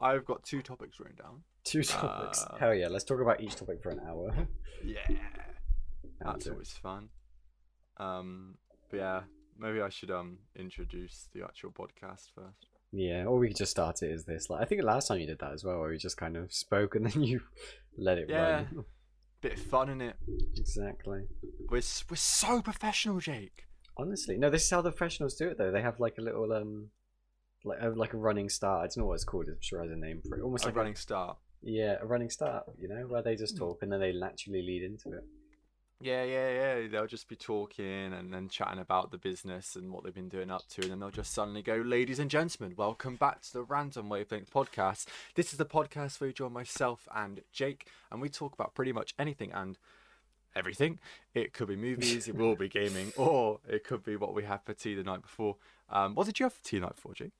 I've got two topics written down. Two topics. Uh, Hell yeah, let's talk about each topic for an hour. uh, Yeah, that's That's it. always fun. Um, but yeah, maybe I should um introduce the actual podcast first. Yeah, or we could just start it as this. Like I think last time you did that as well, where we just kind of spoke and then you let it Yeah. run. Bit of fun in it. Exactly. We're s- we're so professional, Jake. Honestly, no. This is how the professionals do it, though. They have like a little um, like a, like a running start. I don't know what it's called. I'm sure it has a name for it. Almost a like a- running Hmm. start. yeah, a running start. You know, where they just talk and then they naturally lead into it. Yeah, yeah, yeah. They'll just be talking and then chatting about the business and what they've been doing up to, and then they'll just suddenly go, "Ladies and gentlemen, welcome back to the Random Wavelength Podcast. This is the podcast where you join myself and Jake, and we talk about pretty much anything and everything. It could be movies, it will be gaming, or it could be what we had for tea the night before. Um, what did you have for tea the night before, Jake?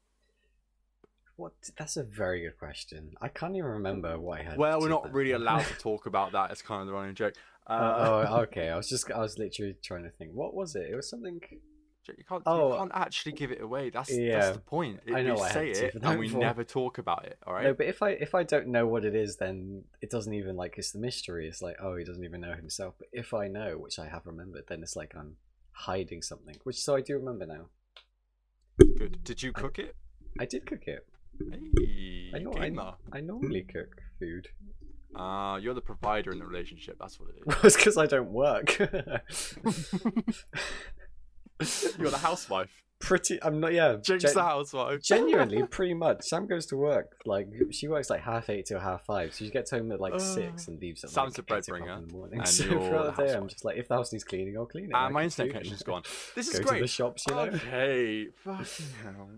What? That's a very good question. I can't even remember what I had. Well, we're to not think. really allowed to talk about that. It's kind of the running joke. Uh, Uh, oh, okay. I was just, I was literally trying to think. What was it? It was something. Jake, You can't, Oh. you can't actually give it away. That's Yeah. that's the point. It, I know we I had say to, it but and we don't fall. never talk about it. All right. No, but if I if I don't know what it is, then it doesn't even like it's the mystery. It's like oh, he doesn't even know himself. But if I know, which I have remembered, then it's like I'm hiding something. Which so I do remember now. Good. Did you cook it? I did cook it. Hey, I know I- gamer. I normally cook food. Ah, you're the provider in the relationship. That's what it Well, it's because I don't work. is. you're the housewife. pretty. I'm not. Yeah. Jake's gen- the housewife. genuinely, pretty much. Sam goes to work. Like she works like half eight till half five. So she gets home at like Uh, six and leaves at Sam's like, a bread eight o'clock bringer, In the morning. and so you're throughout the the day, I'm housewife. just like, if the house needs cleaning, I'll clean it. Ah, I my can internet do it. connection's gone. This is Go to the great. Oh, shops, you know. Okay. Fucking hell.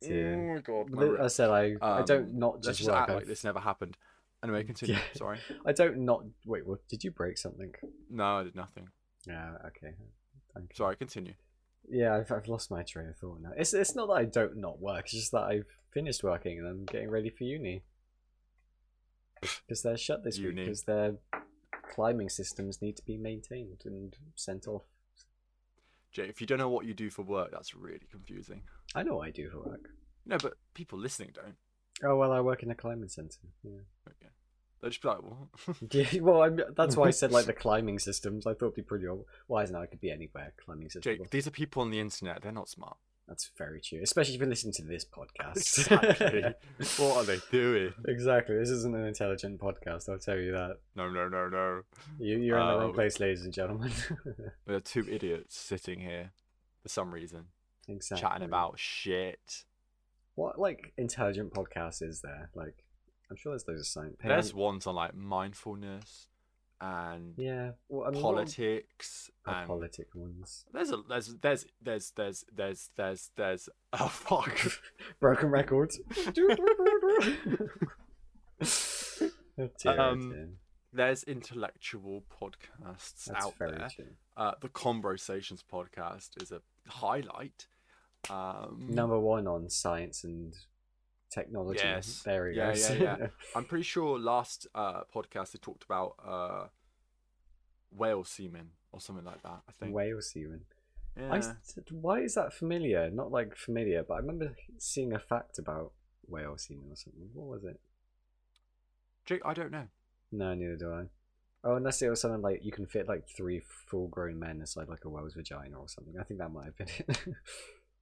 Yeah. Oh my god. my Th- wrist. I said I, uh, I don't Um, not Let's just just work. act I- like this never happened. Anyway, continue. Yeah. Sorry. I don't not wait. What did you break something? No, I did nothing. Yeah. Okay. Thank you. Sorry. Continue. Yeah, I've, I've lost my train of thought now. It's it's not that I don't not work. It's just that I've finished working and I'm getting ready for uni because they're shut this week Uni. because their climbing systems need to be maintained and sent off. Jake, if you don't know what you do for work, that's really confusing. I know what I do for work. No, but people listening don't. Oh well, I work in a climbing center. Yeah. Okay. They'll just be like, what? Yeah, well, I'm, that's why I said like the climbing systems. I thought it'd be pretty ob- wise now. I could be anywhere climbing system. Jake, these are people on the internet. They're not smart. That's very true, especially if you listen to this podcast. Exactly. what are they doing? Exactly. This isn't an intelligent podcast. I'll tell you that. No, no, no, no. You, you're in the Oh. wrong place, ladies and gentlemen. We are two idiots sitting here for some reason, exactly. chatting about shit. what like intelligent podcast is there? Like, I'm sure there's those science. There's ones on like mindfulness and yeah, well, I mean, what- politics oh, and politic ones. there's a there's there's there's there's there's there's there's oh fuck. Broken records. Oh, dear, oh, Um, dear. there's intellectual podcasts That's out very there. true. Uh, the Conversations podcast is a highlight. Um, Number one on science and technology. Yes. There we Yeah, go. yeah, yeah. I'm pretty sure last uh, podcast they talked about uh, whale semen or something like that. I think. Whale semen. Yeah. I said, why is that familiar? Not like familiar, but I remember seeing a fact about whale semen or something. What was it? Jake, I don't know. No, neither do I. Oh, unless it was something like you can fit like three full-grown men inside like a whale's vagina or something. I think that might have been it.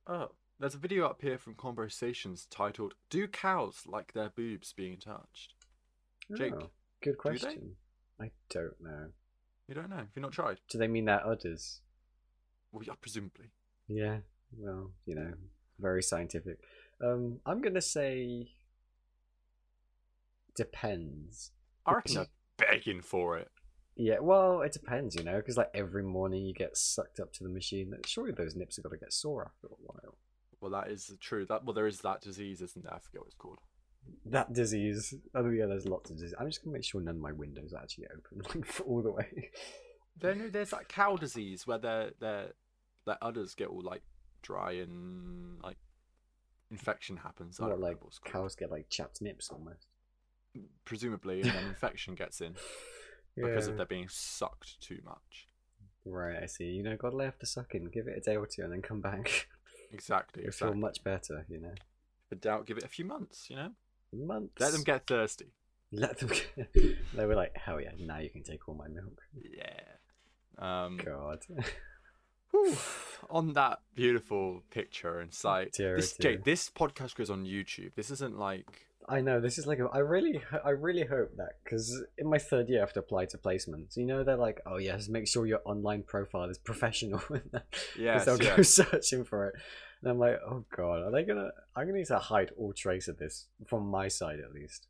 Oh, there's a video up here from Conversations titled "Do cows like their boobs being touched?" Jake, Oh, good they? question. I don't know. You don't know. Have you not tried? Do they mean their udders? Well, yeah, presumably. Yeah. Well, you know, very scientific. Um, I'm gonna say depends. I reckon they're begging for it. Yeah, well, it depends, you know, because like every morning you get sucked up to the machine. Surely those nips are got to get sore after a while. Well, that is true. That well, there is that disease, isn't there? I forget what it's called. That disease. Oh yeah, there's lots of disease. I'm just gonna make sure none of my windows are actually open like, for all the way. Then there's that cow disease where their their their udders get all like dry and like infection happens. I What don't know like what it's called. cows get like chapped nips almost presumably, and then infection gets in because of that. they're being sucked too much. Right, I see. You know, gotta lay off the sucking, give it a day or two, and then come back. Exactly. You'll feel Exactly. much better, you know. If in doubt, give it a few months. You know, months. Let them get thirsty. Let them. Get... they were like, hell yeah, now you can take all my milk. Yeah. Um, God. whew, on that beautiful picture and sight, Dear, this, dear. Jake, this podcast goes on YouTube. This isn't like I know this is like a, I really ho- I really hope that because in my third year I have to apply to placements. You know they're like, oh yes, make sure your online profile is professional. Yes, they'll go yes. searching for it, and I'm like, oh god, are they gonna? I'm gonna need to hide all trace of this from my side at least.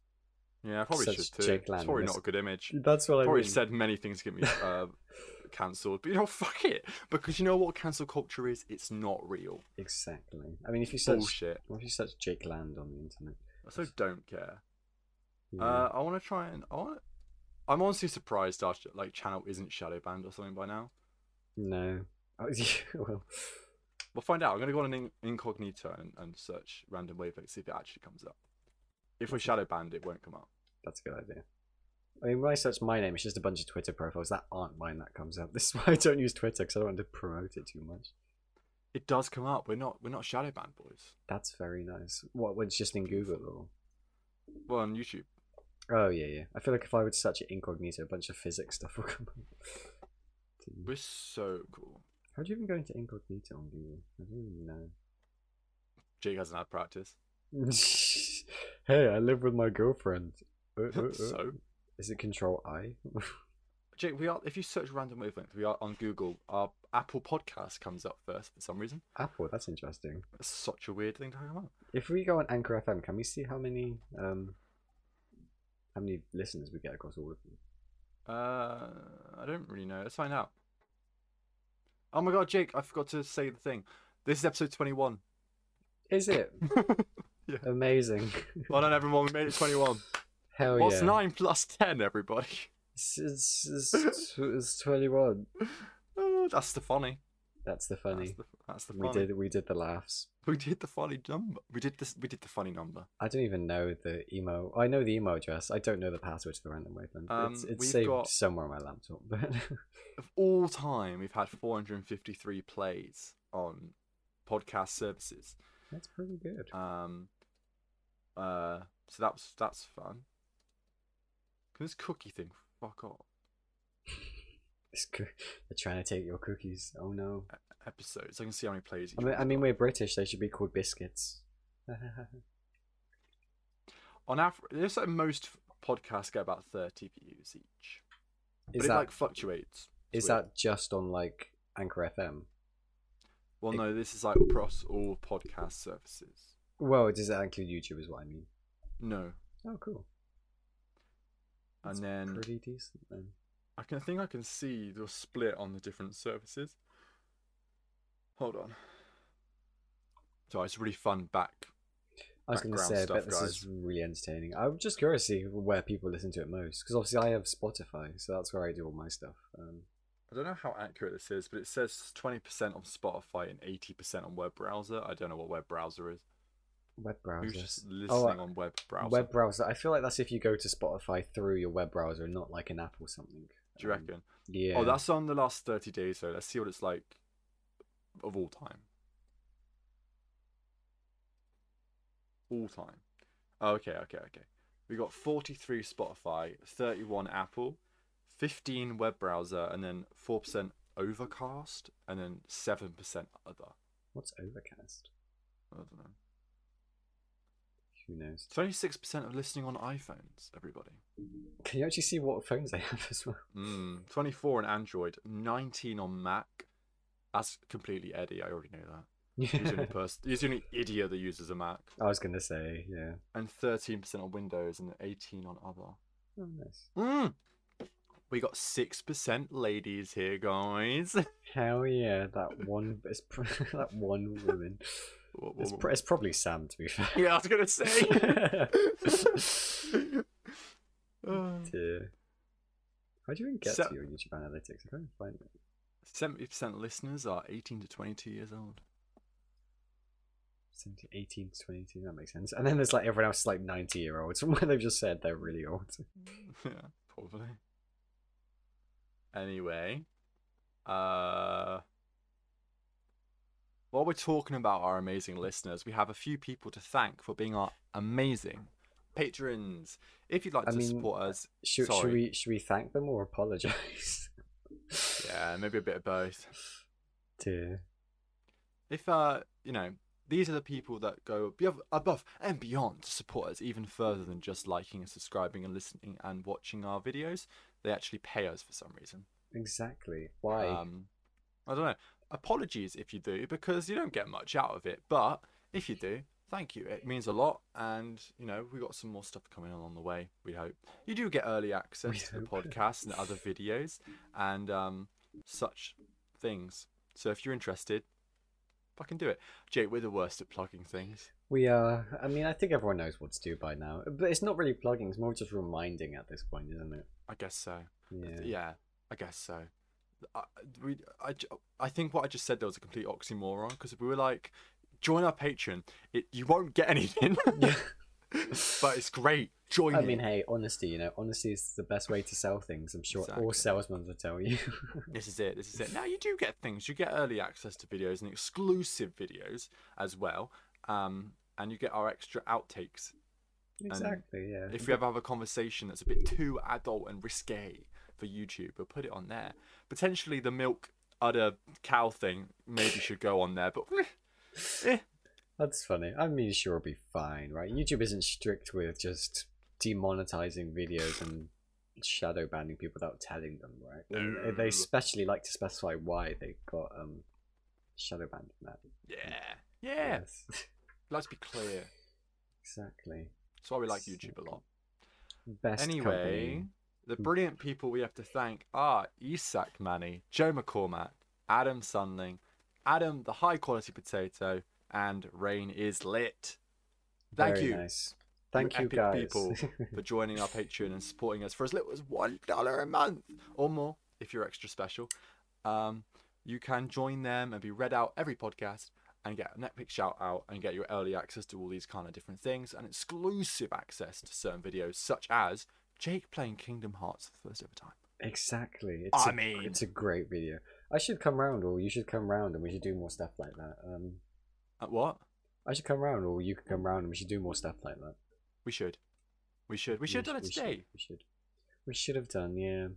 yeah, I probably Such should too. Jake it's Lanham probably is- not a good image. That's what I probably mean. said many things get me uh, cancelled, but you know, fuck it, because you know what cancel culture is? It's not real. Exactly. I mean, if you search, Bullshit. what if you search Jake Land on the internet? I so don't care. Yeah. Uh, I want to try and I want. I'm honestly surprised our sh- like channel isn't shadow banned or something by now. no. Oh, yeah, well, We'll find out. I'm gonna go on an in- incognito and, and search random wavelength see if it actually comes up. If we're shadow banned, it won't come up. that's a good idea. I mean, when I search my name, it's just a bunch of Twitter profiles that aren't mine that comes up. This is why I don't use Twitter because I don't want to promote it too much. It does come up. We're not we're not shadow banned, boys. That's very nice. What? When it's just in Google? Well, on YouTube. Or... Oh yeah, yeah. I feel like if I would search it incognito, a bunch of physics stuff will come up. We're so cool. How do you even go into incognito on Google? I don't even know. Jake hasn't had practice. hey, I live with my girlfriend. Uh, uh, uh. so, Is it Control I? Jake, we are. If you search random wavelength, we are on Google. Our Apple podcast comes up first for some reason. Apple. That's interesting. That's such a weird thing to come up. If we go on Anchor FM, can we see how many um how many listeners we get across all of them? Uh, I don't really know. Let's find out. Oh my god, Jake, I forgot to say the thing. This is episode 21. Is it amazing? well done, everyone. We made it 21. Hell What's Oh, yeah! 9 plus 10, everybody? It's, it's, it's, tw- it's twenty-one. Oh, that's the funny. That's the funny. That's the, that's the we funny. did we did the laughs. we did the funny number. We did this. We did the funny number. I don't even know the email. I know the email address. I don't know the password to the random wavelength. it's Um, it's we've saved got- somewhere on my laptop, but of all time, we've had 453 plays on podcast services. that's pretty good. Um, uh, so that's that's fun. Can this cookie thing fuck off? It's good. They're trying to take your cookies. Oh no! Episodes. I can see how many plays. Each I mean, one's I mean, got. we're British. They should be called biscuits. on average, there's like most podcasts get about 30 views each, but Is it that like fluctuates. It's Is weird. that just on like Anchor FM? Well, no, this is like across all podcast services. Well, does that include YouTube? Is what I mean. No, Oh, cool. and then pretty decent then. I can I think I can see the split on the different services. Hold on. So it's really fun back. I was going to Background say, I stuff, bet this is really entertaining. I'm just curious to see where people listen to it most, because obviously I have Spotify, so that's where I do all my stuff. Um, I don't know how accurate this is, but it says 20% on Spotify and 80% on web browser. I don't know what web browser is. web Who's browser. just listening uh, on web browser? Web browser. I feel like that's if you go to Spotify through your web browser, and not like an app or something. Do you Um, reckon? yeah. Oh, that's on the last 30 days, though. Let's see what it's like of all time. All time. Oh, okay, okay, okay. We got 43 Spotify, 31 Apple, 15 web browser, and then 4% Overcast, and then 7% other. what's Overcast? I don't know. Who knows? 26% of listening on iPhones, everybody. Can you actually see what phones they have as well? Mm, 24 on Android, 19 on Mac. That's completely Eddie. I already know that. He's the only person. He's the only idiot that uses a Mac. I was going to say, yeah. And thirteen percent on Windows and eighteen on other. Oh, nice. Mm. We got six percent ladies here, guys. Hell yeah, that one, it's pr- that one woman. What- what- It's, what- pr- it's probably Sam, to be fair. yeah, I was gonna say. Uh, Dear. How do you even get So- to your YouTube analytics? I can't find it. Seventy percent listeners are eighteen to twenty-two years old. 17, 18 to 22, that makes sense. And then there's like everyone else, is, like 90 year olds, from what they've just said, they're really old. yeah, probably. Anyway, uh, while we're talking about our amazing listeners, we have a few people to thank for being our amazing patrons. If you'd like I to mean, support us, Should, should Sorry. we should we thank them or apologize? yeah, maybe a bit of both. Dear. If uh, you know, these are the people that go above, above and beyond to support us even further than just liking and subscribing and listening and watching our videos. They actually pay us for some reason. Exactly. Why? Um, I don't know. Apologies if you do, because you don't get much out of it. But if you do, thank you. It means a lot. And, you know, we got some more stuff coming along the way, we hope. You do get early access We to the hope. podcast and other videos and um, such things. So if you're interested, fucking do it. Jake, we're the worst at plugging things. we are. I mean, I think everyone knows what to do by now. But it's not really plugging. It's more just reminding at this point, isn't it? I guess so. Yeah. Yeah, I guess so. I, we, I, j- I think what I just said there was a complete oxymoron because we were like, join our Patreon. It, you won't get anything, but oh, it's great. Join I it. mean, hey, honesty. You know, honesty is the best way to sell things. I'm sure all Exactly. salesmen will tell you. This is it. This is it. Now you do get things. You get early access to videos and exclusive videos as well. Um, and you get our extra outtakes. exactly. Yeah. If we ever have a conversation that's a bit too adult and risque for YouTube, we'll put it on there. Potentially the milk udder cow thing maybe should go on there, but eh, That's funny. I mean, sure, it'll be fine, right? YouTube isn't strict with just demonetizing videos and shadow banning people without telling them, right? And No. They especially like to specify why they got um shadow banned from that. Yeah. Yeah. Yes. Let's be clear. exactly. That's why we like YouTube a lot. Best anyway, company. the brilliant people we have to thank are Isak Manny, Joe McCormack, Adam Sunling, Adam the High Quality Potato, and Rain is Lit. Thank Very you. Nice. Thank you, epic guys. people for joining our Patreon and supporting us for as little as one dollar a month or more if you're extra special. Um, you can join them and be read out every podcast and get a Netflix shout out and get your early access to all these kind of different things and exclusive access to certain videos such as Jake playing Kingdom Hearts for the first ever time. exactly. It's I a- mean- it's a great video. I should come round, or you should come round, and we should do more stuff like that. Um, Uh, what? I should come round, or you could come round, and we should do more stuff like that. We should. We should. We should have done it sh- we today. should- We should. We should have done, yeah.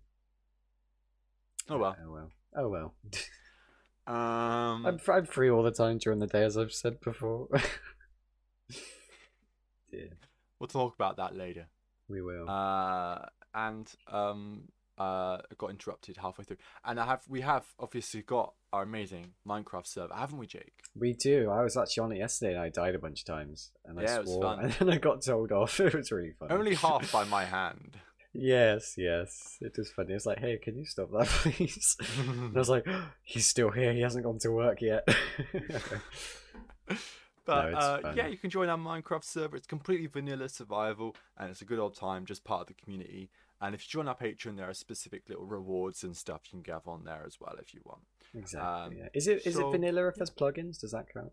Oh well. Oh well. Oh well. Um, I'm, fr- I'm free all the time during the day, as I've said before. yeah, we'll talk about that later. we will. uh, and um, uh, got interrupted halfway through. And I have, we have obviously got our amazing Minecraft server, haven't we, Jake? we do. I was actually on it yesterday, and I died a bunch of times, and I Yeah, it swore, was fun. and then I got told off. It was really funny. Only half by my hand. yes, yes, it was funny. It's like, hey, can you stop that, please? and I was like, he's still here. He hasn't gone to work yet. But it's uh, fun. yeah, you can join our Minecraft server. It's completely vanilla survival, and it's a good old time, just part of the community. And if you join our Patreon, there are specific little rewards and stuff you can get on there as well if you want. Um, exactly. yeah. Is it is so- it vanilla if there's plugins? Does that count?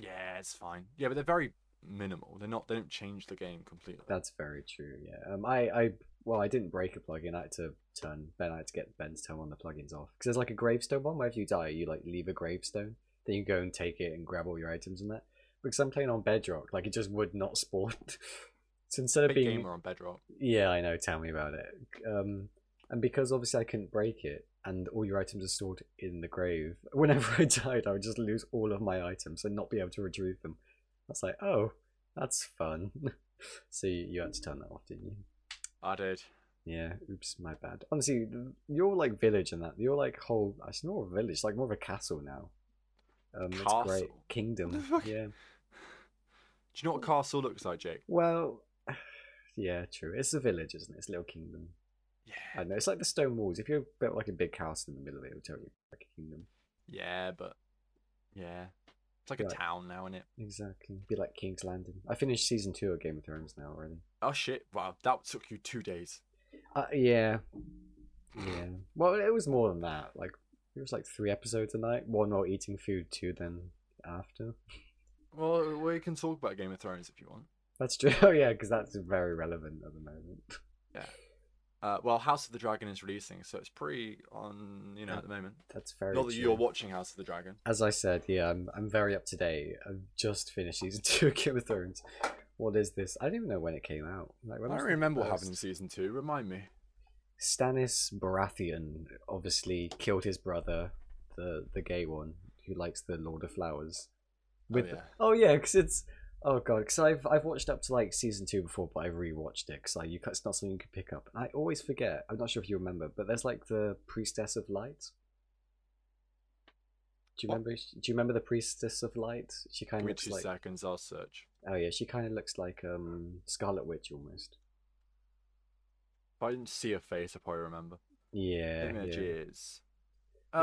Yeah, it's fine. Yeah, but they're very minimal. They're not. They don't change the game completely. That's very true. Yeah. Um. I. I. Well, I didn't break a plugin. I had to turn Ben. I had to get Ben to turn one of the plugins off because there's like a gravestone one where if you die, you like leave a gravestone. Then you go and take it and grab all your items and that. Because I'm playing on Bedrock, like it just would not spawn. so instead of Big being gamer on Bedrock. yeah, I know. Tell me about it. Um, and because obviously I couldn't break it, and all your items are stored in the grave. Whenever I died, I would just lose all of my items and not be able to retrieve them. I was like, oh, that's fun. so you, you had to turn that off, didn't you? I did. Yeah. Oops, my bad. Honestly, th- your like village and that, your like whole. uh, It's not a village, like more of a castle now. Um, it's great Castle? kingdom. yeah. Do you know what castle looks like, Jake? Well. Yeah, true. It's a village, isn't it? It's a little kingdom. Yeah. I know it's like the stone walls. If you built like a big house in the middle of it, it would totally be like a kingdom. Yeah, but yeah, it's like a Right. town now, isn't it? Exactly, be like King's Landing. I finished season two of Game of Thrones now already. Oh shit! Wow, that took you two days. Uh, yeah, yeah. Well, it was more than that. Like it was like three episodes a night. One while eating food, two then after. Well, we can talk about Game of Thrones if you want. That's true. Oh yeah, because that's very relevant at the moment. Uh, well, House of the Dragon is releasing, so it's pretty on you know at the moment. That's very. Not that true. you're watching House of the Dragon. As I said, yeah, I'm I'm very up to date. I've just finished season two of Game of Thrones, what is this? I don't even know when it came out. I Like, when don't was the remember what happened in first- season two. Remind me. Stannis Baratheon obviously killed his brother, the the gay one who likes the Lord of Flowers. With oh, yeah. oh yeah, because it's oh god, because I've I've watched up to like season two before, but I rewatched it because like you ca- it's not something you can pick up. And I always forget. I'm not sure if you remember, but there's like the priestess of light. Do you What? remember? Do you remember the priestess of light? She kind Give of me looks two like seconds. I'll search. oh yeah, she kind of looks like um Scarlet Witch almost. If I didn't see a face, I probably remember. Yeah, Image yeah. is. But,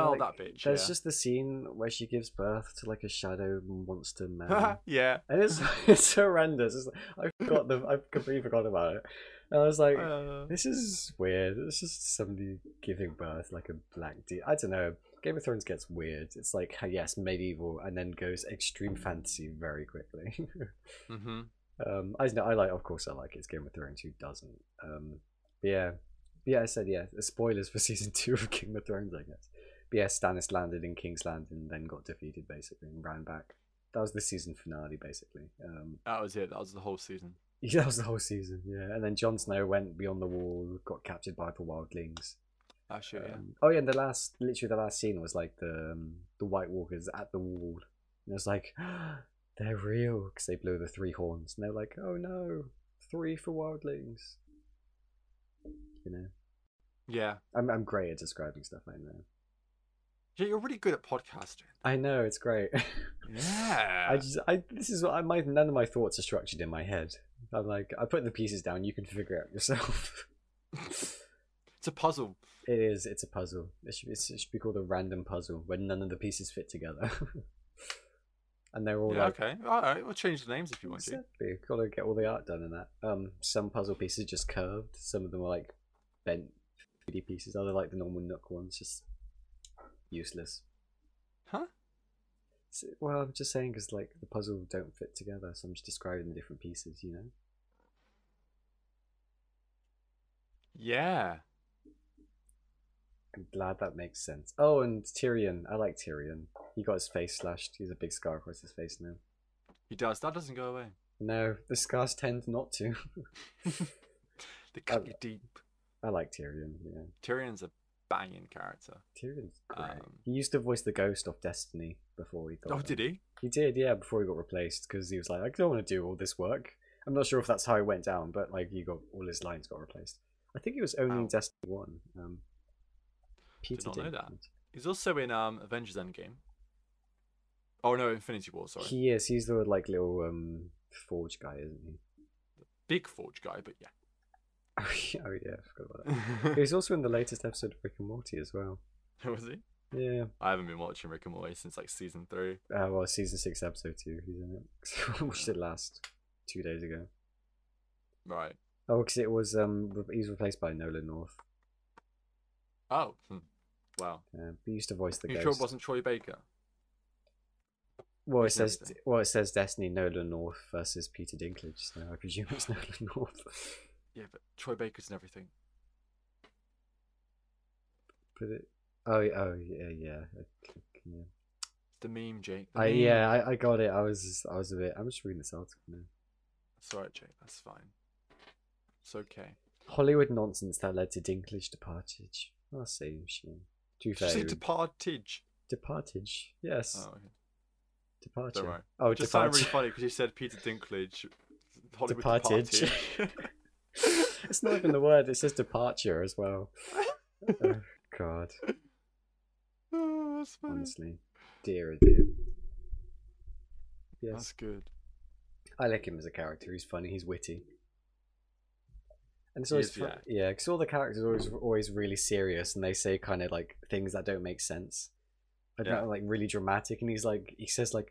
Oh, like, that bitch. There's yeah. just the scene where she gives birth to like a shadow monster man. yeah. and it's it's horrendous. It's like, I forgot the I completely forgot about it. And I was like, Uh, this is weird. It's just somebody giving birth like a black dude. I don't know. Game of Thrones gets weird. It's like yes, medieval, and then goes extreme fantasy very quickly. mm-hmm. Um, I don't know I like, of course, I like it. It's Game of Thrones. Who doesn't? Um, but yeah, yeah. I said yeah. Spoilers for season two of Game of Thrones, I guess. But yeah, Stannis landed in King's Landing, then got defeated basically and ran back. That was the season finale, basically. Um, That was it. That was the whole season. yeah, that was the whole season. Yeah, and then Jon Snow went beyond the wall, got captured by the wildlings. Actually, yeah. Um, oh yeah, and the last, literally the last scene was like the um, the White Walkers at the wall, and it's like they're real because they blew the three horns, and they're like, oh no, three for wildlings. You know, Yeah. I'm I'm great at describing stuff. I know, Yeah, you're really good at podcasting. I know, it's great. Yeah. I just, I this is what I my none of my thoughts are structured in my head. I'm like, I put the pieces down. You can figure it out yourself. It's a puzzle. It is. It's a puzzle. It should, it should be called a random puzzle when none of the pieces fit together, and they're all Yeah, like okay. All right. We'll change the names if you want to. exactly. Gotta get all the art done in that. Um, some puzzle pieces just curved. Some of them are like bent 3D pieces. Other like the normal Nook ones, just useless. Huh? S- Well, I'm just saying because like the puzzle don't fit together, so I'm just describing the different pieces. You know. Yeah. I'm glad that makes sense. Oh, and Tyrion. I like Tyrion. He got his face slashed. He's a big scar across his face now. He does. That doesn't go away. No, the scars tend not to. They cut Um, you deep. I like Tyrion. Yeah, Tyrion's a banging character. Tyrion's great. Um, he used to voice the ghost of Destiny before he got. Oh, did he? He did, yeah. Before he got replaced, because he was like, I don't want to do all this work. I'm not sure if that's how it went down, but like, he got all his lines got replaced. I think it was only in Ow. Destiny One. Um, Peter not know that. Dinklage. He's also in um Avengers Endgame. Oh no, Infinity War. Sorry. He is. He's the like little um forge guy, isn't he? Big Forge guy, but Oh yeah, oh, yeah, I forgot about that. yeah. he was also in the latest episode of Rick and Morty as well. Was he? Yeah. I haven't been watching Rick and Morty since like season three. Uh, well, season six, episode two. He's in it. 'Cause I watched it last two days ago. Right. Oh, because it was um, re- he's replaced by Nolan North. Oh. Hmm. Wow. Uh, he used to voice the you ghost. sure it wasn't Troy Baker? well, it He's never says done. well, it says Destiny Nolan North versus Peter Dinklage. So I presume it's Nolan North. Yeah, but Troy Baker's and everything. but it, oh, oh, yeah, yeah. I think, yeah. The meme, Jake. The I meme. yeah, I, I got it. I was just, I was a bit. I'm just reading this article now. It's alright, Jake. That's fine. It's okay. Hollywood nonsense that led to Dinklage departage. Oh, same shame. Did To be you fair, say it- departage? departage. Yes, Oh, okay. departure. don't worry. Oh, It just sounded departure. really funny because you said Peter Dinklage. Hollywood Departage. it's not even the word. It says departure as well. oh, God, oh, that's funny. honestly, dear, oh dear. Yes, That's good. I like him as a character. He's funny. He's witty. And it's He always is, fun- yeah, 'cause because all the characters are always always really serious, and they say kind of like things that don't make sense. I don't Yeah. know, like really dramatic, and he's like he says like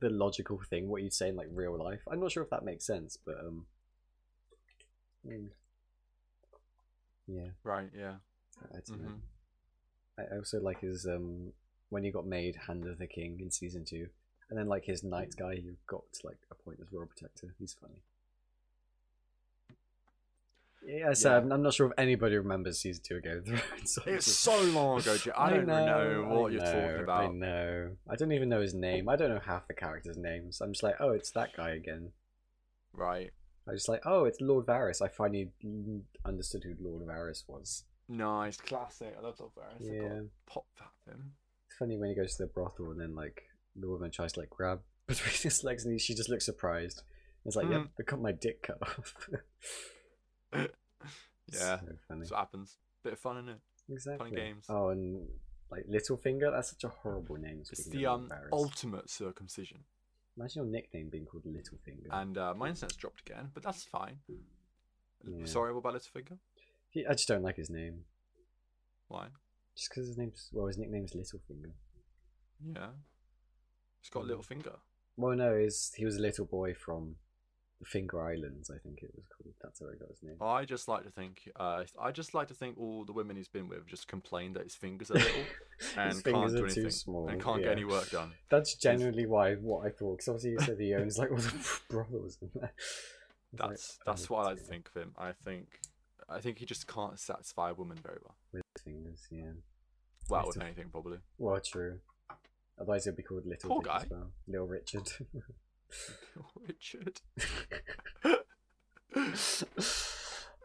the logical thing what you'd say in like real life. I'm not sure if that makes sense, but um, mm. yeah, Right, yeah. I don't know. Mhm. I also like his um when he got made Hand of the King in season two, and then like his knight guy who got like a point as royal protector. He's funny. Yeah, so Yeah. I'm, I'm not sure if anybody remembers season two of Game of Thrones. It's honestly. so long ago, Jake. I, don't know, what I you're know, talking I about. know. I don't even know his name. I don't know half the characters' names. I'm just like, oh, it's that guy again. right? I was just like, oh, it's Lord Varys. I finally understood who Lord Varys was. Nice, classic. I love Lord Varys. I yeah, gotta pop that in. it's funny when he goes to the brothel and then like the woman tries to like grab between his legs and he, she just looks surprised. It's like, yep, Mm. they got my dick cut off. Yeah, so funny. that's what happens. Bit of fun in it. exactly. games. Oh, and like Littlefinger. That's such a horrible name. It's speaking the of Lord um Varys. ultimate circumcision. Imagine your nickname being called Littlefinger. And uh, my internet's dropped again, but that's fine. Yeah. Sorry, what about Littlefinger? He- I just don't like his name. Why? Just because his name's well, his nickname's Littlefinger. Yeah, he's got a little finger. Well, no, he's, he was a little boy from the Finger Islands, I think it was called. That's where he got his name. I just like to think. Uh, I just like to think all the women he's been with just complain that his fingers are little his and can't fingers do are too anything small. and can't yeah. get any work done. That's generally why what I thought. Because obviously you said he owns like all the brothels. And that. It's like, That's oh, that's what I yeah, think of him. I think I think he just can't satisfy women very well. With his fingers, yeah. Well, Little- with anything probably. Well, true. Otherwise, he'll be called Little Poor Dick guy. as well. Little Richard. Richard.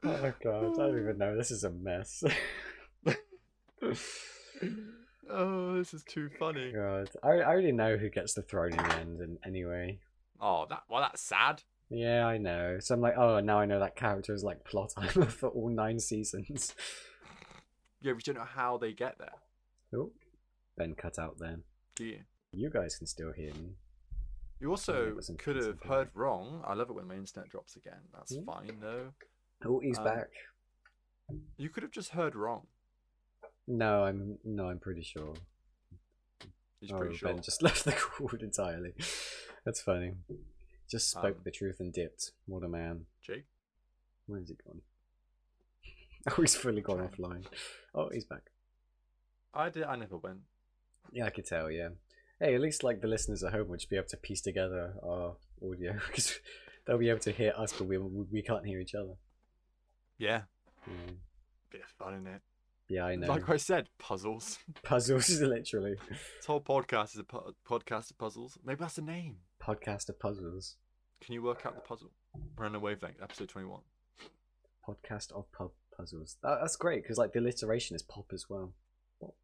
oh god, I don't even know. This is a mess. oh, this is too funny. God, I, I already know who gets the throne in the end, and anyway, Oh, that well, that's sad. yeah, I know. So I'm like, oh, now I know that character is like plot armor for all nine seasons. Yeah, we don't know how they get there. Oh, Ben cut out then. Do you? You guys can still hear me. You also wasn't could pressing have play. heard wrong. I love it when my internet drops again. That's Hmm? fine though. Oh, he's Um, back. You could have just heard wrong. No, I'm no, I'm pretty sure. He's oh, pretty sure. Ben just left the call entirely. That's funny. Just spoke Um, the truth and dipped. What a man. Jake. Where's he gone? Oh, he's fully gone Trying. offline. Oh, he's back. I did. I never went. Yeah, I could tell. Yeah. Hey, at least like the listeners at home would just be able to piece together our audio because they'll be able to hear us, but we we can't hear each other. Yeah. Yeah, Bit of fun in it. yeah I know. Like I said, puzzles. Puzzles, literally. this whole podcast is a pu- podcast of puzzles. Maybe that's the name. Podcast of puzzles. Can you work out the puzzle? We're on a wavelength. Episode twenty-one. Podcast of pub puzzles. That, that's great because like the alliteration is pop as well. Pop.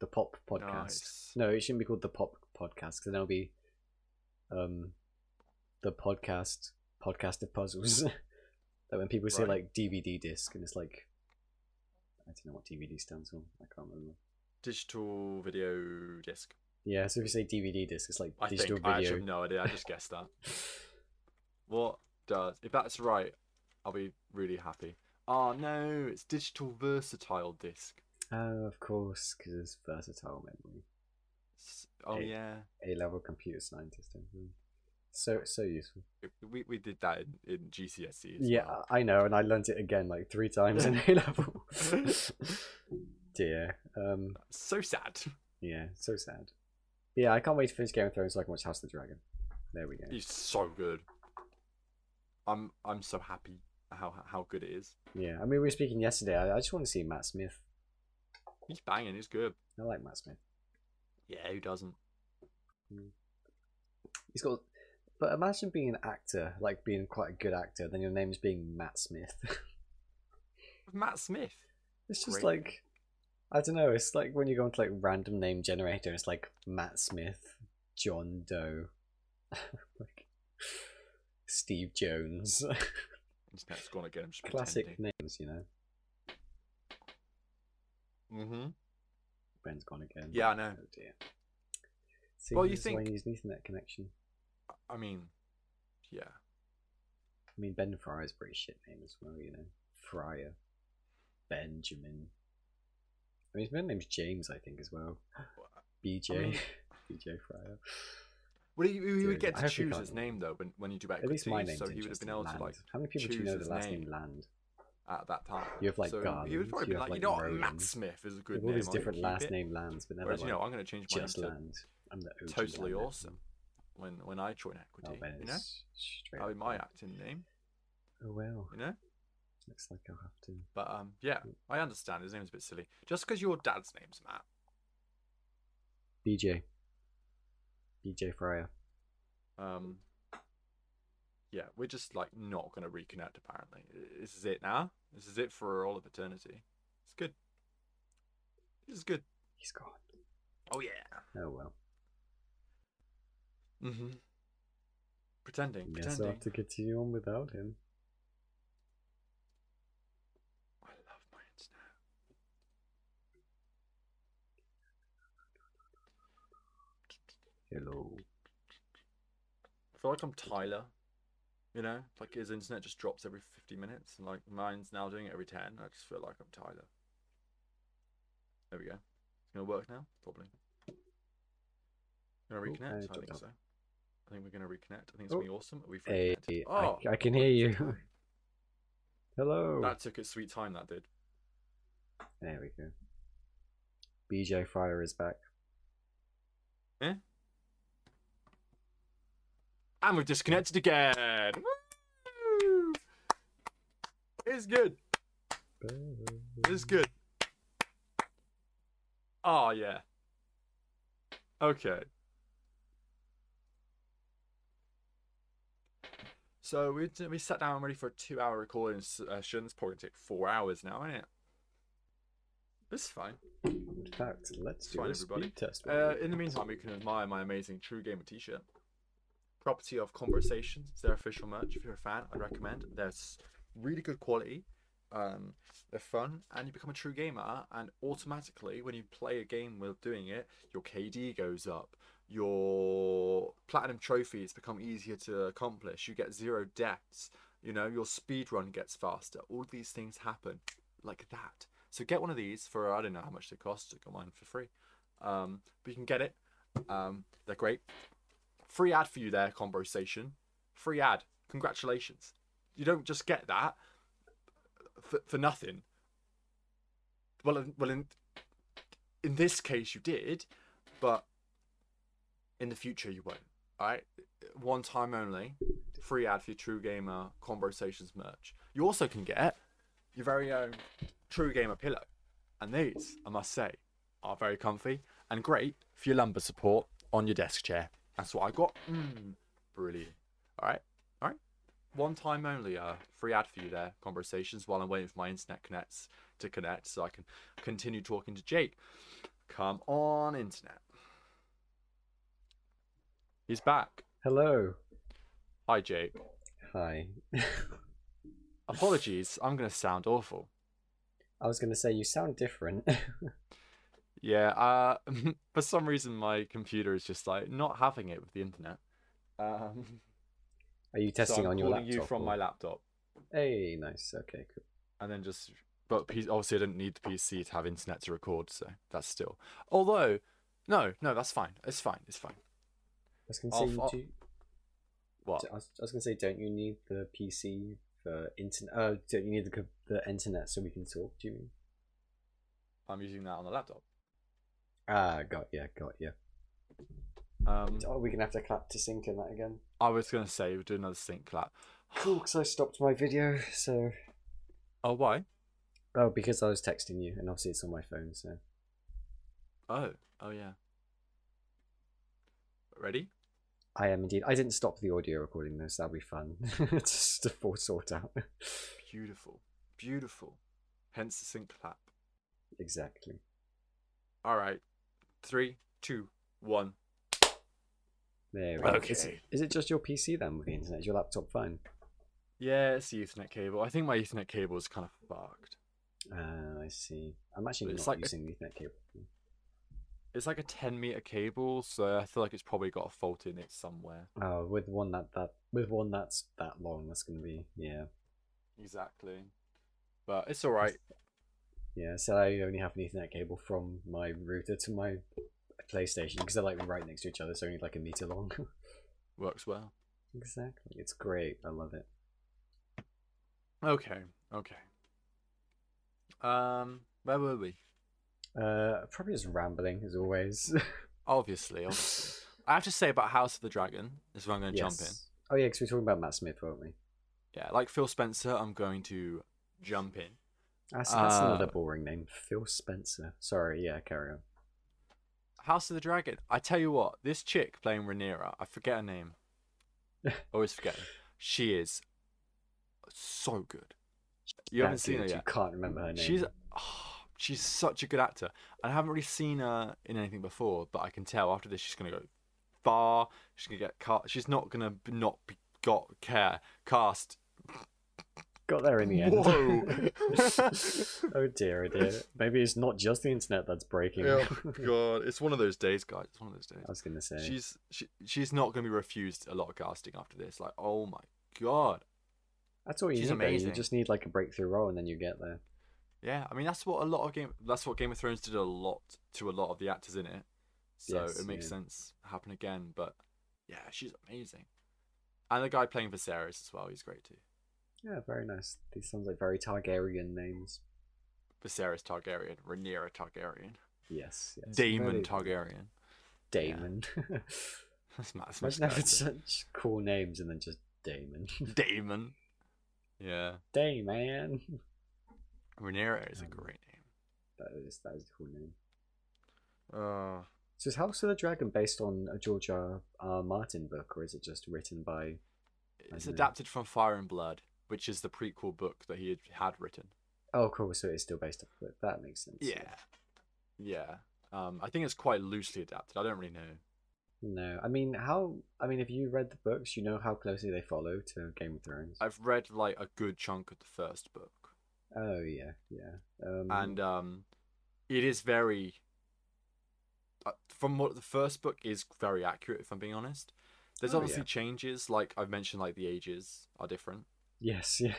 The pop podcast. Nice. No, it shouldn't be called the pop podcast because then it'll be, um, the podcast podcast of puzzles. that when people say Right. like DVD disc and it's like, I don't know what DVD stands for. I can't remember. Digital video disc. Yeah, so if you say DVD disc, it's like I digital think. I actually video. have no idea. I just guessed that. What does if that's right? I'll be really happy. Oh no, it's digital versatile disc. oh, of course, because it's versatile memory. S- Oh Hey. yeah, A level computer scientist. don't you? So so useful. we, we did that in, in GCSE. E As Yeah, well. I know, and I learnt it again like three times in A level. Dear. Um, so sad. yeah, so sad. Yeah, I can't wait to finish Game of Thrones so I can watch House of the Dragon. There we go. He's so good. I'm I'm so happy how how good it is. Yeah, I mean, we were speaking yesterday. I, I just want to see Matt Smith. He's banging. He's good. I like Matt Smith. Yeah, who doesn't? He's got. But imagine being an actor, like being quite a good actor, then your name's being Matt Smith. Matt Smith. it's just Great. like. I don't know, it's like when you go into like random name generator, it's like Matt Smith, John Doe, like Steve Jones. Internet's gonna get him. Just classic names, you know. Mm-hmm. Ben's gone again. Yeah, I know. Oh dear. See, Well, well, you you think why think- you use an Ethernet connection? I mean, yeah. I mean, Ben Fryer's a pretty shit name as well, you know. Fryer, Benjamin. I mean, his middle name's James, I think, as well. BJ, mean- BJ Fryer. Well, he, he Dude, would get I to hope he choose can't his remember. name though when when you do At equity, least my name's so he would have been interesting, able Land. to like How many people do you choose know his the last name, name. Land? at that time. You have, like, so he Garland, would probably be you have, like, like, you know what, Rowan. Matt Smith is a You good have all name. these I'm gonna different keep last it. name lands, but never Whereas you know, like, I'm going to change my name just to Land. I'm the OG totally Land. awesome when when I join Oh, equity. Ben you know, is straight that'll up be my there. acting name. Oh well, You know, looks like I'll have to. but um, yeah, I understand his name's a bit silly. Just because your dad's name's Matt, BJ. BJ Fryer. um, yeah, we're just like not gonna reconnect. Apparently, this is it now. This is it for all of eternity. It's good. This is good. He's gone. Oh yeah. Oh well. Mm-hmm. Pretending, Guess I'll pretending. have to continue on without him. I love my internet. Hello. I feel like I'm Tyler. You know, like his internet just drops every 50 minutes, and like mine's now doing it every 10. I just feel like I'm Tyler. There we go. It's gonna work now, probably. Gonna Ooh, reconnect. I I think dropped so. I think we're gonna reconnect. I think it's gonna be awesome. Are we Hey, free? Oh, I- I, can hear you. Hello. That took its sweet time. That did. There we go. BJ Fryer is back. And we've disconnected again. Woo! It's good. It's good. Oh yeah. Okay. So we d- we sat down ready for a two hour recording uh, session. It's probably gonna take four hours now, isn't it? It's fine. In fact, let's do Fine, a everybody. speed test. Uh, in the meantime, you can admire my amazing True Gamer t-shirt. Property of Conversations. It's their official merch. If you're a fan, I'd recommend. They're s- really good quality. Um, they're fun, and you become a true gamer. And automatically, when you play a game while doing it, your KD goes up. Your platinum trophies become easier to accomplish. You get zero deaths. You know your speed run gets faster. All these things happen like that. So get one of these for I don't know how much they cost. I got mine for free um, but you can get it. Um, they're great. Free ad for you there, conversation. Free ad. Congratulations. You don't just get that for, for nothing. Well, in, well, in in this case you did, but in the future you won't. All right, one time only. Free ad for your True Gamer Conversations merch. You also can get your very own True Gamer pillow, and these, I must say, are very comfy and great for your lumbar support on your desk chair. That's what I got. Mm, brilliant. All right. All right. One time only. Uh, free ad for you there. Conversations while I'm waiting for my internet connects to connect so I can continue talking to Jake. Come on, internet. He's back. Hello. Hi, Jake. Hi. Apologies. I'm going to sound awful. I was going to say you sound different. Yeah, uh, for some reason my computer is just like not having it with the internet. Um, Are you so testing I'm on your calling laptop? you from or- my laptop, Hey, nice. Okay, cool. and then just. But P- obviously, I didn't need the PC to have internet to record, so that's still. Although, no, no, that's fine. It's fine. It's fine. I was going to I'll say you fo- do. What? I was, I was going to say, don't you need the PC for internet? Uh, don't you need the co- the internet so we can talk to you? I'm using that on the laptop. Ah, got yeah, got yeah. Um, Oh, we can have to clap to sync in that again. I was gonna say we do another sync clap. Cool, because I stopped my video, so. Oh, why? Oh, because I was texting you, and obviously it's on my phone, so. Oh, oh yeah. Ready? I am indeed. I didn't stop the audio recording though, so that'll be fun. Just to full sort out. Beautiful, beautiful. Hence the sync clap. exactly. All right, three, two, one. There we go. Is, Okay. is it just your PC then with the internet? Is your laptop fine? Yeah, it's the Ethernet cable. I think my Ethernet cable is kind of fucked. Ah, I see. I'm actually It's not like a- using the Ethernet cable. It's like a 10 meter cable, so I feel like it's probably got a fault in it somewhere. Oh, with one that that with one that's that long, that's gonna be yeah, Exactly. But it's all right. yeah. So I only have an Ethernet cable from my router to my PlayStation because they're like right next to each other, so only like a meter long. Works well. exactly. It's great. I love it. Okay. Okay. Um, where were we? Uh, probably just rambling as always. Obviously, obvi- I have to say about House of the Dragon. This is where I'm going to jump in. Yes. Oh yeah, because we're talking about Matt Smith, weren't we? Yeah, like Phil Spencer, I'm going to jump in. That's, that's Uh, another boring name, Phil Spencer. Sorry, yeah, carry on. House of the Dragon. I tell you what, this chick playing Rhaenyra, I forget her name. Always forget. Her. She is so good. You haven't That seen her good, yet. You can't remember her name. She's she's such a good actor. I haven't really seen her in anything before, but I can tell after this she's gonna go far. She's gonna get cast. She's not gonna b- not be got care cast. got there in the end. Whoa. oh dear, oh dear. Maybe it's not just the internet that's breaking. God, it's one of those days, guys. It's one of those days. I was gonna say. She's she, she's not gonna be refused a lot of casting after this. Like, oh my God. That's all you she's need. though. You amazing. just need like a breakthrough role, and then you get there. Yeah, I mean that's what a lot of game that's what Game of Thrones did a lot to a lot of the actors in it. So Yes, it makes yeah. sense happen again, but yeah, she's amazing. And the guy playing for Viserys as well, he's great too. Yeah, very nice. These sounds like very Targaryen names. Viserys Targaryen, Rhaenyra Targaryen, Yes. yes. Daemon Very- Targaryen. Damon. That's Matt's much Imagine having better. such cool names and then just Damon. Daemon. Yeah, Dayman. Rhaenyra is a Um, great That is that is a cool name. name. Uh, So is House of the Dragon based on a George R. R. Martin book, or is it just written by? it's don't know. adapted from Fire and Blood, which is the prequel book that he had, had written. Oh, cool. So it's still based off of it. That makes sense. Yeah, yeah. Um, I think it's quite loosely adapted. I don't really know. No, I mean, how? I mean, if you read the books, you know how closely they follow to Game of Thrones. I've read like a good chunk of the first book, Oh yeah, yeah. Um, and um, it is very. uh, From what the first book is very accurate, if I'm being honest. There's Oh, obviously yeah. changes, like I've mentioned, like the ages are different. yes, yeah.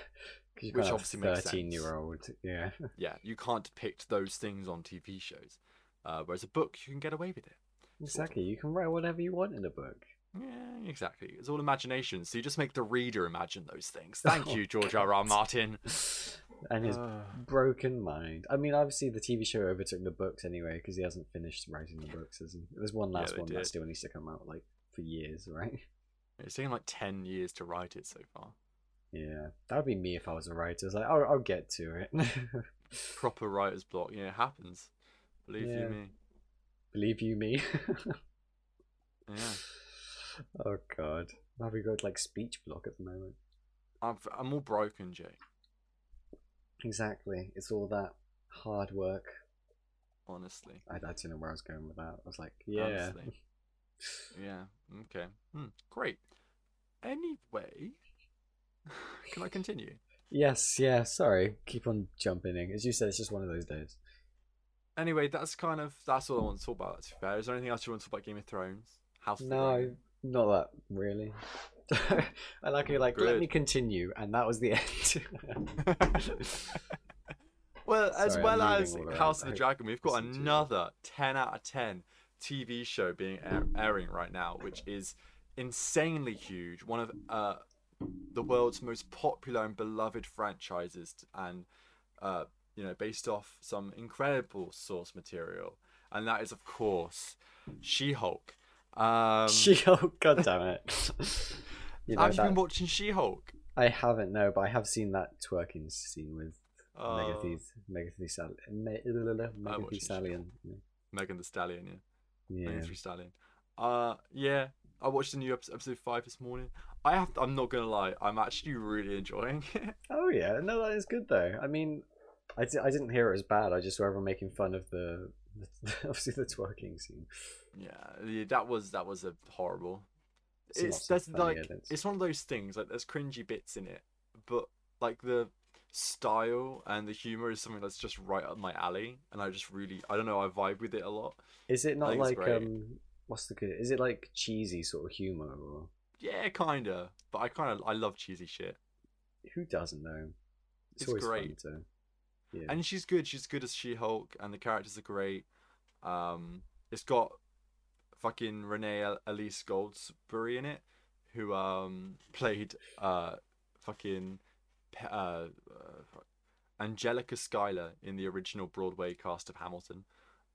'Cause you Which can't have obviously makes sense. year old. Yeah, Yeah, you can't depict those things on TV shows, uh, whereas a book you can get away with it. exactly. You can write whatever you want in a book. Yeah, exactly. It's all imagination, so you just make the reader imagine those things. Thank Oh, you, George R. R. God. Martin. and his Uh, broken mind. I mean, obviously the TV show overtook the books anyway because he hasn't finished writing the books. Has he? There's one Yeah, last they one did. that still needs to come out like for years, right? it's taken like ten years to write it so far. Yeah, that would be me if I was a writer. It's like, "Oh, I'll, I'll get to it. proper writer's block. Yeah, it happens. Believe Yeah. you me. Believe you me. Yeah, Oh god. Now we got like speech block at the moment. I'm I'm all broken, Jake. Exactly. It's all that hard work. Honestly. I, I don't know where I was going with that. I was like, yeah. Honestly. Yeah. Okay. Hmm, great. Anyway, can I continue? Yes, yeah, sorry. Keep on jumping in. As you said, it's just one of those days. Anyway, that's kind of that's all I want to talk about. That's fair. Is there anything else you want to talk about? Game of Thrones? House of the No, Dragon? not that really. I like you like, let Good. me continue and that was the end. well, as Sorry, I'm well moving as all around. House I of the hope Dragon, we've got listen to you. another 10 out of 10 TV show being air- airing right now, which is insanely huge. One of uh, the world's most popular and beloved franchises, and uh, you know, based off some incredible source material, and that is, of course, She-Hulk. Um, she oh god damn it. you know, have you that- been watching She-Hulk? I haven't no, but I have seen that twerking scene with Oh, Megathes Megathes I watched it. Megathes Oh, Megan the Stallion, yeah. Yeah. Megan Thee Stallion. Uh, yeah, I watched the new episode, episode five this morning. I have. I'm not gonna lie. I'm actually really enjoying it. Oh yeah, no, that is good though. I mean, I, di- I didn't hear it was bad. I just saw everyone making fun of the, obviously the twerking scene. yeah, yeah, that was that was a horrible. It's not It's so that's funny, like and it's- it's one of those things. Like there's cringy bits in it, but like the style and the humor is something that's just right up my alley, and I just really I don't know I vibe with it a lot. Is it not think it's like great. um what's the good? Is it like cheesy sort of humor or Yeah, kinda. But I kind of I love cheesy shit, who doesn't know? It's great. Fun to, yeah. and she's good. She's good as She Hulk, and the characters are great. Um, it's got fucking Renee El- Elise Goldsberry in it, who um played uh fucking Pe- uh, uh fuck- Angelica Schuyler in the original Broadway cast of Hamilton.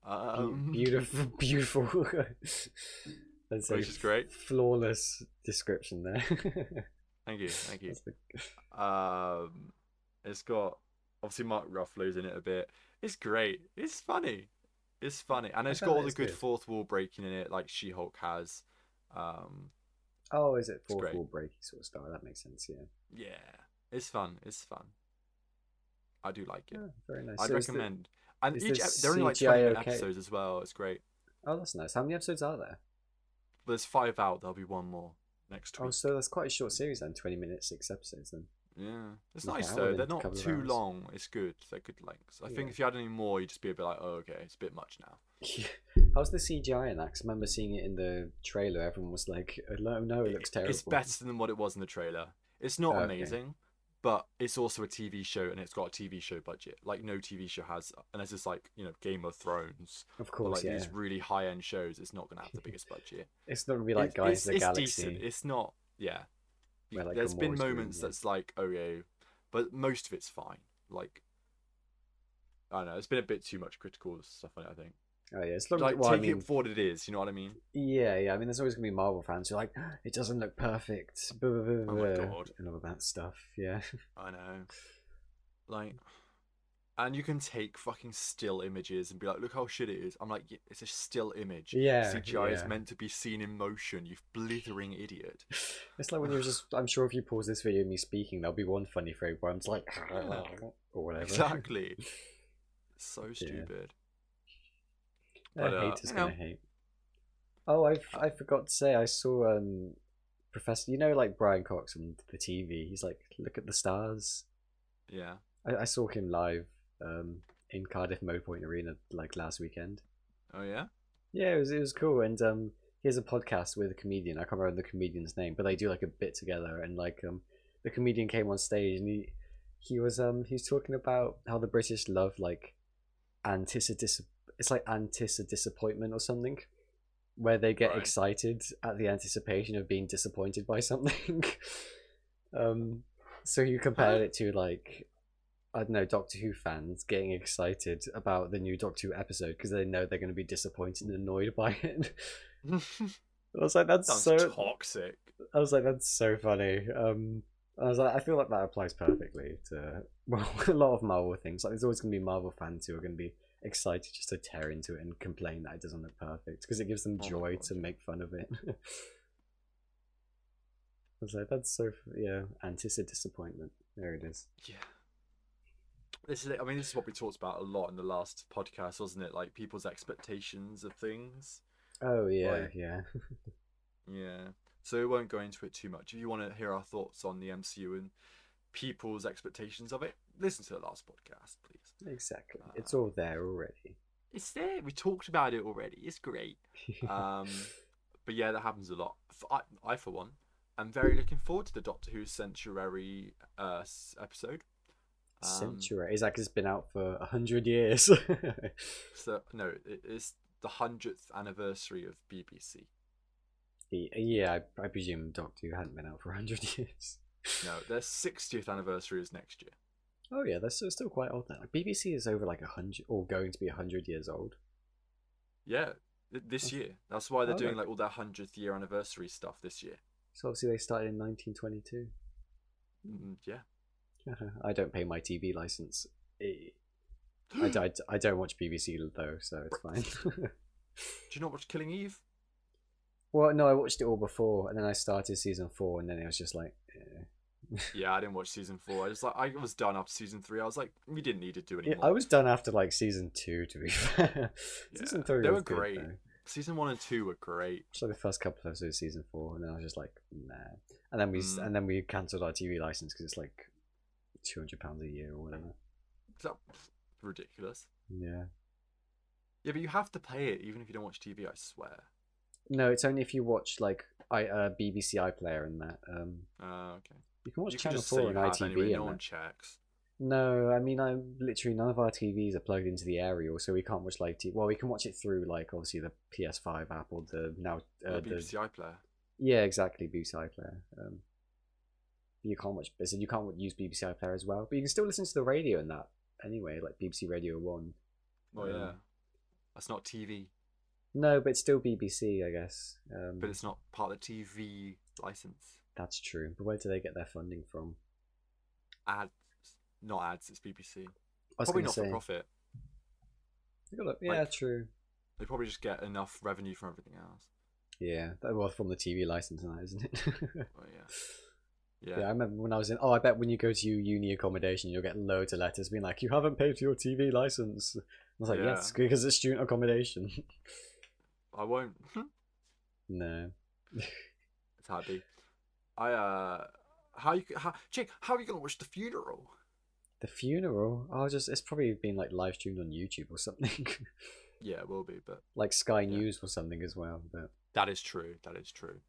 Be- Um, beautiful, beautiful. That's a Which is great. Flawless description there. Thank you, thank you. That's the- Um, it's got obviously Mark Ruffalo's in it a bit. It's great. It's funny. It's funny, and I it's bet got that all the is good good. fourth wall breaking in it, like She Hulk has. Um, Oh, is it fourth great. wall breaky sort of style? That makes sense. Yeah. Yeah, it's fun. It's fun. I do like it. Ah, very nice. I'd So is the- recommend. And is each the ep- they're only like twenty minute CGI okay? episodes as well. It's great. Oh, that's nice. How many episodes are there? But there's five out. There'll be one more next week. Oh, so that's quite a short series then. Twenty minutes, six episodes then. Yeah, it's Like an nice hour though. and They're a not couple of too hours. long. It's good. They're good lengths. I think Yeah. if you had any more, you'd just be a bit like, oh, okay, it's a bit much now. How's the CGI in that? 'Cause I remember seeing it in the trailer. Everyone was like, "Oh, "No, no, it looks I- terrible." It's better than what it was in the trailer. It's not Oh, okay. amazing, but it's also a TV show and it's got a TV show budget. Like no TV show has, unless it's like you know Game of Thrones Of or course, like yeah. these really high end shows. It's not gonna have the biggest budget. It's not gonna be like It- Guys of the it's Galaxy. decent. It's not. Yeah. You- Where, like, There's been Gamora's doing, moments yeah. that's like, oh yeah, but most of it's fine. Like, I don't know. It's been a bit too much critical stuff on it. I think. Oh yeah, it's not like, well, I take mean, it for what it is. You know what I mean? yeah, yeah. I mean, there's always gonna be Marvel fans who are like, "It doesn't look perfect." Blah, blah, blah, Oh my blah," God. and all that stuff. Yeah, I know. Like, and you can take fucking still images and be like, look how shit it is. I'm like, "Yeah, it's a still image. yeah. CGI is yeah. meant to be seen in motion. You blithering idiot. It's like when you're just. I'm sure if you pause this video, of me speaking, there'll be one funny frame where I'm just like, Yeah. or whatever. Exactly. so stupid. Uh, But, uh, hate is you gonna know. hate. Oh, I I forgot to say I saw um Professor. You know, like Brian Cox on the TV. He's like, look at the stars. Yeah. I, I saw him live um in Cardiff Mow Point Arena like last weekend. Oh yeah. Yeah, it was it was cool. And um, he has a podcast with a comedian. I can't remember the comedian's name, but they do like a bit together. And like um, the comedian came on stage and he he was um he was talking about how the British love like anticis it's like anticis disappointment or something, where they get Right. excited at the anticipation of being disappointed by something. um, so you compare Huh? it to like I don't know, Doctor Who fans getting excited about the new Doctor Who episode because they know they're going to be disappointed and annoyed by it. I was like, that's Sounds so. toxic. I was like, that's so funny. Um, I was like, I feel like that applies perfectly to well, a lot of Marvel things. Like, there's always going to be Marvel fans who are going to be excited just to tear into it and complain that it doesn't look perfect because it gives them Oh my joy God. to make fun of it. I was like, that's so f- yeah, anticipate disappointment. There it is. Yeah. This is. it. I mean, this is what we talked about a lot in the last podcast, wasn't it? Like people's expectations of things. Oh yeah, Right. yeah. Yeah. So we won't go into it too much. If you want to hear our thoughts on the MCU and people's expectations of it, listen to the last podcast, please. Exactly. It's all there already. It's there. We talked about it already. It's great. Uh, Um, but yeah, that happens a lot. F- I, I, for one, am very looking forward to the Doctor Who Century uh, s- episode. Um, Century. It's like it's been out for a hundred years. So no, it is the hundredth anniversary of BBC. yeah, I, I presume Doctor Who hadn't been out for a hundred years. No, their sixtieth anniversary is next year. Oh yeah, that's still, still quite old now. Like, BBC is over like a hundred or going to be a hundred years old. Yeah, th- this year. That's why they're Oh, doing okay. like all their hundredth year anniversary stuff this year. So obviously they started in 1922. Mm, yeah. I don't pay my TV license. Eh. I, d- I d- I don't watch BBC though, so it's fine. Do you not watch Killing Eve? well, no, I watched it all before, and then I started season four, and then it was just like, eh. Yeah, I didn't watch season four. I just like I was done after season three. I was like, we didn't need to do Yeah, anymore. I was done after like season two, to be fair. season Yeah, three they was were good, great. though. Season one and two were great. Just like the first couple of episodes of season four, and then I was just like, nah. And then we s Mm. and then we cancelled our TV license because it's like two hundred pounds a year or whatever. Is that ridiculous? Yeah. Yeah, but you have to pay it even if you don't watch TV. I swear. No, it's only if you watch like I uh, BBC iPlayer and that. Um, Uh, okay. you can watch you can Channel just say Four you and have ITV. anyway. and No that. one checks. No, I mean, I'm literally none of our TVs are plugged into the aerial, so we can't watch live TV. Well, we can watch it through like obviously the PS5 app or the now Uh, uh, the BBC iPlayer. Yeah, exactly. BBC iPlayer. Um, you can't watch. I said you can't use BBC iPlayer as well, but you can still listen to the radio in that anyway, like BBC Radio One. Oh Um, yeah. That's not TV, No, but it's still BBC, I guess. Um, but it's not part of the TV license. that's true. But where do they get their funding from? Ads, not ads. It's BBC. I was Probably gonna not say- for profit. I gotta- yeah, Like- true. They probably just get enough revenue from everything else. Yeah, that was from the TV license, and that isn't it? Oh, yeah. yeah. Yeah. I remember when I was in. Oh, I bet when you go to your uni accommodation, you'll get loads of letters being like, "You haven't paid for your TV license." I was like, Yeah. "Yes, because it's student accommodation." I won't. no, it's happy. I uh, how you how Jake? How are you gonna watch the funeral? the funeral. Oh, I was just. It's probably been like live streamed on YouTube or something, Yeah, it will be, but like Sky Yeah. News or something as well. But that is true. That is true.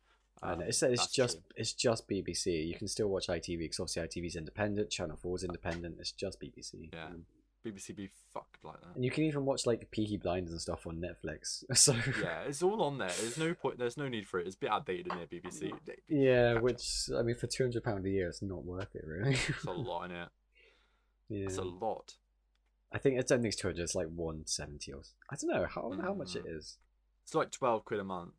I Um, know. It's, it's that's just true. it's just BBC. You can still watch ITV because obviously ITV's independent. Channel 4's independent. It's just BBC. Yeah. Um, BBC be fucked like that. And you can even watch like Peaky Blinders and stuff on Netflix. So yeah, it's all on there. There's no point. There's no need for it. It's a bit outdated in there. BBC. yeah, Gotcha. which I mean, for two hundred pound a year, it's not worth it really. It's a lot in it. yeah, It's a lot. I think it's only two hundred. It's like one seventy or s- I don't know how how Hmm. much it is. It's like twelve quid a month.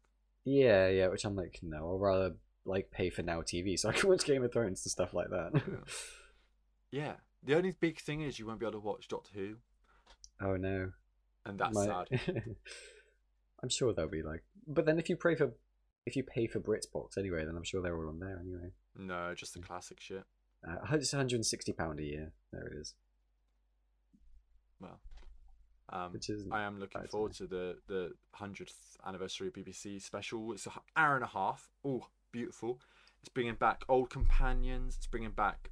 Yeah, yeah. Which I'm like, no, I'll rather like pay for Now TV so I can watch Game of Thrones and stuff like that. Yeah. The only big thing is you won't be able to watch Doctor Who, oh no. and that's My- sad. I'm sure they'll be like, but then if you pray for, if you pay for BritBox anyway, then I'm sure they're all on there anyway. No, just the classic shit. Uh, it's 160 pound a year. There it is, Well, um, which isn't. I am looking Right, forward to the the hundredth anniversary BBC special. It's an hour and a half. Oh, beautiful! It's bringing back old companions. It's bringing back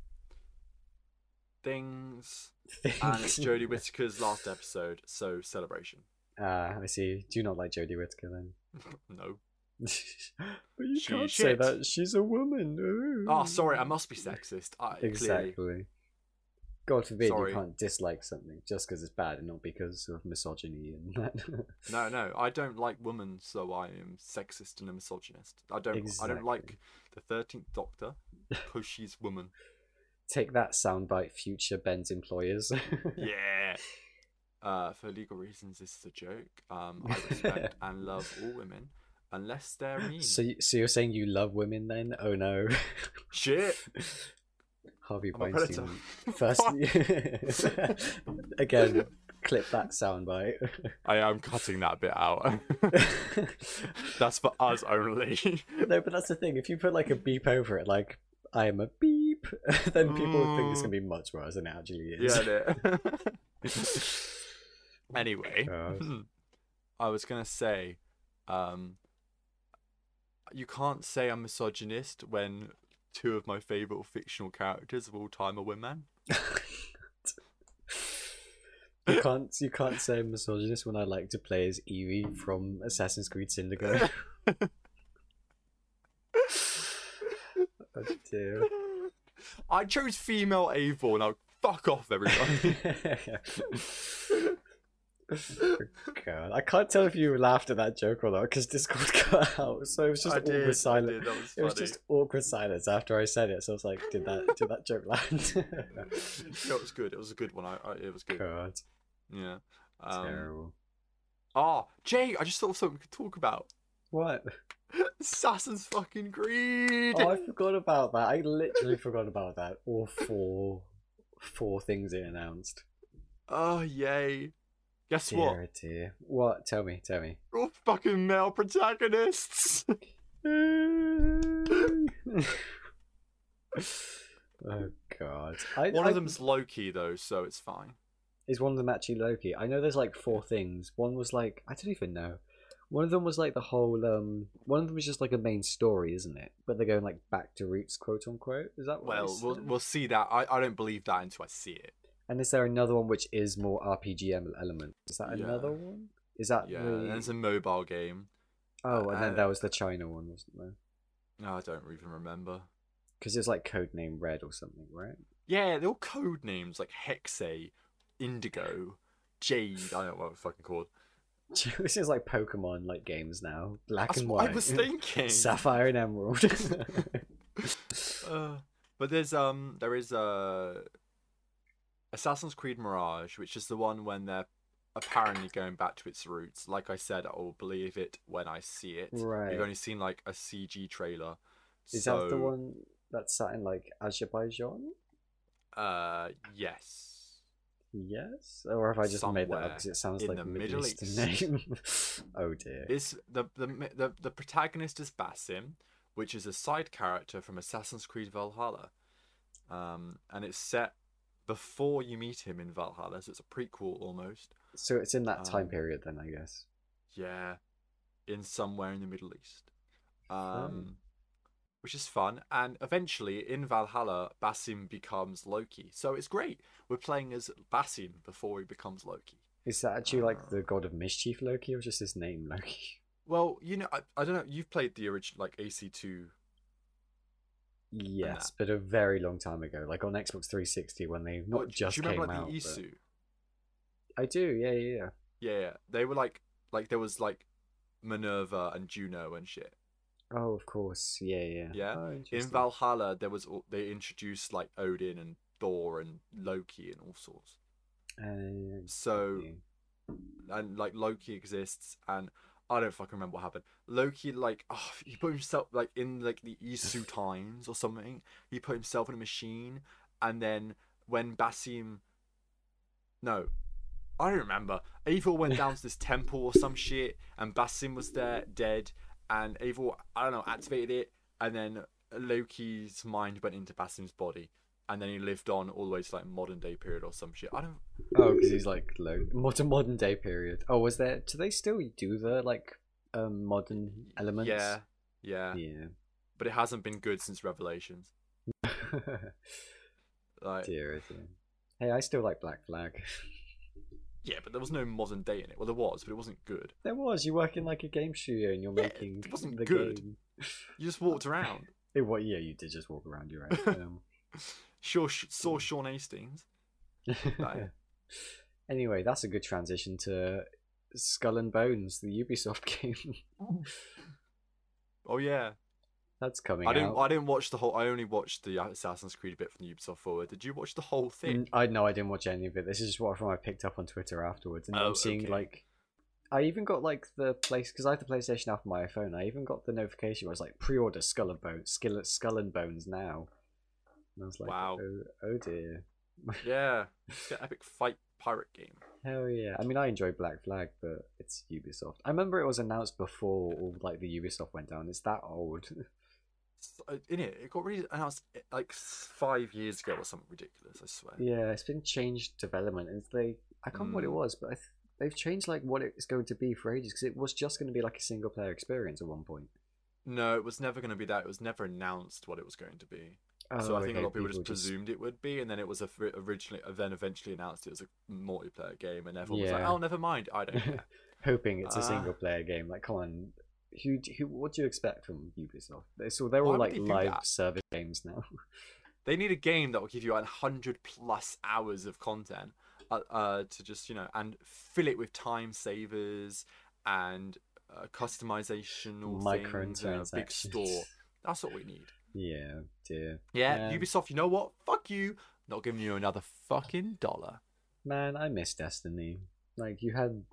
things, and it's Jodie Whittaker's last episode. So celebration. Ah, I see. Do you not like Jodie Whittaker then? No. but you She's can't say shit. that. She's a woman. Oh, sorry. I must be sexist. I, Mm. Exactly. Clearly. God forbid Sorry. you can't dislike something just because it's bad and not because of misogyny and that. No, no. I don't like women, so I am sexist and a misogynist. I don't. I don't like Exactly. the Thirteenth Doctor because she's woman. Take that soundbite, future Ben's employers. yeah. Uh, for legal reasons, this is a joke. Um, I respect and love all women, unless they're mean. So, y- so you're saying you love women then? Oh no, Shit, Harvey I'm a predator. Weinstein. First, again, clip that soundbite. I am cutting that bit out. That's for us only. no, but that's the thing. If you put like a beep over it, like I am a beep, then people would Mm. think it's gonna be much worse than it actually is. yeah. innit? anyway, Oh God. I was gonna say, um, you can't say I'm misogynist when two of my favorite fictional characters of all time are women. you can't you can't say misogynist when I like to play as Evie from Assassin's Creed Syndicate. oh dear. I chose female Avor. Now fuck off, everybody. God, I can't tell if you laughed at that joke or not because Discord cut out, so it was just I awkward did, I silence. did, that was It was funny. just awkward silence after I said it, so I was like, "Did that? did that joke land?" No, it was good. It was a good one. I, I it was good. God, Yeah. Um, terrible. oh, Jay, I just thought of something we could talk about. What? Assassin's fucking Creed. Oh, I forgot about that. I literally forgot about that. All four, four things it announced. Oh, yay. Guess what? Dear, oh dear. What? Tell me, tell me. We're all fucking male protagonists. oh God! I, One I- of them's Loki though, so it's fine. is one of them actually Loki? I know there's like four things. One was like I don't even know. One of them was like the whole um one of them was just like a main story, isn't it? But they're going like back to roots, quote unquote. Is that what they Well, we'll said? we'll see that. I, I don't believe that until I see it. And is there another one which is more RPG em- element? Is that Yeah. another one? Is that Yeah, the- and it's a mobile game. Oh, and then uh, there was the China one, wasn't there? No, I don't even remember. Because it's like codename Red or something, right? Yeah, they're all code names like Hexe, Indigo, Jade. I don't know what it's fucking called. this is like Pokemon like games now. Black That's and what white. I was thinking. Sapphire and Emerald. Uh, but there's um there is uh Assassin's Creed Mirage, which is the one when they're apparently going back to its roots. Like I said, I will believe it when I see it. Right. We've only seen like a CG trailer. Is so, that the one that's sat in like Azerbaijan? Uh, yes. Yes, or have I just made that Somewhere up because it sounds in like the a Middle Middle Eastern name? oh dear. This the, the the the protagonist is Basim, which is a side character from Assassin's Creed Valhalla, um, and it's set before you meet him in Valhalla, so it's a prequel almost. So it's in that time um, period then, I guess. Yeah, in somewhere in the Middle East, um, which is fun. And eventually, in Valhalla, Basim becomes Loki, so it's great. We're playing as Basim before he becomes Loki. Is that actually like the uh, god of mischief Loki, or just his name Loki? Well, you know, I, I don't know. You've played the original, like AC two Yes, but a very long time ago, like on Xbox 360 when they not Well, d- just do you remember came like out. the E but- Isu? I do, yeah, yeah, yeah. Yeah, yeah, they were like like there was like Minerva and Juno and shit. Oh, of course, yeah, yeah. Yeah, Oh, In interesting. Valhalla, there was all, they introduced like Odin and Thor and Loki and all sorts. Uh, So yeah. and like Loki exists and. I don't fucking remember what happened. Loki, like, oh, he put himself like in like the Isu times or something. He put himself in a machine, and then when Basim, no, I don't remember. Evil went down to this temple or some shit, and Basim was there dead, and Evil I don't know activated it, and then Loki's mind went into Basim's body, and then he lived on all the way to like modern day period or some shit. I don't. Oh, because he's like low. Modern modern day period. Oh, was there? Do they still do the like um modern elements? Yeah, yeah, Yeah. but it hasn't been good since Revelations. Like, dear, oh dear. Hey, I still like Black Flag. yeah, but there was no modern day in it. Well, there was, but it wasn't good. There was you work in like a game studio and you're Yeah, making it wasn't the good. game. You just walked around. It, what? Yeah, you did just walk around. You're right. Um, Sure, sh- saw Mm. Sean Hastings. Right. anyway, that's a good transition to Skull and Bones, the Ubisoft game Oh yeah, that's coming I didn't. out. I didn't watch the whole. I only watched the Assassin's Creed bit from Ubisoft Forward. Did you watch the whole thing? N- Mm, I no, I didn't watch any of it. This is just what from I picked up on Twitter afterwards, and Oh, I'm seeing okay. like, I even got like the place because I have the PlayStation app on my phone. I even got the notification where it's like pre-order Skull and Bones, Skull, Skull and Bones now, and I was like, Wow. oh, oh dear, Mm. Yeah, it's the epic fight pirate game. hell yeah. I mean, I enjoy Black Flag, but it's Ubisoft. I remember it was announced before all like the Ubisoft went down. It's that old. In uh, it, it got really announced eh, like s- five years ago or something ridiculous. I swear. yeah, it's been changed development, and they I can't remember what it Mm. was, but I th- they've changed like what it's going to be for ages because it was just going to be like a single player experience at one point. No, it was never going to be that. It was never announced what it was going to be. so I Oh, think a lot of people, just presumed it would be, and then it was a, originally, then eventually announced it was a multiplayer game, and everyone was like, Yeah. "Oh, never mind, I don't care." hoping it's a Ah. single player game. Like, come on, who, d- who what do you expect from Ubisoft? They, so they're Why all would like they do live that? service games now. they need a game that will give you a hundred plus hours of content, uh, uh, to just you know, and fill it with time savers and uh, customizational things and a uh, big Microtransactions. store. That's what we need. yeah, dear Yeah, Yeah. Ubisoft. You know what? Fuck you. Not giving you another fucking dollar. man, I miss Destiny. Like, you had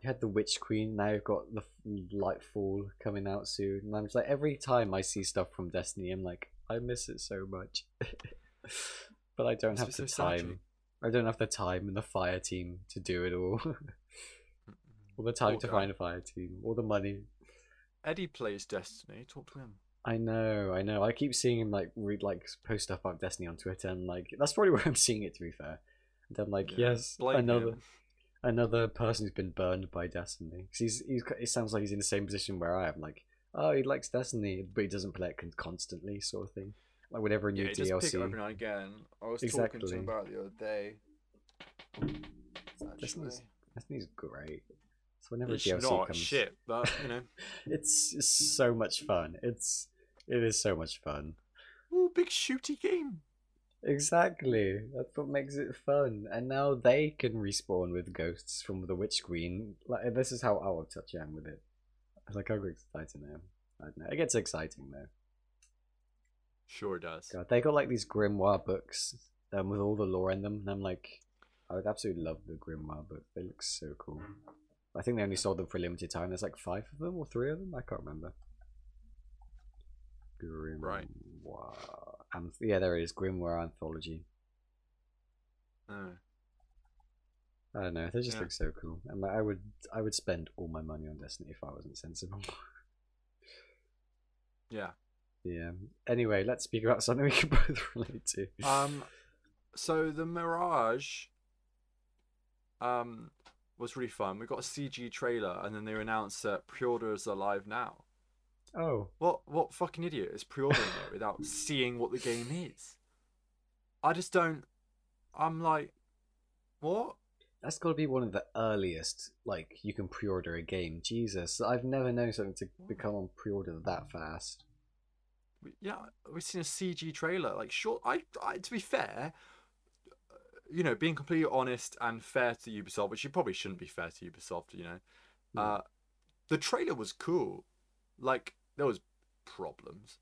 you had the Witch Queen. Now you've got the f- Lightfall coming out soon, and I'm just like, every time I see stuff from Destiny, I'm like, I miss it so much. but I don't Must have be the so time. sad, Jake. I don't have the time and the fire team to do it all. all the time Poor to guy. find a fire team, all the money. Eddie plays Destiny. Talk to him. I know, I know. I keep seeing him like read like post stuff about Destiny on Twitter, and like that's probably where I'm seeing it. To be fair, and I'm like, Yeah, yes, blame another him. another person who's been burned by Destiny. 'Cause he's he's it sounds like he's in the same position where I am. Like, oh, he likes Destiny, but he doesn't play it con- constantly, sort of thing. Like whenever a new yeah, he DLC, Just pick it up every now and again. I was talking to Exactly. him about it the other day. Destiny's- Actually. Destiny's great. So whenever It's a DLC not comes, shit, but you know, it's it's so much fun. It's it is so much fun. ooh, big shooty game. Exactly. That's what makes it fun. And now they can respawn with ghosts from the Witch Queen. Like this is how out of touch I am with it. Like how excited I am. I don't know. It gets exciting though. Sure does. God, they got like these grimoire books um, with all the lore in them, and I'm like, I would absolutely love the grimoire books. They look so cool. I think they only sold them for a limited time. There's like five of them or three of them. I can't remember. Grimoire. Right. Anth- yeah, there it is. Grimoire anthology. Oh. I don't know. They just Yeah. look so cool. I'm like, I would, I would spend all my money on Destiny if I wasn't sensible. Yeah. yeah. Anyway, let's speak about something we can both relate to. Um, so the Mirage, um, was really fun. We got a CG trailer, and then they announced that pre-orders are live now. oh, What what fucking idiot is pre-ordering it without seeing what the game is? I just don't. I'm like, what? that's got to be one of the earliest. Like, you can pre-order a game. Jesus, I've never known something to become on pre-order that fast. We- Yeah, we've seen a CG trailer. Like, sure, I, I to be fair, uh, you know, being completely honest and fair to Ubisoft, which you probably shouldn't be fair to Ubisoft, you know, Hmm. uh, the trailer was cool. Like, there was problems.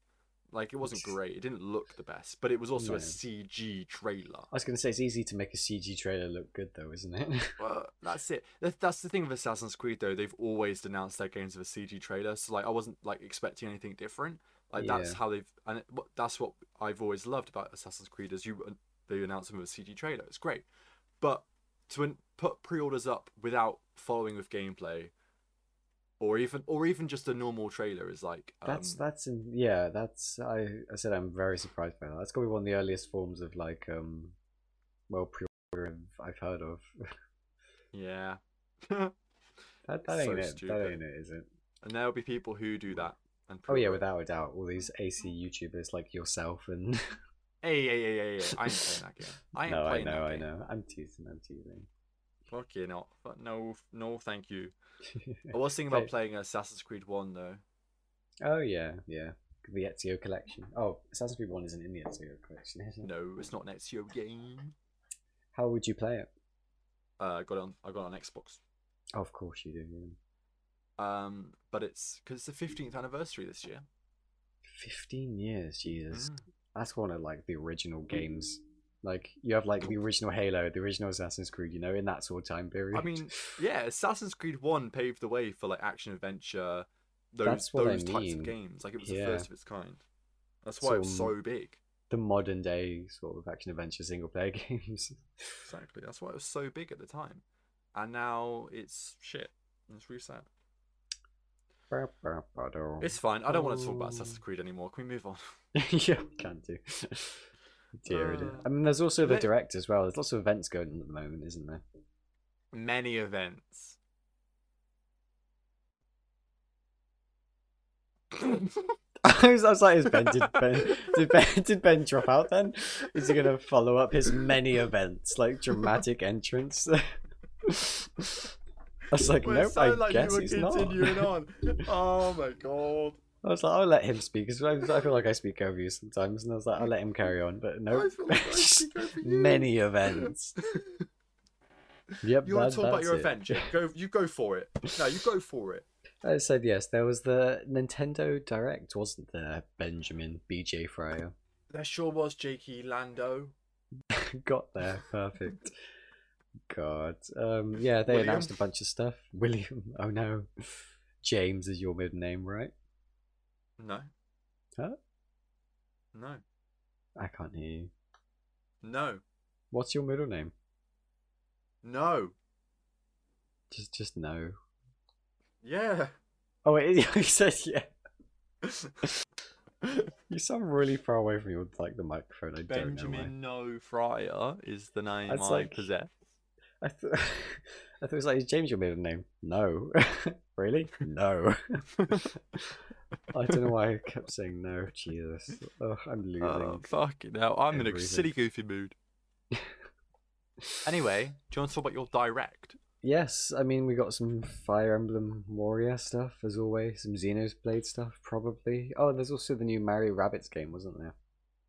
Like, it wasn't great. It didn't look the best, but it was also a No. CG trailer. I was gonna say it's easy to make a CG trailer look good, though, isn't it? Well, that's it. That's, that's the thing with Assassin's Creed, though. They've always denounced their games with a CG trailer, so like I wasn't like expecting anything different. Like that's Yeah. how they've, and it, what- that's what I've always loved about Assassin's Creed is you uh, they announce them with a CG trailer. It's great, but to an- put pre-orders up without following with gameplay, or even or even just a normal trailer is like um, That's that's in, yeah. That's I. I said I'm very surprised by that. That's gonna be one of the earliest forms of like um, well pre-order I've heard of. yeah. that that So ain't it. That stupid. ain't it, is it? and there'll be people who do that. And Oh yeah, pre-order it. without a doubt. All these AC YouTubers like yourself and Hey, hey, hey, hey, hey! I ain't playing that game. I ain't no, I playing know, that I game. know. I'm teasing. I'm teasing. Fucking not. But no, no, thank you. I was thinking Wait. about playing Assassin's Creed One though. oh yeah, yeah. The Ezio collection. Oh, Assassin's Creed One isn't in the Ezio collection. Is it? No, it's not an Ezio game. How would you play it? Uh, I got it on. I got it on Xbox. Oh, of course you do. yeah. Um, but it's because it's the 15th anniversary this year. Fifteen years, Jesus. Mm. that's one of like the original games. Like you have like the original Halo, the original Assassin's Creed, you know, in that sort of time period. I mean, yeah, Assassin's Creed One paved the way for like action adventure. Those That's what I those types mean. of games. Like it was the Yeah. first of its kind. That's why it was Sort so big. the modern day sort of action adventure single player games. Exactly. That's why it was so big at the time. And now it's shit. It's really sad. It's fine. I don't want to talk about Oh. Assassin's Creed anymore. Can we move on? yeah, we can do. Dear, dear. Uh, I mean, there's also the let- direct as well. There's lots of events going on at the moment, isn't there? many events. I was, I was like, is ben, did, ben, did Ben did Ben drop out? Then is he gonna follow up his many events like dramatic entrance? I was like, Well, it nope, I sounded like you guess were he's not. continuing on. Oh my god! I was like, I'll let him speak because I, I feel like I speak over you sometimes, and I was like, I'll let him carry on, but I nope. feel like I speak over you. many events. Yep, You want to that- talk about that's your it. event? Jake? Go, you go for it. No, you go for it. I said yes. There was the Nintendo Direct, wasn't there, Benjamin BJ Fryer? There sure was Jakey Lando. Got there, perfect. God, um, yeah, they William. announced a bunch of stuff. William, oh no, James is your middle name, right? No. Huh? No. I can't hear you. No. What's your middle name? No. Just, just no. Yeah. Oh, wait, you said yeah. You sound really far away from your like the microphone. I don't know. why. Benjamin No Fryer is the name That's I like- possess. I, th- I thought it was like, is James your middle name? No. really? No. I don't know why I kept saying no. Jesus. Oh, I'm losing. Oh, fucking hell. I'm in a Everything. silly, goofy mood. anyway, do you want to talk about your direct? Yes, I mean, we got some Fire Emblem Warrior stuff, as always. Some Xenoblade stuff, probably. Oh, there's also the new Mario Rabbits game, wasn't there?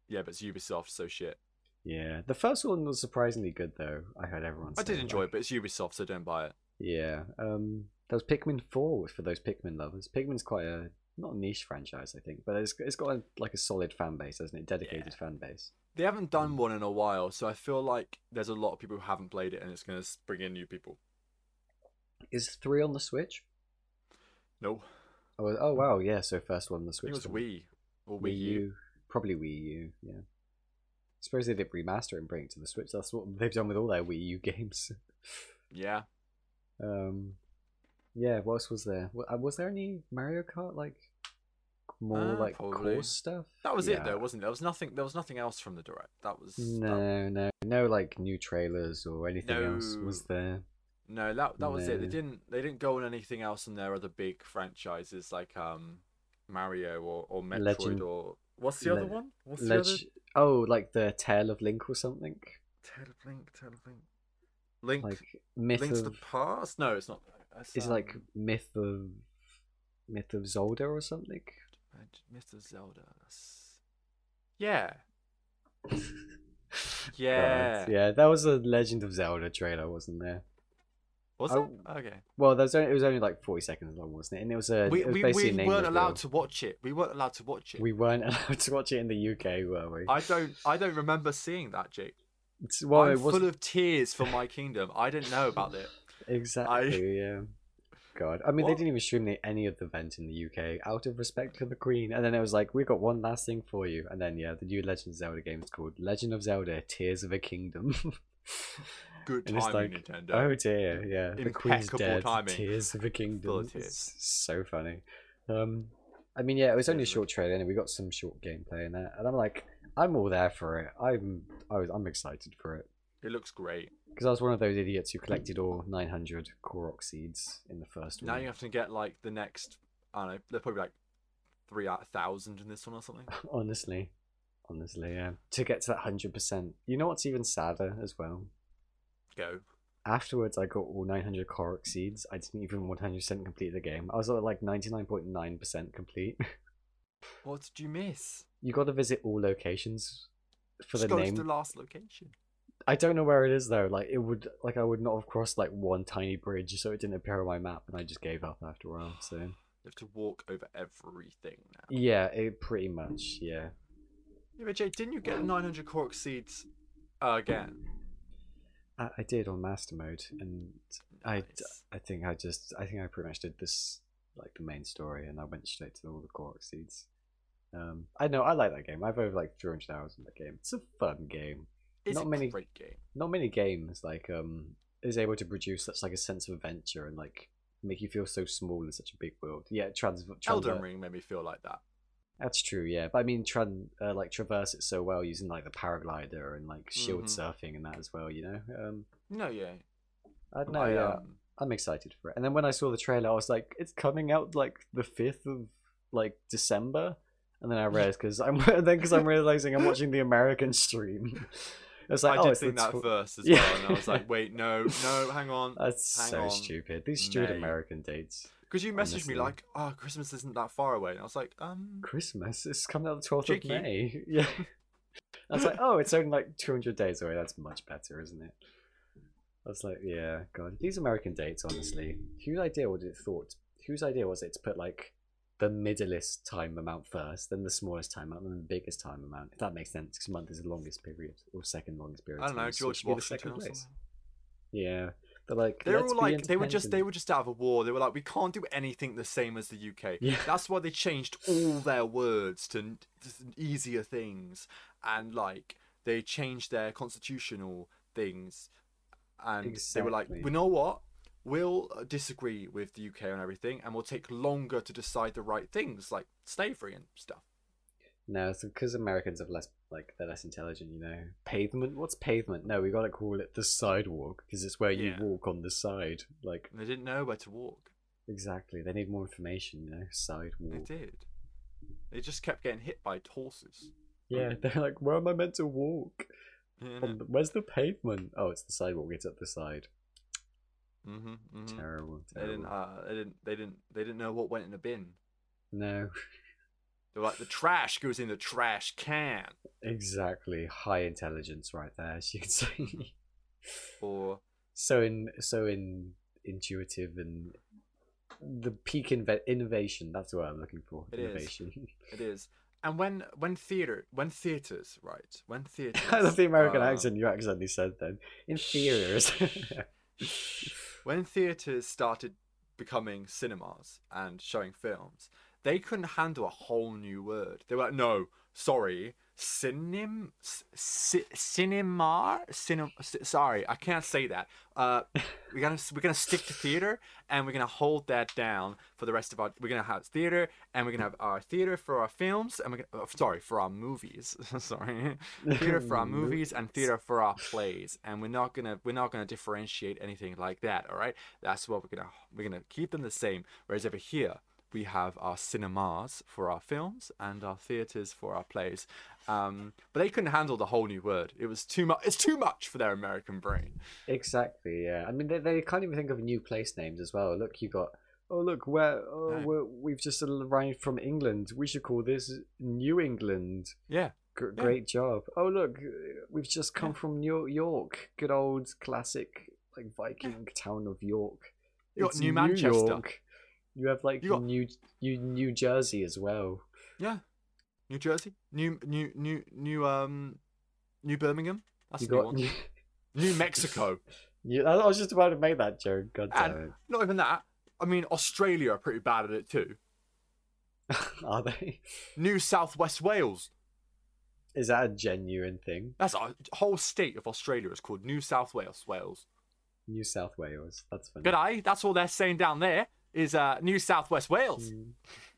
Yeah, but it's Ubisoft, so shit. Yeah. The first one was surprisingly good, though. I heard everyone I say, did enjoy like- it, but it's Ubisoft, so don't buy it. Yeah. Um, there was Pikmin Four for those Pikmin lovers. Pikmin's quite a not a niche franchise, I think, but it's it's got a, like a solid fan base, hasn't it? Dedicated fan base. They haven't Mm. done one in a while, so I feel like there's a lot of people who haven't played it, and it's going to bring in new people. Is three on the Switch? No, Oh, oh wow, yeah. So first one on the I think Switch. it was then. Wii or Wii, U. probably Wii U. Yeah. Suppose they did remaster it and bring it to the Switch. That's what they've done with all their Wii U games. Yeah. Um, yeah. What else was there? Wa- uh, Was there any Mario Kart like more Uh, like probably. course stuff? That was it Yeah. though, wasn't it? There was nothing there was nothing else from the direct. That was that, No, no, no, like new trailers or anything else was No. there. no, that that was it. They No. didn't they didn't go on anything else in their other big franchises like um Mario or, or Metroid Legend- or what's the other Le- one? What's Leg- the other Oh, like the Tale of Link or something, Tale of Link, Tale of Link. Link like myth Link to of. the Past? No, it's not It's Is it like um, myth of myth of Zelda or something? Leg- Myth of Zelda. That's... Yeah. Yeah. God, yeah, that was a Legend of Zelda trailer, wasn't there? Was I- it? Okay. Well, that was only, it was only like forty seconds long, wasn't it? And it was a we it was we, basically we a name weren't allowed reveal. to watch it. We weren't allowed to watch it. We weren't allowed to watch it in the UK, were we? I don't I don't remember seeing that, Jake. It's- well, I'm it was full of tears for my kingdom. I didn't know about it. exactly. Yeah. God, I mean, they What? didn't even stream the- any of the event in the UK out of respect for the Queen. And then it was like, we've got one last thing for you. And then yeah, the new Legend of Zelda game is called Legend of Zelda: Tears of a Kingdom. Good And it's timing, like, Nintendo. Oh dear, yeah. The Queen's Impeccable dead. timing. Tears of a Kingdom. Full of tears. It's so funny. Um, I mean, yeah, it was only a Tears of a short trailer, and we got some short gameplay in there, and I'm like, I'm all there for it. I'm, I was, I'm excited for it It looks great. because I was one of those idiots who collected all 900 Korok seeds in the first Now one. you have to get like the next I don't know, they're probably like three out of thousand in this one or something. honestly, honestly, yeah. To get to that hundred percent, you know what's even sadder as well. Go. Afterwards, I got all 900 Korok seeds. I didn't even 100% complete the game. I was at like 99.9% complete. What did you miss? you got to visit all locations for Just the go name. to the last location. I don't know where it is though. Like it would, like I would not have crossed like one tiny bridge, so it didn't appear on my map, and I just gave up after a while. So You have to walk over everything now. yeah, it pretty much yeah. Yeah, but Jake, didn't you get 900 cork seeds uh, again? I, I did on master mode, and I, Nice. I think I just I think I pretty much did this like the main story, and I went straight to all the Korok seeds. Um, I know I like that game. I've over like 300 hours in that game. It's a fun game. It's not a many- great game. not many games like um is able to produce such like a sense of adventure and like make you feel so small in such a big world. Yeah, trans. trans- uh, Elden Ring made me feel like that. That's true. Yeah, but I mean, tran uh, like traverse it so well using like the paraglider and like shield Mhm. surfing and that as well. You know. Um, No, yeah. I don't know. I, yeah, um, I'm excited for it. And then when I saw the trailer, I was like, it's coming out like the fifth of like December. And then I realized because I'm then because I'm realizing I'm watching the American stream. It's like I oh, did it's the think that tw- verse as Yeah. Uh, well, and I was like, wait, no, no, hang on. That's Hang so on, stupid. These stupid May. American dates. Because you messaged me honestly. like, oh, Christmas isn't that far away. And I was like, um, Christmas is coming out the twelfth of Cheeky. May. Yeah. I was like, oh, it's only like two hundred days away. That's much better, isn't it? I was like, yeah, God, these American dates, honestly, whose idea was it? Thought whose idea was it to put like the middlest time amount first, then the smallest time amount, then the biggest time amount? If that makes sense, because month is the longest period or second longest period. I don't time, know, so it George should be the Washington second or place. something. Yeah, but like They were let's all be like, they were just, they independent. were just out of a war. They were like, we can't do anything the same as the UK. Yeah. That's why they changed all their words to n- just easier things, and like they changed their constitutional things, and they were like, Exactly. we know what, we'll uh, disagree with the UK on everything, and we'll take longer to decide the right things like slavery and stuff. No, it's because Americans are less like they're less intelligent, you know. Pavement? What's pavement? No, we gotta call it the sidewalk because it's where you Yeah. walk on the side. Like And they didn't know where to walk. exactly, they need more information, you know. They Sidewalk. did. They just kept getting hit by horses. Yeah, they're like, where am I meant to walk? Mm-hmm, On the- Where's the pavement? Oh, it's the sidewalk. It's up the side. mm-hmm. Terrible. They didn't. terrible. Uh, they didn't. They didn't. They didn't know what went in the bin. No, They were like, the trash goes in the trash can, exactly. High intelligence, right there, as you can see. or so in so in intuitive and the peak inve- innovation that's what i'm looking for It is. innovation it is. And when when theater when theaters right when theaters. i love the american uh, accent you accidentally said then inferiors When theaters started becoming cinemas and showing films, they couldn't handle a whole new word. They were like, no, sorry, Cinim, c- cinemar, cinem. c- Sorry, I can't say that. Uh, we're gonna we're gonna stick to theater, and we're gonna hold that down for the rest of our. We're gonna have theater, and we're gonna have our theater for our films, and we're gonna oh, sorry for our movies. sorry, theater for our movies and theater for our plays, and we're not gonna we're not gonna differentiate anything like that. All right, that's what we're gonna we're gonna keep them the same. Whereas over here, we have our cinemas for our films and our theaters for our plays. Um, but they couldn't handle the whole new word. It was too much. It's too much for their American brain. Exactly. Yeah. I mean, they, they can't even think of new place names as well. Look, you got. Oh look, where oh, No. we're, we've just arrived from England. We should call this New England. Yeah, Gr- Yeah. Great job. Oh look, we've just come Yeah. from New York. Good old classic like Viking town of York. You got New Manchester. York. You have like You got- New you New Jersey as well. yeah. New Jersey, New New New New um, New Birmingham. That's you a new got one. New Mexico. you, I was just about to make that joke. God damn And- Not even that. I mean, Australia are pretty bad at it too. it. Are they? New South West Wales. Is that a genuine thing? That's a whole state of Australia is called New South Wales. Wales. New South Wales. That's funny. Good eye. That's all they're saying down there is uh, New South West Wales. Mm.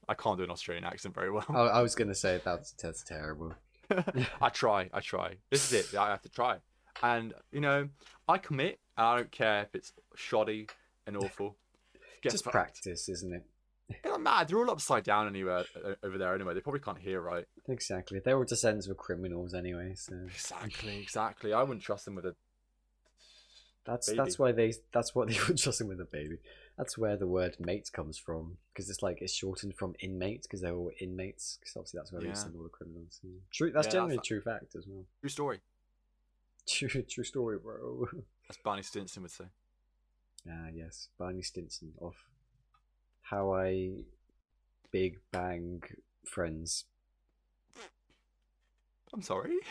I can't do an Australian accent very well. I, Oh, I was gonna say that's that's terrible. I try, I try. This is it. I have to try. And you know, I commit. And I don't care if it's shoddy and awful. Guess just what? practice, isn't it? It don't matter. They're all upside down anywhere o- over there anyway. They probably can't hear right. Mm. Exactly. They all descendants were criminals anyway, so. Exactly, exactly. I wouldn't trust them with a. That's Baby. that's why they that's what they were trusting with a baby. That's where the word mate comes from because it's like it's shortened from inmate because they were all inmates because obviously that's where we Yeah. send all the criminals. yeah. True, that's Yeah, generally that's- a true fact as well. True story, True, true story, bro. as Barney Stinson would say. Ah, yes, Barney Stinson of How I Big Bang Friends. I'm sorry.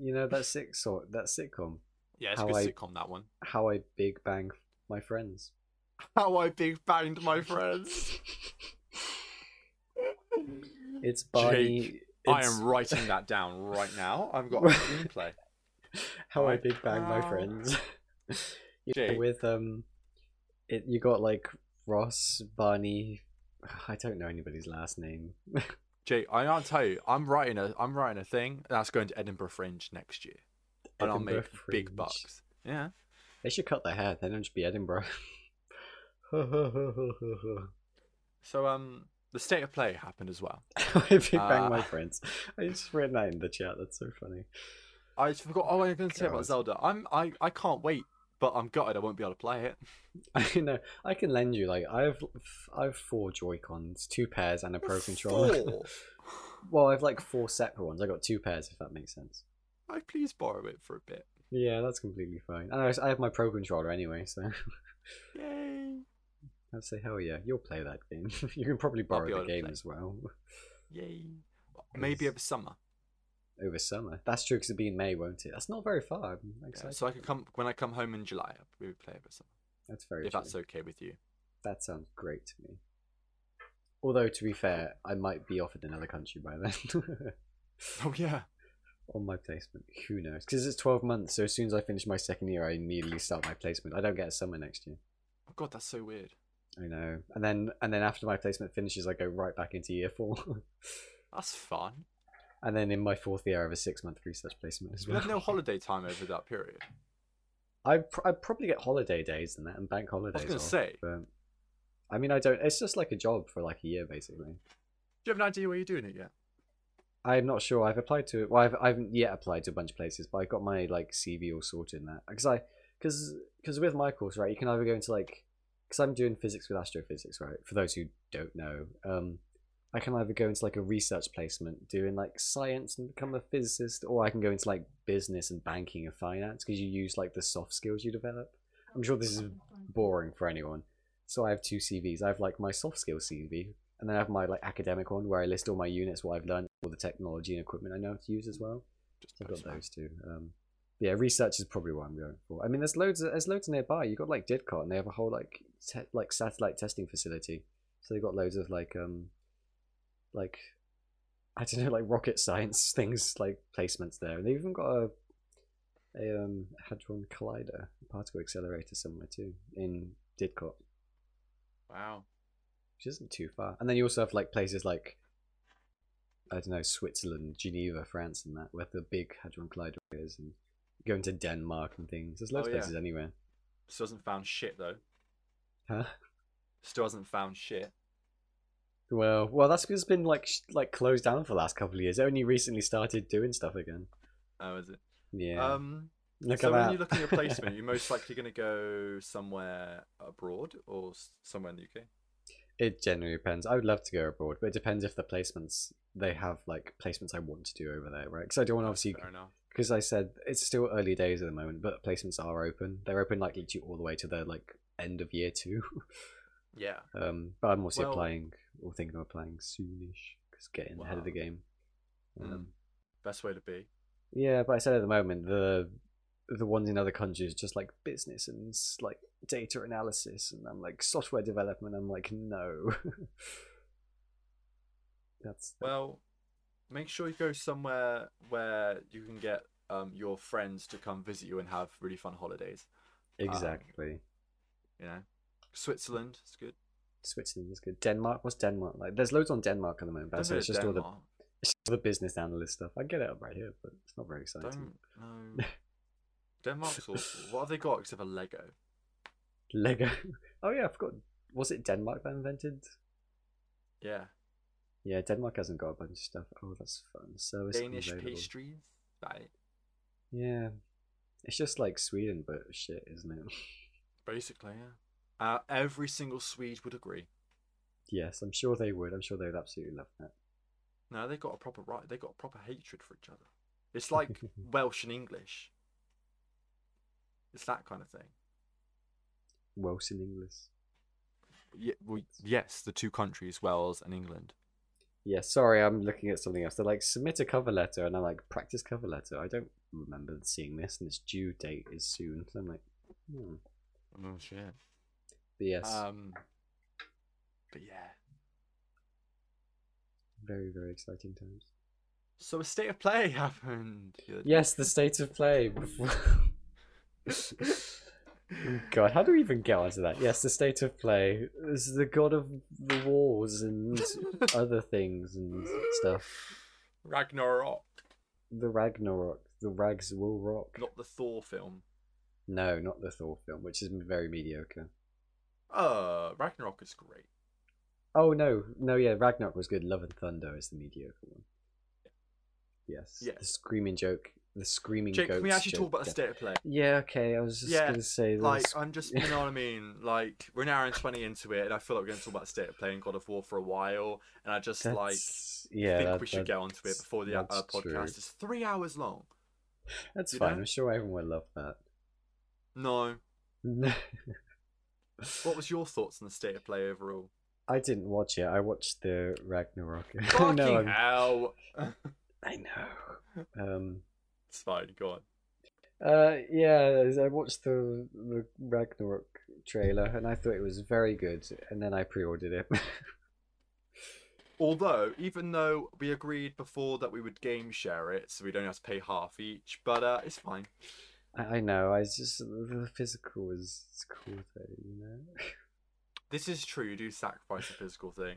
You know that sick sort that sitcom. Yeah, it's How a good I- sitcom that one. How I Big Bang My Friends. How I big banged my friends. It's Barney. I it's am writing that down right now. I've got a screenplay. How I Like, Big Bang My how- Friends. you know, Jake. with um, it you got like Ross, Barney. I don't know anybody's last name. Jake, I can't tell you, I'm writing a I'm writing a thing that's going to Edinburgh Fringe next year. And I'll Edinburgh make big Fringe. bucks. Yeah. They should cut their hair. They don't just be Edinburgh. How So um the state of play happened as well. I Big Bang Ah. My Friends. I just read that in the chat. That's so funny. I just forgot oh I'm gonna say about God. Zelda. I'm I, I can't wait, but I'm gutted I won't be able to play it. I know. I can lend you like I have I have four Joy Cons, two pairs, and a Pro Controller. Four. well, I've like four separate ones. I got two pairs, if that makes sense. I please borrow it for a bit. Yeah, that's completely fine. And I, s- I have my Pro Controller anyway, so Yay. I'd say, hell yeah, you'll play that game. you can probably borrow able the to game play. as well Yay. Maybe over summer. over summer. That's true, because it'll be in May, won't it? That's not very far. I'm Yeah, excited. so I could come when I come home in July, we would play over summer. That's very If true. that's okay with you. That sounds great to me. Although, to be fair, I might be off in another country by then. Oh yeah. On my placement. Who knows? Because it's 12 months, so as soon as I finish my second year, I immediately start my placement. I don't get a summer next year. Oh god, that's so weird. I know. And then, and then after my placement finishes, I go right back into year four. That's fun. And then in my fourth year, I have a six month research placement as You well. have no holiday time over that period. I pr- I probably get holiday days and that and bank holidays. gonna off, say. but- I mean, I don't. It's just like a job for like a year, basically. Do you have an idea where you're doing it yet? I'm not sure. I've applied to. Well, I've I haven't yet applied to a bunch of places, but I got my like CV all sorted in that because I because because with my course right, you can either go into like because I'm doing physics with astrophysics right. For those who don't know, um, I can either go into like a research placement doing like science and become a physicist, or I can go into like business and banking and finance because you use like the soft skills you develop. I'm sure this is boring for anyone. So I have two CVs. I have like my soft skills CV, and then I have my like academic one where I list all my units, what I've learned, all the technology and equipment I know how to use as well. Just So I've post got that. those two. Um, yeah, research is probably what I'm going for. I mean, there's loads. Of, there's loads nearby. You've got like Didcot, and they have a whole like te- like satellite testing facility. So they've got loads of like um like I don't know, like rocket science things, like placements there. And they've even got a, a um, hadron collider, particle accelerator somewhere too in Didcot, Wow. which isn't too far. And then you also have like places like I don't know, Switzerland, Geneva, France, and that where the big hadron collider is, and going to Denmark and things. There's loads Oh, of yeah. places anywhere. Still hasn't found shit though. Huh? Still hasn't found shit. Well, well, that's just been like sh- like closed down for the last couple of years. It only recently started doing stuff again. Oh, is it? Yeah. Um. look so at when that. you look at your placement, you're most likely going to go somewhere abroad or s- somewhere in the UK. It generally depends. I would love to go abroad, but it depends if the placements they have like placements I want to do over there, right? Because I don't want to obviously Fair enough. because I said it's still early days at the moment, but placements are open. They're open like literally all the way to the like end of year two. Yeah. um, but I'm also Well- applying or thinking of applying soonish because getting ahead of the Wow. game. Um, Mm. Best way to be. Yeah, but I said at the moment the the ones in other countries just like business and s- like data analysis and I'm like software development. I'm like no. That's Well, make sure you go somewhere where you can get um, your friends to come visit you and have really fun holidays. uh, exactly. You know, Switzerland is good. Switzerland is good. Denmark, what's Denmark like? There's loads on Denmark at the moment, but Don't so go it's to just all Denmark. the it's all the business analyst stuff. I get it up right here, but it's not very exciting. Don't no. Denmark's awful. What have they got except for Lego? Lego. Oh yeah, I forgot. Was it Denmark that invented? Yeah, Yeah, Denmark hasn't got a bunch of stuff. Oh, that's fun. Service Danish available. pastries. Like, Yeah. It's just like Sweden, but shit, isn't it? basically, yeah. Uh, every single Swede would agree. Yes, I'm sure they would. I'm sure they would absolutely love that. No, they got a proper right. They got a proper hatred for each other. It's like Welsh and English. It's that kind of thing. Welsh and English. Ye- well, yes, the two countries, Wales and England. Yeah, sorry, I'm looking at something else. They're like, submit a cover letter, and I'm like, practice cover letter. I don't remember seeing this, and its due date is soon. So I'm like, hmm. Oh shit. But yes, Um. But yeah. very, very exciting times. So a state of play happened. the other day. Yes, the state of play. before- God, how do we even get onto that? Yes, the state of play This is the god of the wars and other things and stuff. Ragnarok, The Ragnarok. The Rags Will Rock. not the Thor film. No, not the Thor film, which is very mediocre. Uh, Ragnarok is great. Oh no, no, yeah, Ragnarok was good. Love and Thunder is the mediocre one. Yes. Yeah. The screaming joke. The screaming. Jake, can we goats actually talk joke about the death. state of play? Yeah. Okay. I was just Yeah, gonna say this. Like, I'm just, you know what I mean? Like, we're an hour and 20 into it, and I feel like we're going to talk about state of play and God of War for a while, and I just, like, That's- yeah, think that- we should that- get onto it before the uh, that's podcast true. is three hours long. That's you fine. know? I'm sure everyone will love that. No. What was your thoughts on the state of play overall? I didn't watch it. I watched the Ragnarok. Fucking no, I'm- hell! I know. Um. it's fine, go on. Uh, yeah, I watched the, the Ragnarok trailer and I thought it was very good, and then I pre-ordered it. Although, even though we agreed before that we would game share it, so we don't have to pay half each, but uh, it's fine. I, I know, I was just the physical was it's cool though, you know. This is true, you do sacrifice a physical thing.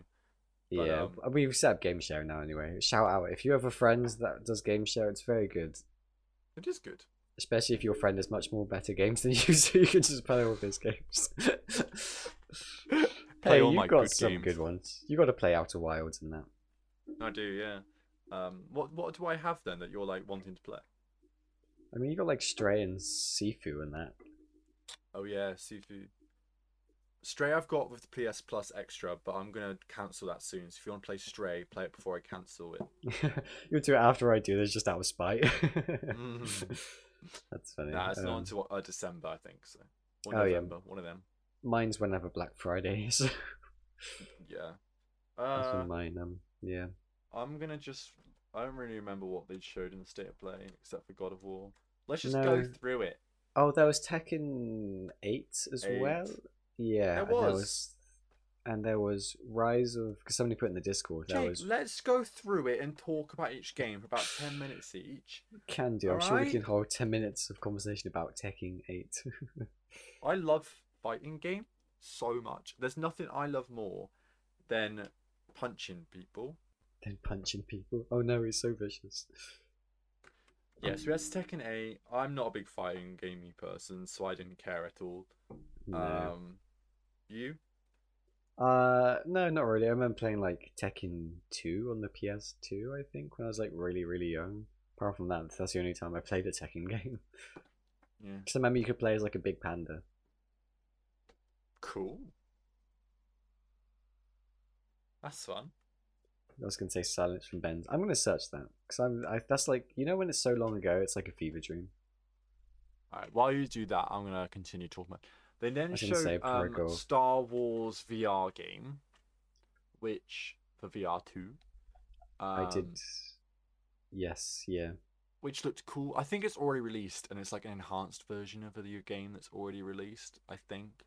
But, yeah, um, but we've set up game share now anyway. Shout out if you have a friend that does game share, it's very good. It is good. Especially if your friend has much more better games than you, so you can just play all of his games. Play hey, all you've my got good some games. good ones. You got to play Outer Wilds and that. I do, yeah. Um, what what do I have then that you're like wanting to play? I mean, you got like Stray and Sifu and that. Oh yeah, Sifu. Stray I've got with the PS Plus extra, but I'm gonna cancel that soon. So if you want to play Stray, play it before I cancel it. You'll do it after I do this, just out of spite. Mm. That's funny. Nah, it's Um, not until uh, December, I think. So or Oh, yeah. November, one of them. mine's when I have a Black Friday. Uh, So Yeah. that's Uh, when mine. Um, yeah. I'm gonna just. I don't really remember what they showed in the state of play except for God of War. Let's just go No. through it. Oh, there was Tekken Eight as well. Eight. There Yeah, and there was. was and there was Rise of because somebody put in the Discord that Jake, was let's go through it and talk about each game for about 10 minutes each. can do. I'm sure we alright. can hold ten minutes of conversation about Tekken Eight. I love fighting game so much. There's nothing I love more than punching people. then punching people. Oh no, he's so vicious. Yeah, so we had Um, Tekken 8. I'm not a big fighting gamey person, so I didn't care at all. No. Um, you? Oh. Uh, no, not really. I remember playing like Tekken 2 on the PS2, I think, when I was like really, really young. Apart from that, that's the only time I played a Tekken game. Yeah. Because I remember you could play as like a big panda. Cool. That's fun. I was gonna say Silence from Ben's. I'm gonna search that because I'm. I, that's like you know when it's so long ago, it's like a fever dream. All right, while you do that, I'm going to continue talking about They then was gonna showed say um, Perigo. Star Wars VR game, which for VR2. I did. um, Yes, yeah. which looked cool. I think it's already released, and it's like an enhanced version of the game that's already released. I think.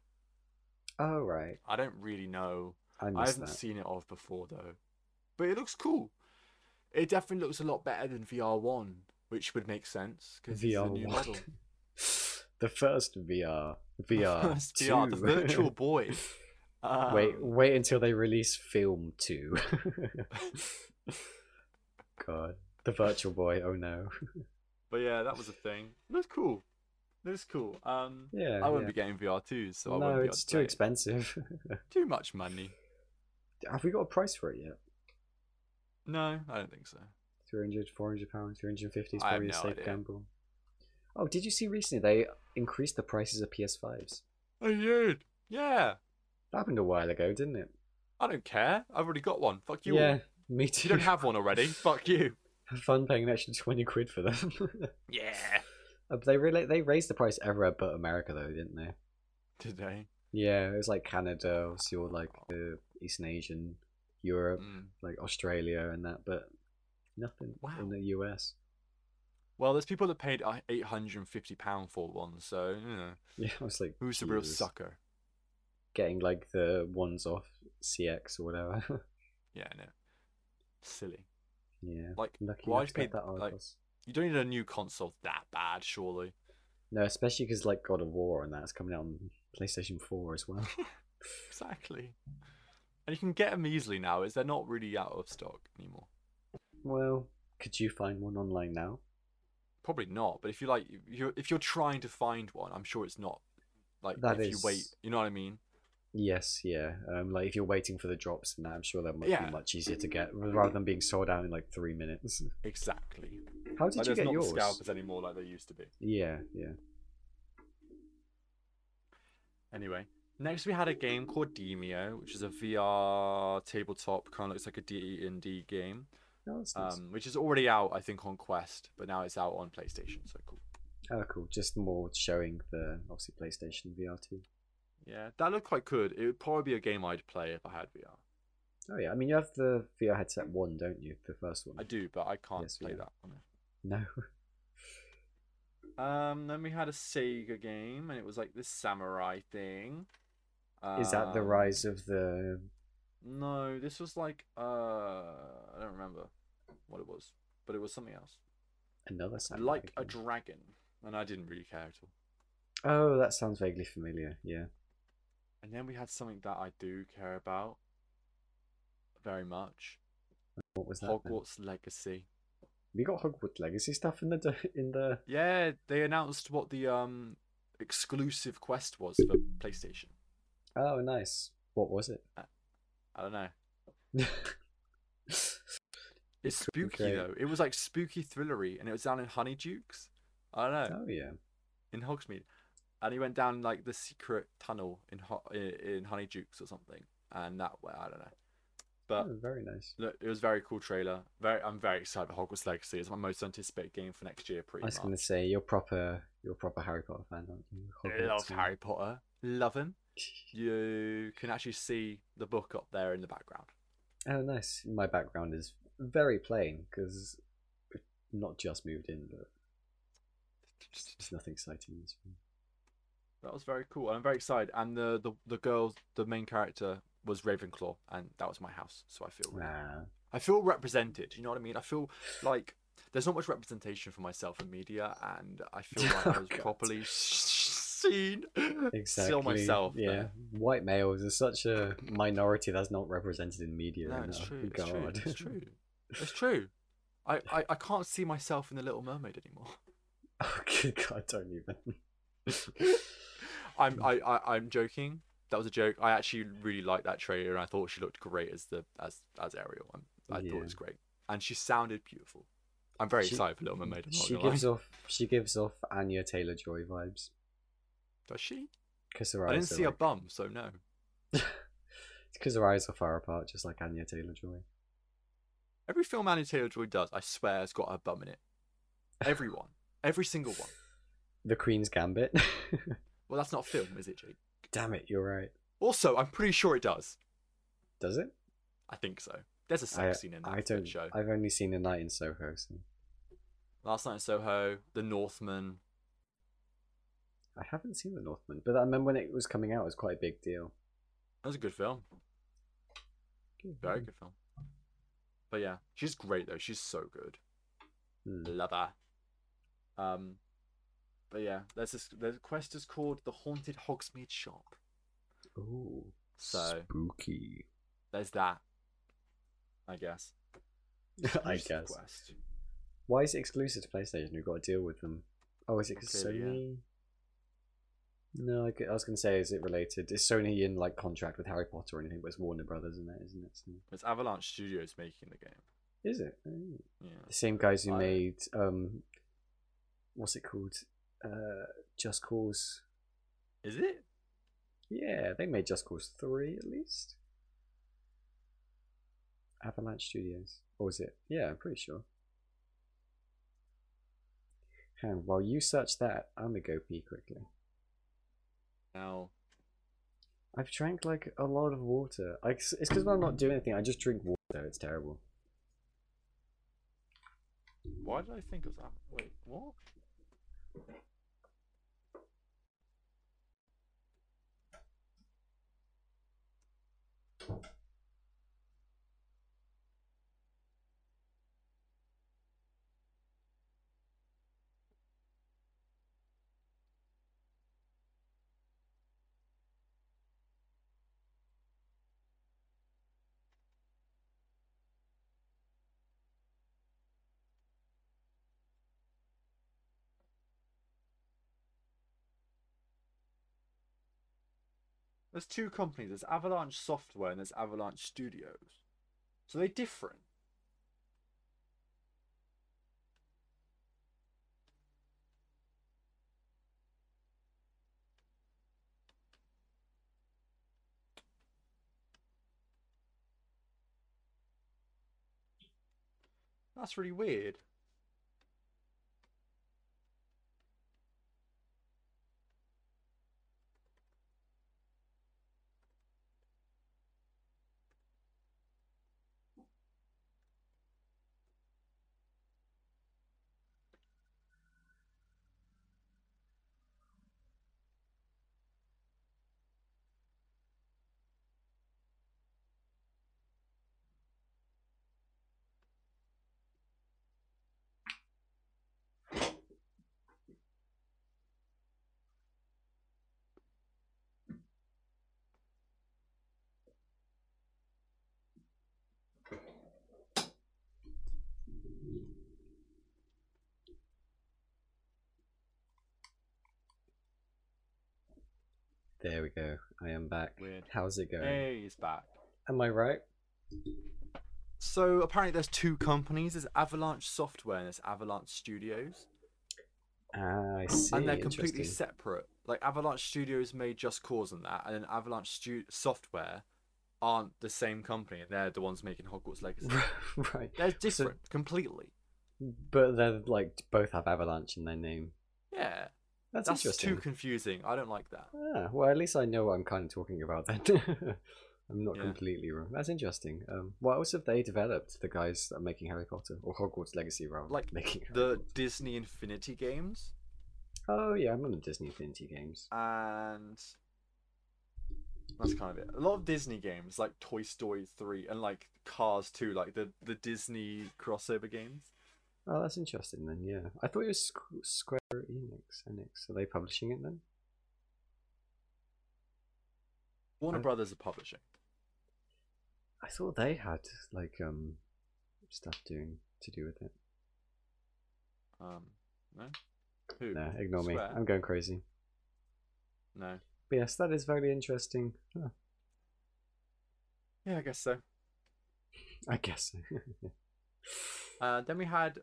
Oh right, I don't really know. I I missed haven't that. seen it of before though, but it looks cool. It definitely looks a lot better than VR One, which would make sense because it's a VR new one. model. the first VR, VR, First VR, the two. Virtual Boy. Um, wait, wait until they release film two. God, the Virtual Boy. Oh no. But yeah, that was a thing. Looks cool. Looks cool. Um, Yeah. I wouldn't yeah. be getting VR two, so I no, wouldn't be able it's to too play it. expensive. Too much money. Have we got a price for it yet? No, I don't think so. 300, 400 pounds, 350 is I have probably a no safe idea. gamble. Oh, did you see recently they increased the prices of PS5s? I did. Yeah. That happened a while ago, didn't it? I don't care. I've already got one. Fuck you. all. yeah, me You too. don't have one already. Fuck you. Have fun paying an extra 20 quid for them. Yeah. Uh, they really they raised the price everywhere but America though, didn't they? Today. Yeah, it was like Canada, obviously all like the Eastern Asian, Europe, Mm. like Australia and that, but nothing Wow. in the US. Well, there's people that paid uh, £850 for one, so, you know. Yeah, I was like, Who's the real Jesus. sucker? Getting like the ones off CX or whatever. Yeah, I know. Silly. yeah. Like, Lucky why enough do to get people- that on like- us. you don't need a new console that bad, surely. No, especially because like God of War and that's coming out on PlayStation Four as well. Exactly. And you can get them easily now, is they're not really out of stock anymore. well, could you find one online now? Probably not, but if you like, if you're, if you're trying to find one, I'm sure it's not. Like, That if you wait, is- you know what I mean? Yes, yeah. Um, like if you're waiting for the drops and that, I'm sure that might Yeah. be much easier to get rather than being sold out in like three minutes. Exactly. How did Like, you there's get not yours? the scalpers anymore like they used to be. Yeah, yeah. Anyway, next we had a game called Demio, which is a VR tabletop kind of looks like a D and D game, No, Oh, that's nice. um, which is already out I think on Quest, but now it's out on PlayStation. So cool. oh, cool. Just more showing the obviously PlayStation VR two. Yeah, that looked quite good. It would probably be a game I'd play if I had VR. Oh yeah, I mean you have the VR headset one, don't you? The first one. I do, but I can't Yes, play yeah. that on it. No. Um, then we had a Sega game, and it was like this samurai thing. Is that the Um, rise of the? No, this was like uh, I don't remember what it was, but it was something else, Another sound like a dragon, and I didn't really care at all. oh, that sounds vaguely familiar. Yeah. And then we had something that I do care about very much. What was that? then? Hogwarts Legacy. We got Hogwarts Legacy stuff in the in the. Yeah, they announced what the um exclusive quest was for PlayStation. Oh, nice. What was it? I don't know. Uh, It's It's pretty spooky great. though. It was like spooky thrillery and it was down in Honeydukes. I don't know, oh yeah. in Hogsmeade. And he went down like the secret tunnel in Ho- i- in Honeydukes or something. And that way, I don't know. But oh, very nice. look, it was a very cool trailer. Very I'm very excited for Hogwarts Legacy. It's my most anticipated game for next year pretty I was much. gonna say you're proper you're proper Harry Potter fan, aren't you? I Hogwarts love fan. Harry Potter. Love him. You can actually see the book up there in the background. Oh, nice. My background is very plain because we've not just moved in, but there's nothing exciting in this room. that was very cool. And I'm very excited. And the the, the girl, the main character, was Ravenclaw, and that was my house. So I feel really, Nah. I feel represented. You know what I mean? I feel like there's not much representation for myself in media, and I feel like I Oh, was God. properly seen. Exactly. Still myself. Yeah. there. White males are such a minority that's not represented in media. No, enough. it's true. It's true. Oh, God. It's true. It's true. I, I, I can't see myself in the Little Mermaid anymore. oh, good God, don't even. I'm I, I I'm joking. That was a joke. I actually really liked that trailer, and I thought she looked great as the as as Ariel. i I thought it Yeah. was great, and she sounded beautiful. I'm very She- excited for Little Mermaid. I'm not she gonna lie. gives off she gives off Anya Taylor Joy vibes. Does she? Because her I didn't eyes see are a bum, so no. because her eyes are far apart, just like Anya Taylor Joy. Every film Annie Taylor Joy does, I swear, has got a bum in it. Everyone, every single one. The Queen's Gambit. Well, that's not a film, is it, Jake? Damn it, you're right. Also, I'm pretty sure it does. Does it? I think so. There's a I, sex scene in that I don't. show. I've only seen A Night in Soho. So Last Night in Soho, The Northman. I haven't seen The Northman, but I remember when it was coming out, it was quite a big deal. That was a good film. Very good film. But yeah, she's great though. She's so good. Hmm. Love her. Um, but yeah, there's this. The quest is called the Haunted Hogsmeade Shop. Ooh, So spooky. there's that. I guess. I Here's the guess. Quest. Why is it exclusive to PlayStation? We've got to deal with them. Oh, is it 'cause Clearly, yeah. Sony? No, I, g- I was going to say, is it related? Is Sony in like contract with Harry Potter or anything? But it's Warner Brothers, isn't it? Isn't it? So- It's Avalanche Studios making the game. Is it? Oh. Yeah. The same guys who I- made um, what's it called? Uh, Just Cause. Is it? Yeah, they made Just Cause three at least. Avalanche Studios, or was it? Yeah, I'm pretty sure. And while you search that, I'm gonna go pee quickly. Now I've drank like a lot of water. I, it's because when I'm not doing anything, I just drink water. It's terrible. Why did I think it was Avalanche? Wait, what? There's two companies. There's Avalanche Software and there's Avalanche Studios. So they're different. That's really weird. There we go. I am back. Weird. How's it going? Hey, it's back. Am I right? So apparently there's two companies. There's Avalanche Software and there's Avalanche Studios. Ah, I see. and they're completely Interesting. separate. Like Avalanche Studios made Just Cause and that, and then Avalanche Stu- Software aren't the same company. They're the ones making Hogwarts Legacy. right. they're different completely. But they're like both have avalanche in their name. Yeah, That's, that's, interesting. too confusing. I don't like that. ah, well, at least I know what I'm kind of talking about then. I'm not Yeah. completely wrong. That's interesting. Um, what else have they developed? The guys that are making Harry Potter or Hogwarts Legacy, rather Like, making Harry The Potter? Disney Infinity games. Oh yeah, I remember the Disney Infinity games. and that's kind of it. A lot of Disney games like Toy Story 3 and like Cars 2, like the, the Disney crossover games. Oh, that's interesting then. Yeah, I thought it was Squ- Square Enix. Enix. Are they publishing it then? Warner I- Brothers are publishing. I thought they had like um stuff doing to do with it. Um, no? Who? No, ignore me. Square? I'm going crazy. No. But yes, that is very interesting. Huh, Yeah, I guess so. I guess. so. Uh, then we had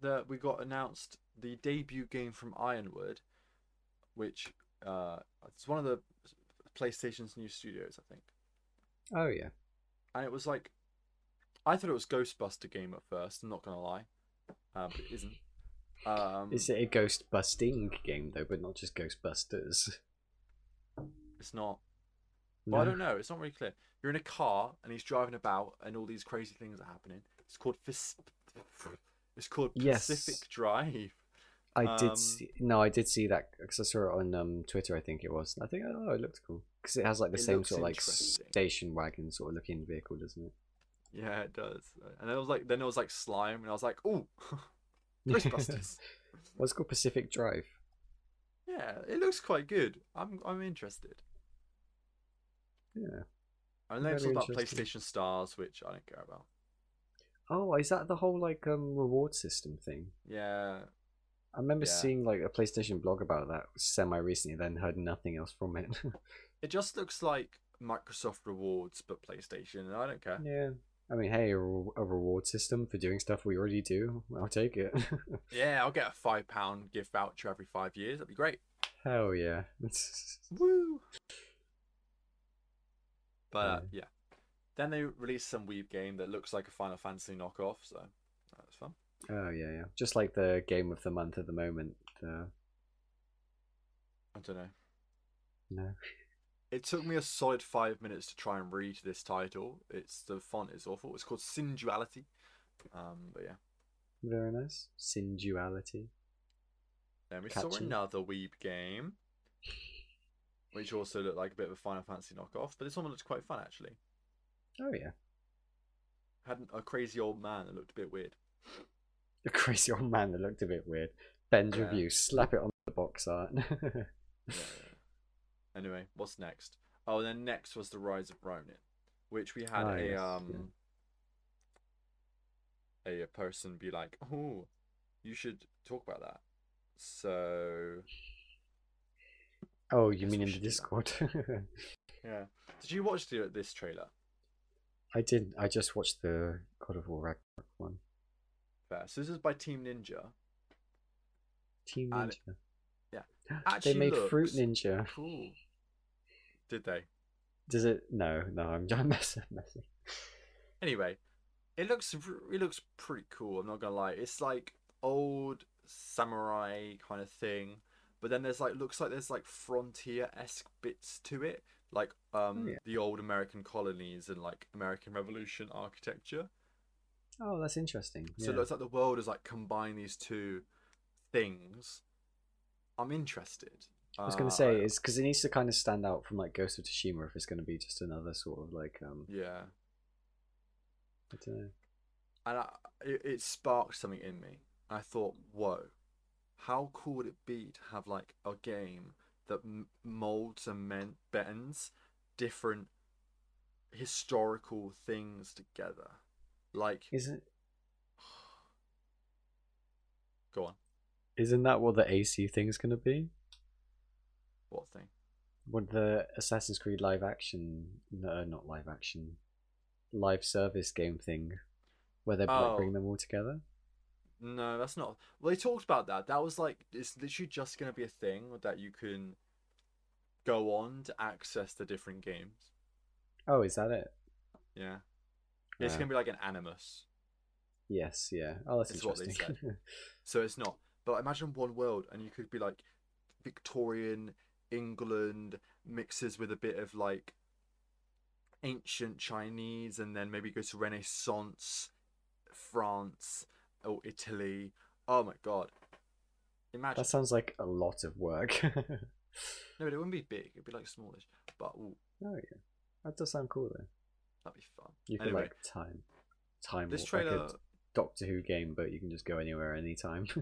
the we got announced the debut game from Ironwood, which uh, it's one of the PlayStation's new studios, I think. oh yeah. And it was like, I thought it was Ghostbuster game at first. I'm not gonna lie, uh, but it isn't. Um, Is it a ghost busting game though, but not just Ghostbusters? It's not. No. Well, I don't know. It's not really clear. You're in a car and he's driving about, and all these crazy things are happening. It's called Fis- It's called Yes. Pacific Drive. I Um, did see. No, I did see that because I saw it on um, Twitter. I think it was. I think oh, it looked cool because it has like the It same looks sort of like interesting. station wagon sort of looking vehicle, doesn't it? Yeah, it does. And then it was like, then it was like slime, and I was like, oh, Ghostbusters. What's called Pacific Drive? yeah, it looks quite good. I'm I'm interested. Yeah. And then it's all Very about interesting. PlayStation Stars, which I don't care about. Oh, is that the whole like um reward system thing? Yeah, I remember Yeah. seeing like a PlayStation blog about that semi recently, then heard nothing else from it. it just looks like Microsoft Rewards but PlayStation, and I don't care. yeah. I mean, hey, a, re- a reward system for doing stuff we already do. I'll take it. Yeah, I'll get a five pound gift voucher every five years. That'd be great. Hell yeah. Woo! But uh, Yeah. yeah, then they released some weeb game that looks like a Final Fantasy knockoff, so that's fun. oh yeah, yeah. Just like the game of the month at the moment. Uh, I don't know. no. It took me a solid five minutes to try and read this title. It's the font is awful. It's called Sinduality. Um, but yeah, Very nice. Sinduality. then we saw Catchy. another Weeb game, which also looked like a bit of a Final Fantasy knockoff. But this one looked quite fun actually. Oh yeah. Had an- a crazy old man that looked a bit weird. The crazy old man that looked a bit weird. Ben's Yeah. review. Slap it on the box art. Yeah, yeah. anyway, what's next? Oh, then next was the Rise of Ronin, which we had Ah, a yes, yeah. um a, a person be like, "Oh, you should talk about that." So oh, you Guess mean we in the should do that. Discord? yeah, did you watch the, this trailer? I didn't. I just watched the God of War Ragnarok one. Fair. So this is by Team Ninja. Team And Ninja. it Actually, they made Fruit looks Ninja. Cool. Did they? Does it? No, no. I'm I'm messing. messing. Anyway, it looks r- it looks pretty cool. I'm not gonna lie. It's like old samurai kind of thing, but then there's like looks like there's like frontier esque bits to it, like um Oh, yeah. the old American colonies and like American Revolution architecture. Oh, that's interesting. So yeah. it looks like the world is like combine these two things. I'm interested. I Uh, was gonna say is because it needs to kind of stand out from like Ghost of Tsushima if it's gonna be just another sort of like um. yeah. I don't know. and I, it, it sparked something in me. I thought, whoa, how cool would it be to have like a game that m- molds and men- bends different historical things together? Like, Isn't go on, isn't that what the AC thing's gonna be? what thing? What the Assassin's Creed live action? No, not live action. Live service game thing, where they like, Oh. bring them all together. No, that's not. Well, they talked about that. That was like it's literally just gonna be a thing that you can go on to access the different games. Oh, is that it? Yeah, it's Wow. gonna be like an animus. Yes, yeah. Oh, that's It's what they interesting. So it's not. But imagine one world, and you could be like Victorian England mixes with a bit of like ancient Chinese, and then maybe go to Renaissance France or Italy. Oh my god, Imagine. That sounds like a lot of work. No, but it wouldn't be big. It'd be like smallish. But ooh, Oh yeah, that does sound cool though. that'd be fun. You can Anyway, like time, time this warp, like a trailer. Doctor Who game, but you can just go anywhere anytime.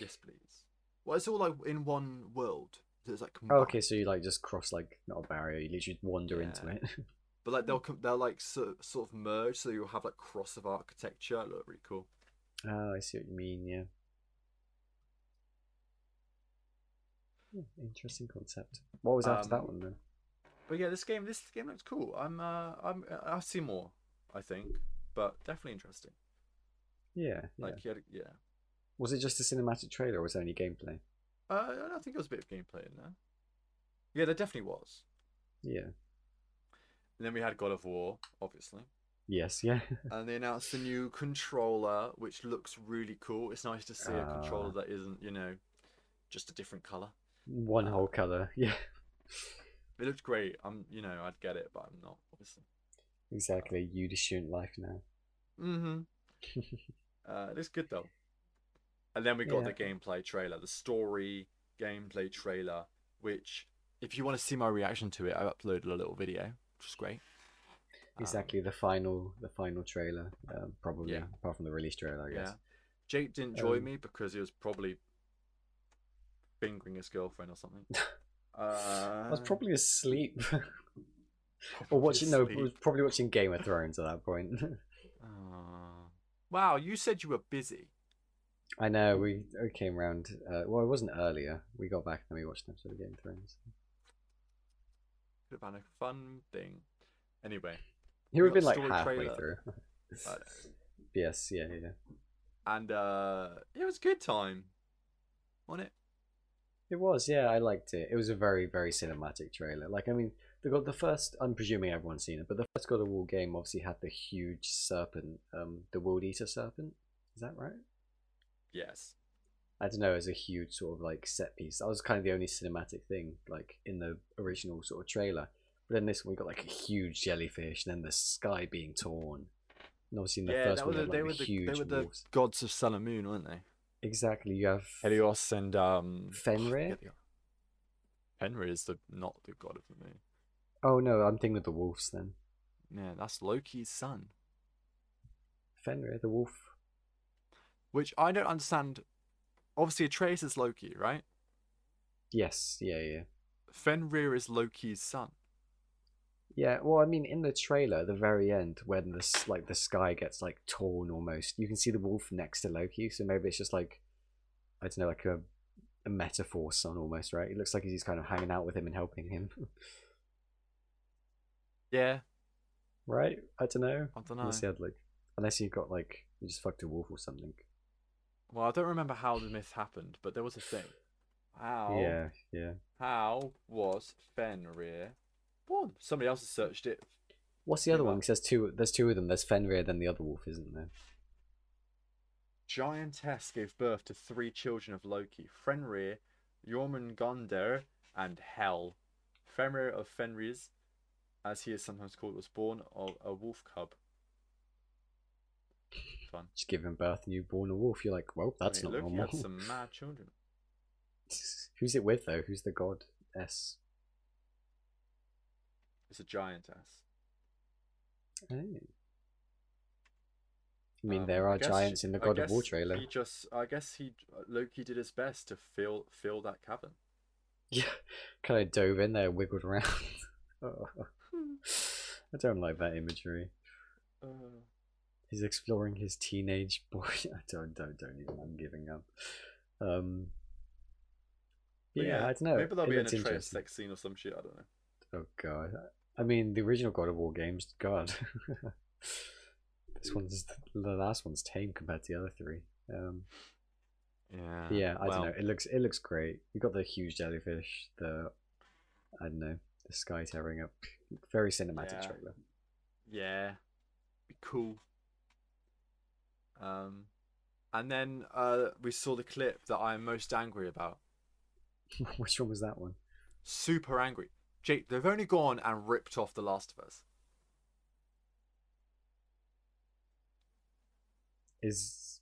Yes, please. Well, it's all like in one world. So it's like oh, combined. okay, so you like just cross like not a barrier, you literally wander into Yeah. it. But like they'll com- they'll like sort sort of merge, so you'll have like cross of architecture. Look, really cool. oh, I see what you mean. Yeah. Hmm, Interesting concept. What was after that Um, one then? But yeah, this game this game looks cool. I'm uh I'm I'll see more. I think, but definitely interesting. Yeah, yeah. Like yeah, yeah. was it just a cinematic trailer, or was there any gameplay? Uh, I think it was a bit of gameplay in there. Yeah, there definitely was. Yeah. And then we had God of War, obviously. Yes. Yeah. and they announced the new controller, which looks really cool. It's nice to see a Ah. controller that isn't, you know, just a different color. one Uh, whole color. Yeah. It looked great. I'm, you know, I'd get it, but I'm not obviously. Exactly. You the student life now. Mm-hmm. uh, it looks good though. And then we got Yeah. the gameplay trailer, the story gameplay trailer, which, if you want to see my reaction to it, I uploaded a little video, which is great. Um, Exactly. the final, the final trailer, um, probably Yeah. apart from the release trailer, I guess. Um, Yeah. Jake didn't join Um, me because he was probably fingering his girlfriend or something. Uh, I was probably asleep. or watching, no, I was asleep. probably watching Game of Thrones at that point. Aw. Ah. wow, you said you were busy. I know, we it came round. Uh, well, it wasn't earlier. We got back and we watched an episode of Game of Thrones. Could have had a fun thing. Anyway, He would have got been the like story halfway trailer. through. I know. yes, yeah, yeah. and uh, it was a good time on it. It was, yeah, I liked it. It was a very, very cinematic trailer. Like, I mean, the God, the first, I'm presuming everyone's seen it, but the first God of War game obviously had the huge serpent, um, the World Eater serpent. Is that right? Yes. I don't know. It was a huge sort of like set piece. That was kind of the only cinematic thing, like in the original sort of trailer. But then this one, we got like a huge jellyfish, and then the sky being torn. And obviously, in the yeah, first that was one, the, had, they, were like, the the, huge they were the wolves. gods of sun and moon, weren't they? Exactly, you have Helios and um, Fenrir? forget the other- Fenrir is the not the god of the moon. Oh no, I'm thinking of the wolves then. Yeah, that's Loki's son. Fenrir, the wolf. Which I don't understand. Obviously, Atreus is Loki, right? Yes, yeah, yeah. Fenrir is Loki's son. Yeah, well, I mean, in the trailer, the very end, when the s- like the sky gets like torn almost, you can see the wolf next to Loki. So maybe it's just like, I don't know, like a, a metaphor son almost, right? It looks like he's kind of hanging out with him and helping him, Yeah, right? I don't know. I don't know. Unless he had like, unless he got like, he just fucked a wolf or something. Well, I don't remember how the myth happened, but there was a thing. How? Yeah, yeah. How was Fenrir born? Somebody else has searched it. What's the Yeah, other one? but- 'Cause there's two. There's two of them. There's Fenrir, then the other wolf, isn't there? Giantess gave birth to three children of Loki: Fenrir, Jormungandr, and Hel. Fenrir of Fenris, as he is sometimes called, was born of a wolf cub. Fun. Just giving birth and you've born a wolf. You're like, well, that's Hey, not look, He normal. had some mad children. Who's it with though? Who's the god? S. It's a giantess. Oh. I mean, Um, there are guess- giants in the I God of War guess trailer. He just, I guess he Loki did his best to fill fill that cavern. Yeah, kind of dove in there, wiggled around. oh. I don't like that imagery. Uh, He's exploring his teenage boy. I don't, don't, don't even. I'm giving up. Um. but Yeah, I don't know. Maybe there'll It be an looks Atreus interesting. sex scene or some shit. I don't know. Oh god. I mean, the original God of War games. God. this one's the last one's tame compared to the other three. Um. Yeah. yeah i don't know it looks it looks great you got the huge jellyfish the i don't know the sky tearing up very cinematic Yeah. trailer Yeah. Be cool. Um, and then uh, we saw the clip that I'm most angry about. which one was that one Super angry. Jake, they've only gone and ripped off The Last of Us. is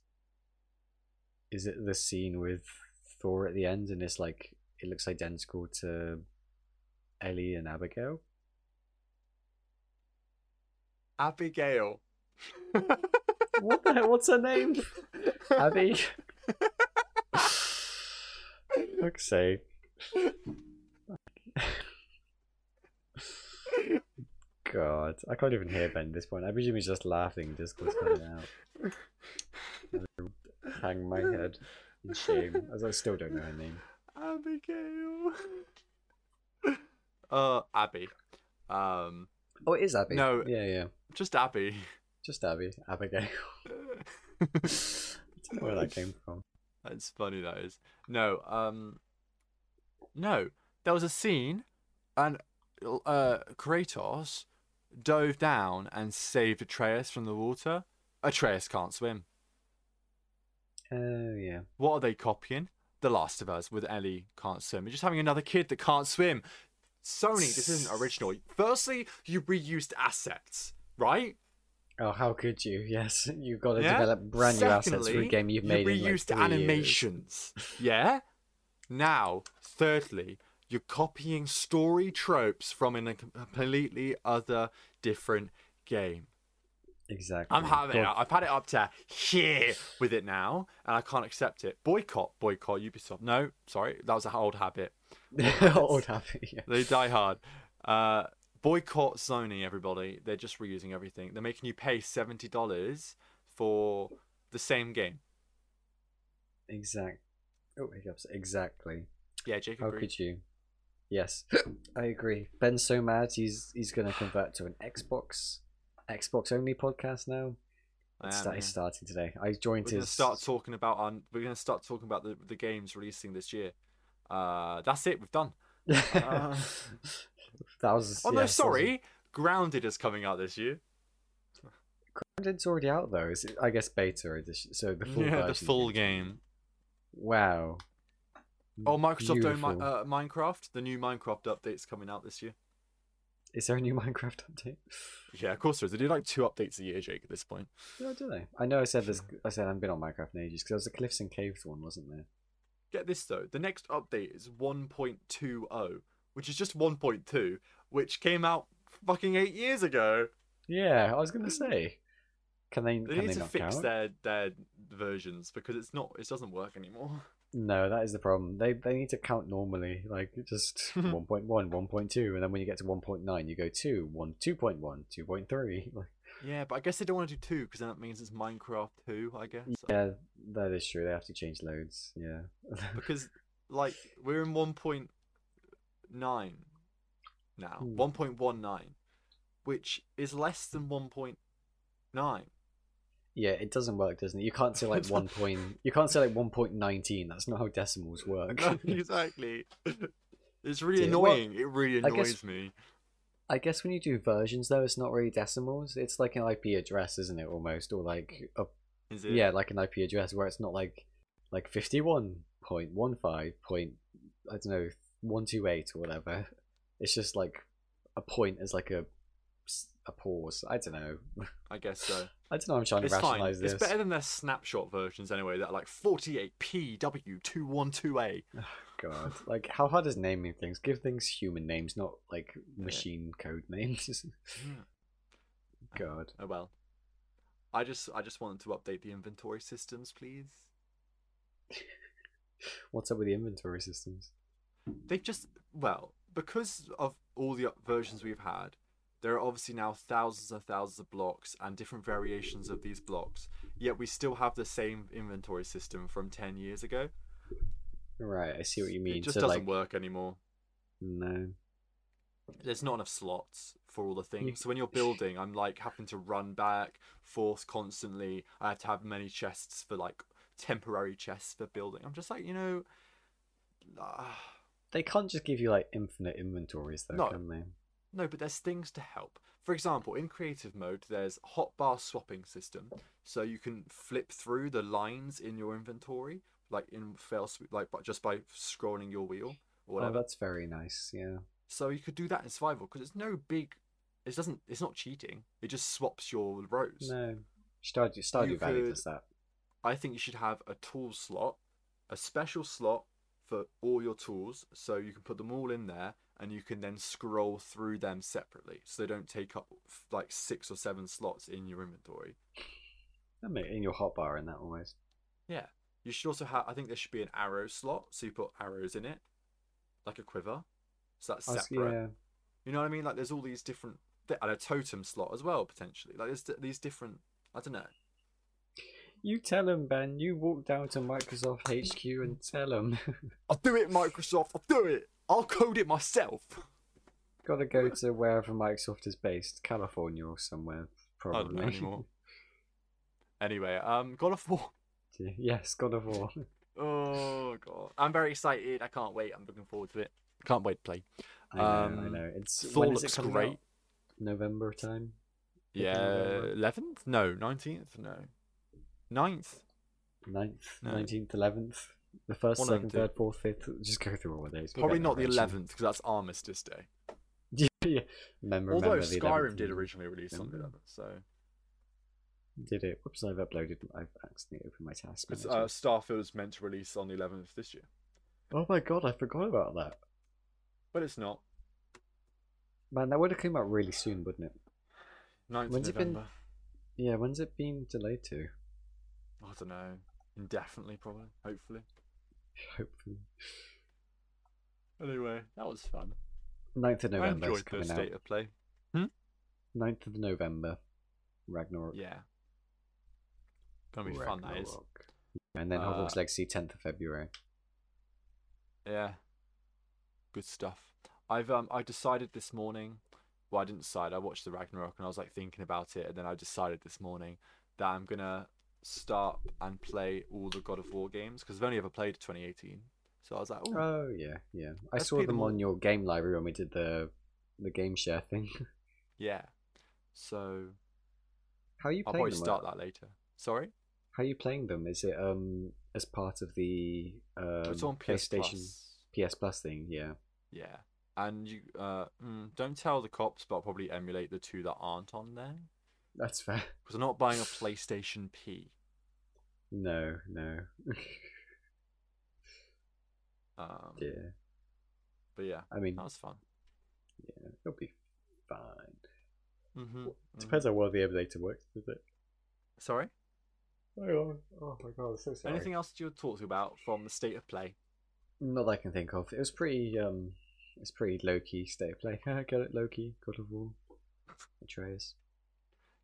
is it the scene with four at the end, and it's like it looks identical to Ellie and Abigail. Abigail. What the hell? What's her name? Abby. Fuck's sake. God, I can't even hear Ben at this point. I presume he's just laughing, just what's coming out. I hang my head in shame, as I still don't know her name. Abigail. uh, Abby. Um, Oh, it is Abby. No. Yeah, yeah. just Abby. Just Abby. Abigail. I don't know where that came from. That's funny. That is no. Um, no. There was a scene, and uh, Kratos dove down and saved Atreus from the water. Atreus can't swim. Oh, yeah. What are they copying? The Last of Us with Ellie can't swim. You're just having another kid that can't swim. Sony, this isn't original. Firstly, you reused assets, right? Oh, how could you? Yes, you've got to Yeah. develop brand new assets for a Secondly, game you've you made in like reused three years. animations. yeah? Now, thirdly, you're copying story tropes from in a completely other, different game. Exactly. I'm having it. Oh, God, I've had it up to here with it now, and I can't accept it. Boycott, boycott Ubisoft. No, sorry, that was an old habit. Old happy. Yeah. They die hard. Uh, boycott Sony, everybody. They're just reusing everything. They're making you pay seventy dollars for the same game. Exact. Oh, hiccups. Exactly. Yeah, Jacob. How agreed. could you? Yes, I agree. Ben's so mad. He's he's gonna convert to an Xbox, Xbox only podcast now. I It's am, sta- yeah. it's starting today. I joined We're going his. to start talking about our, we're going to start talking about the, the games releasing this year. Uh, that's it. We've done. uh, that was. Oh yeah, that no, was- sorry. Grounded is coming out this year. It's already out though. It's, I guess beta edition. So the full. yeah, the version. full game. Wow. Oh, Microsoft own Mi- Beautiful. uh, Minecraft. The new Minecraft update's coming out this year. Is there a new Minecraft update? Yeah, of course there is. They do like two updates a year, Jake. At this point. No, do they? I know I said this. I said I haven't been on Minecraft in ages because there was a Cliffs and Caves one, wasn't there? Get this though. The next update is 1.20, oh, which is just 1.2, which came out fucking eight years ago. Yeah, I was gonna say. Can they? They can need they to not fix count? their their versions because it's not. It doesn't work anymore. No, that is the problem. They they need to count normally, like just 1.1, 1.2, and then when you get to 1.9, you go 2, 1, 2.1, 2.3. Like, Yeah, but I guess they don't want to do two because then that means it's Minecraft two. I guess yeah, that is true. They have to change loads. Yeah. because like we're in one point nine now, Hmm. one point one nine, which is less than one point nine. yeah, it doesn't work, doesn't it? You can't say like 1. Point, you can't say like 1.19. That's not how decimals work. exactly. It's really Dear. Well, annoying. it really I guess- annoys me. I guess when you do versions though, it's not really decimals. It's like an IP address, isn't it? Almost or like Mm. a Is it? yeah, like an IP address where it's not like like fifty one point one five point I don't know one two eight or whatever. It's just like a point is like a a pause. I don't know. I guess so. I don't know. I'm trying to It's fine. rationalize this. It's better than their snapshot versions anyway. That are like forty eight PW two one two A. God, like how hard is naming things? Give things human names, not like machine code names. God, Oh well. I just I just wanted to update the inventory systems, please. what's up with the inventory systems? They've just well, because of all the up- versions we've had, there are obviously now thousands and thousands of blocks and different variations of these blocks. Yet we still have the same inventory system from 10 years ago. Right, I see what you mean. It just so doesn't like, work anymore. No. There's not enough slots for all the things. So when you're building, I'm like having to run back, forth constantly. I have to have many chests for like temporary chests for building. I'm just like, you know, ah. They can't just give you like infinite inventories though, No. can they? Oh, No, but there's things to help. For example, in creative mode, there's hotbar swapping system, so you can flip through the lines in your inventory, like in fail, sw- like but just by scrolling your wheel or Oh, whatever. that's very nice. Yeah. so you could do that in survival because it's no big. It doesn't. It's not cheating. It just swaps your rows. No. Stardew, Stardew You Valley could- does that. I think you should have a tool slot, a special slot for all your tools, so you can put them all in there, and you can then scroll through them separately, so they don't take up f- like six or seven slots in your inventory. I mean, in your hotbar in that almost. Yeah, you should also have. I think there should be an arrow slot, so you put arrows in it, like a quiver. So that's I was- separate. yeah. You know what I mean? Like there's all these different th- and a totem slot as well potentially. Like there's d- these different. I don't know. You tell him, Ben. You walk down to Microsoft HQ and tell him. I'll do it, Microsoft. I'll do it. I'll code it myself. Got to go to wherever Microsoft is based, California or somewhere, I don't know probably. anymore. anyway, um, God of War. yes, God of War. Oh god, I'm very excited. I can't wait. I'm looking forward to it. Can't wait to play. I know, I Um, know. It's Thor when is it looks coming great. out? November time. Yeah, November. eleventh? No, nineteenth? No, 9th? 9th, No. 19th, 11th. The first, One of them second, third, fourth, fifth. Just go through all of those. We'll Probably get not the there eventually. eleventh because that's Armistice Day. yeah. Remember, Although remember the 11th. Skyrim did originally release on the Remember. eleventh, so Did it. Whoops, I've uploaded. I've accidentally opened my task. 'Cause, manager. uh, Starfield is meant to release on the eleventh this year, oh my god, I forgot about that. but it's not. Man, that would have come out really soon, wouldn't it? 9th When's it been- November. Yeah, when's it been delayed to? I don't know. Indefinitely, probably. Hopefully. Hopefully. Anyway, that was fun. 9th of I November is enjoyed the coming out. state of play. 9th of November. Ragnarok. Yeah, gonna be fun. That is. Ragnarok. And then Uh, Hogwarts Legacy, 10th of February. Yeah. Good stuff. I've um I decided this morning. Well, I didn't decide. I watched the Ragnarok and I was like thinking about it, and then I decided this morning that I'm gonna start and play all the God of War games because I've only ever played 2018. So I was like, oh, Oh yeah, yeah. I Let's saw play them them all. on your game library when we did the the game share thing. yeah. So How are you I'll playing probably them? start that later. Sorry, How are you playing them? Is it um as part of the um, it's on PS PlayStation Plus. PS Plus thing? Yeah. Yeah, and you uh mm, don't tell the cops, but I'll probably emulate the two that aren't on there That's fair. because I'm not buying a PlayStation P. No, no. Um, yeah. But yeah, I mean, that was fun. yeah, it'll be fine. Mm-hmm. Depends on what the emulator works, does it? Sorry. Oh, oh my god, I'm so sorry. Anything else you would talk about from the state of play? Not that I can think of. It was pretty um it's pretty low key state of play. Get it, low key, God of War. Atreus.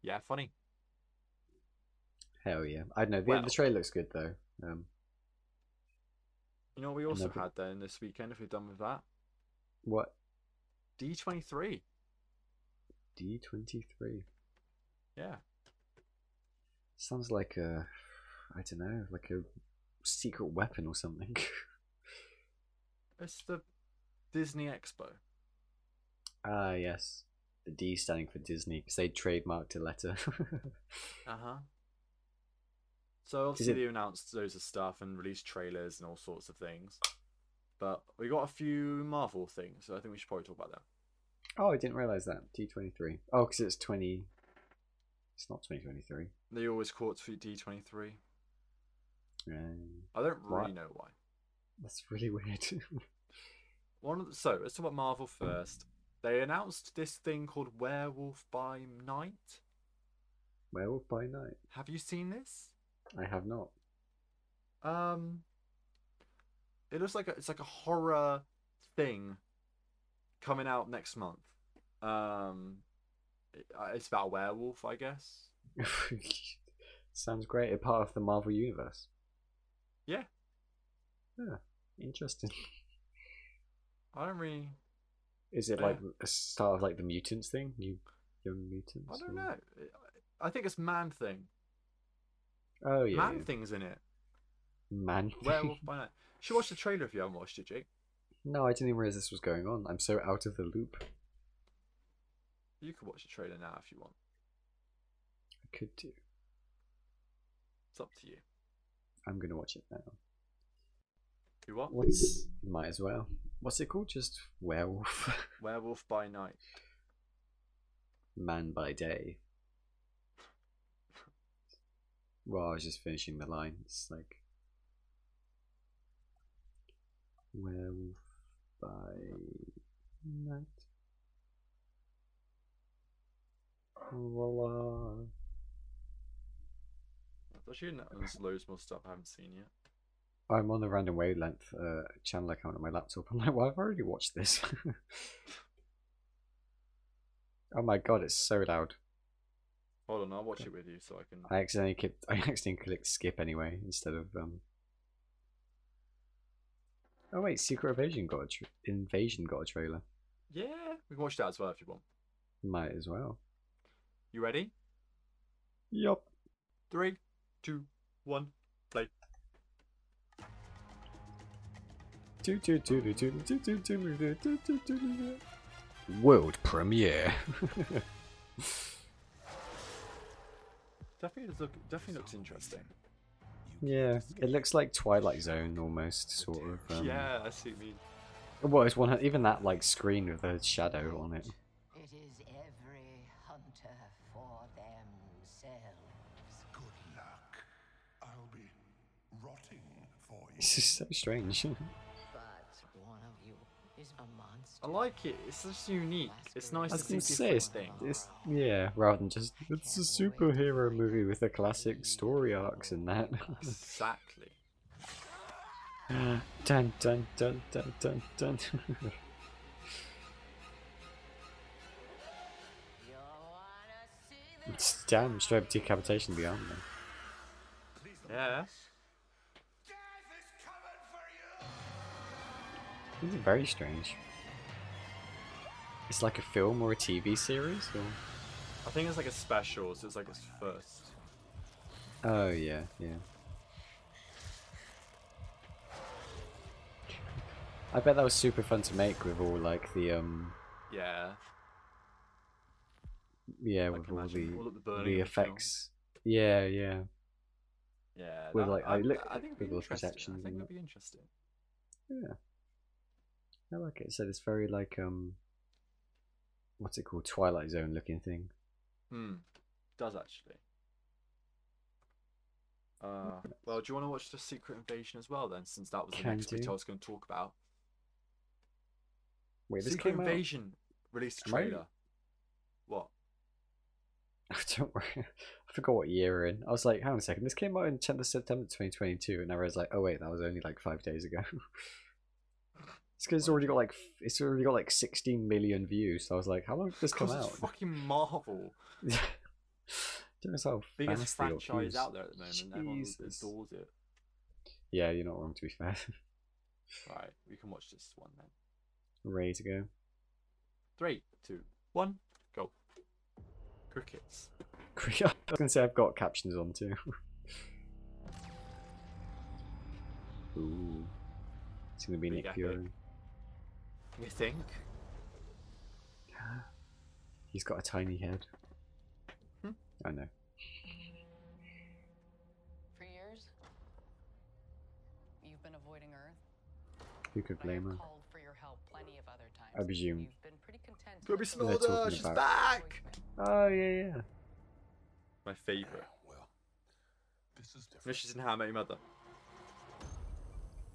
Yeah, funny. Hell yeah. I don't know. The, Well- the trailer looks good though. Um, You know what we also Another- had then this weekend, if we're done with that? what D23. D twenty three Yeah. sounds like a I don't know like a secret weapon or something. It's the Disney Expo. Ah yes, the D standing for Disney because they trademarked a letter. Uh huh. So it- obviously they announced loads of stuff and released trailers and all sorts of things. But we got a few Marvel things, so I think we should probably talk about that. oh, I didn't realize that D twenty three. Oh, because it's twenty. It's not twenty twenty three. They always call it D23. Um, I don't really Right. know why. that's really weird. One of the, so let's talk about Marvel first. They announced this thing called Werewolf by Night. Werewolf by Night. Have you seen this? I have not. Um, it looks like a, it's like a horror thing coming out next month. Um, it- uh, it's about a werewolf, I guess. Sounds great. A part of the Marvel universe. Yeah. Yeah. Interesting. I don't really, Is it Yeah. like a start of like the mutants thing? New young mutants? I or- don't know. It- I think it's man thing. Oh yeah. man yeah. thing's in it. Man thing. Werewolf by night. You should watch the trailer if you haven't watched it, Jake. No, I didn't even realize this was going on. I'm so out of the loop. You could watch the trailer now if you want. I could do. It's up to you. I'm gonna watch it now. You what? What's might as well. What's it called? Just werewolf. Werewolf by night. Man by day. Well, I was just finishing the line. It's like Werewolf by night. Voila. Actually, no, there's loads more stuff I haven't seen yet. I'm on the random wavelength uh, channel account on my laptop. I'm like, well, I've already watched this. oh my god, it's so loud. Hold on, I'll watch it with you so I can. I accidentally clicked. I accidentally clicked skip anyway instead of um. Oh wait, Secret Invasion got a tra- Invasion got a trailer. Yeah, we can watch that as well if you want. Might as well. You ready? Yup. Three, two, one, play. World premiere. Definitely, look, definitely looks interesting. yeah, it looks like Twilight Zone almost, sort of. Um, yeah, I see what you mean. Well, it's one even that like screen with a shadow on it. It is every hunter for themselves. Good luck. I'll be rotting for you. It's just so strange. But one of you is a monster. I like it. It's just unique. It's nice I to was see gonna different say it's, things. it's yeah, rather than just it's a superhero movie with a classic story arcs and that. Exactly. dun dun dun dun dun dun. You wanna see the It's Damn, straight up decapitation beyond them. Yeah. Death is coming for you! This is very strange. It's like a film or a TV series, or I think it's like a special, so it's like its first. oh yeah, yeah. I bet that was super fun to make with all like the um Yeah. yeah I with can all imagine the all of the burning the of the film. effects. Yeah, yeah. Yeah. With, that- like, I looked at think it'd be people's interesting. perceptions I think and it'd be interesting. I like it. So it's very like um, what's it called? Twilight Zone looking thing. Hmm. Does actually. Uh, well, do you want to watch the Secret Invasion as well then, since that was the Can next bit do. I was going to talk about? Wait, this Secret came out. Invasion released a Am I- trailer. What? Don't worry, I forgot what year we're in. I was like, hang on a second, this came out on 10th of September 2022, and I was like, oh wait, that was only like five days ago. it's 'cause it's already got like f- it's already got like 16 million views. So I was like, how long did this come Because out? it's fucking Marvel, Don't know how biggest fast they got franchise views. out there at the moment. Everyone Jesus. adores it. Yeah, you're not wrong to be fair. Right, we can watch this one then. Ready to go. Three, two, one, go. Crickets. Great. I was gonna say I've got captions on too. Ooh, it's gonna be Big Nick epic. Fury. You think? He's got a tiny head. Hmm. I know. For years, you've been avoiding Earth. Who could but I have blame her? called for your help plenty of other times. I presume. You've been pretty content. to Ruby let the They're Smolder, talking she's about- back! voicemail- Oh yeah, yeah. My favourite. Well, this is different. No, she's in How I Met Your Mother.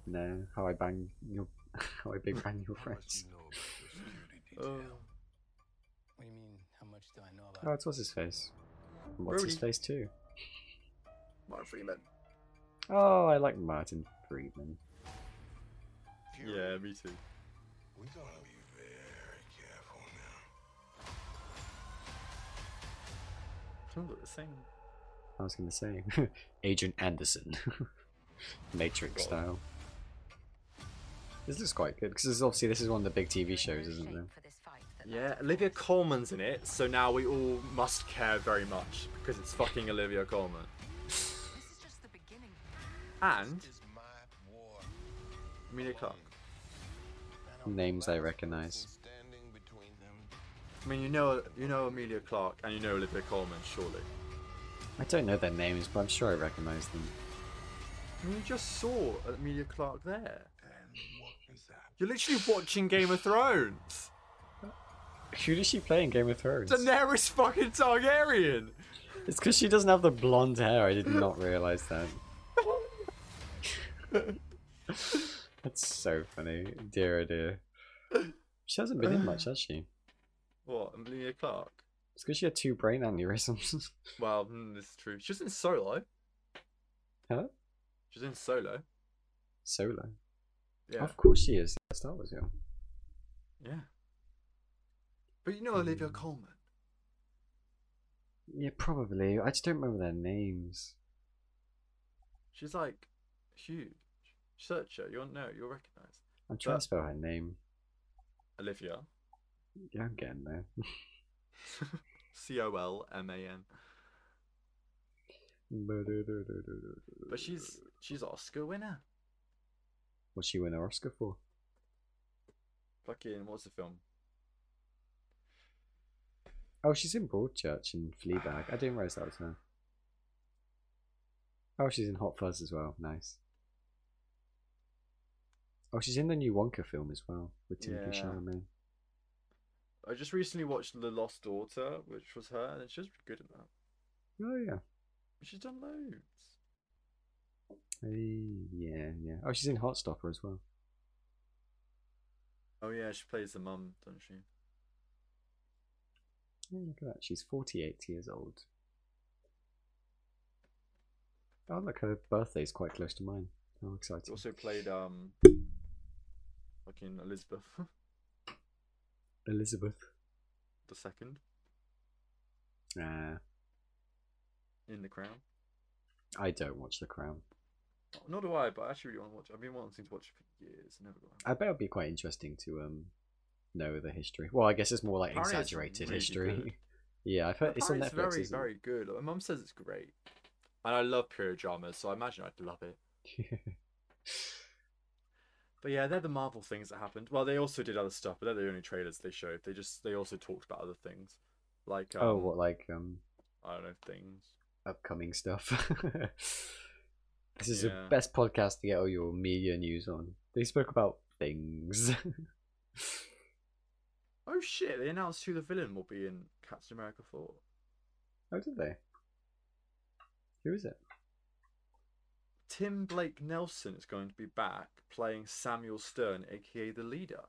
No, how I bang your, how I big bang your How friends. much do you know about this security Oh. detail? What do you mean, how much do I know Oh, about it's what's his face. And What's his Rudy. face too? Martin Freeman. Oh, I like Martin Friedman. Fury, Yeah, me too. We gotta be very careful now. Kind of look the same. I was gonna say Agent Anderson, Matrix God. style. This looks quite good because this is obviously this is one of the big TV shows, isn't it? for this fight that Yeah, Olivia Coleman's in it, so now we all must care very much because it's fucking Olivia Coleman. This is just the beginning. And This is my war. Amelia Clark. I don't Names I like the recognize. person Standing between them. I mean, you know, you know Amelia Clark and you know Olivia Coleman, surely. I don't know their names, but I'm sure I recognise them. I mean, you just saw Amelia Clark there. And what is that? You're literally watching Game of Thrones. Who does she play in Game of Thrones? Daenerys fucking Targaryen. It's because she doesn't have the blonde hair. I did not realise that. That's so funny. Dear, oh dear. She hasn't been in much, has she? What? Amelia Clark? It's because she had two brain aneurysms. Well, mm, this is true. She's in Solo. Huh? She's in Solo. Solo. Yeah. Of course she is. That's Star Wars, yeah. Yeah. But you know Olivia Mm. Coleman. Yeah, probably. I just don't remember their names. She's like huge. Search her. You'll know. You'll recognize I'm trying But- to spell her name. Olivia. Yeah, I'm getting there. C O L M A N. But she's she's Oscar winner. What she win an Oscar for? Fucking what's the film? Oh, she's in Broadchurch and Fleabag. I didn't realize that was her. Oh, she's in Hot Fuzz as well. Nice. Oh, she's in the new Wonka film as well with Timothy Yeah. Chalamet. I just recently watched The Lost Daughter, which was her, and she was good at that. Oh yeah. She's done loads. Hey, yeah, yeah. Oh, she's in Hot Stopper as well. Oh yeah, she plays the mum, doesn't she? Yeah, look at that. She's 48 years old. Oh, look, her birthday's quite close to mine. How She exciting. also played um fucking Elizabeth Elizabeth. the second Uh, in The Crown. I don't watch The Crown. Nor do I, but I actually really want to watch. I've been wanting to watch it for years. Never got. around. I bet it'd be quite interesting to um know the history. Well, I guess it's more like Apparently it's exaggerated really history. good. yeah, I've heard it's on Apparently Netflix. it's very, isn't it? very good. My mum says it's great, and I love period dramas, so I imagine I'd love it. But yeah, they're the Marvel things that happened. Well, they also did other stuff, but they're the only trailers they showed. They just they also talked about other things, like um, oh, what like um I don't know things. upcoming stuff. this is Yeah. the best podcast to get all your media news on. They spoke about things. Oh shit! They announced who the villain will be in Captain America Four. How Oh, did they? Who is it? Tim Blake Nelson is going to be back playing Samuel Stern, aka the leader.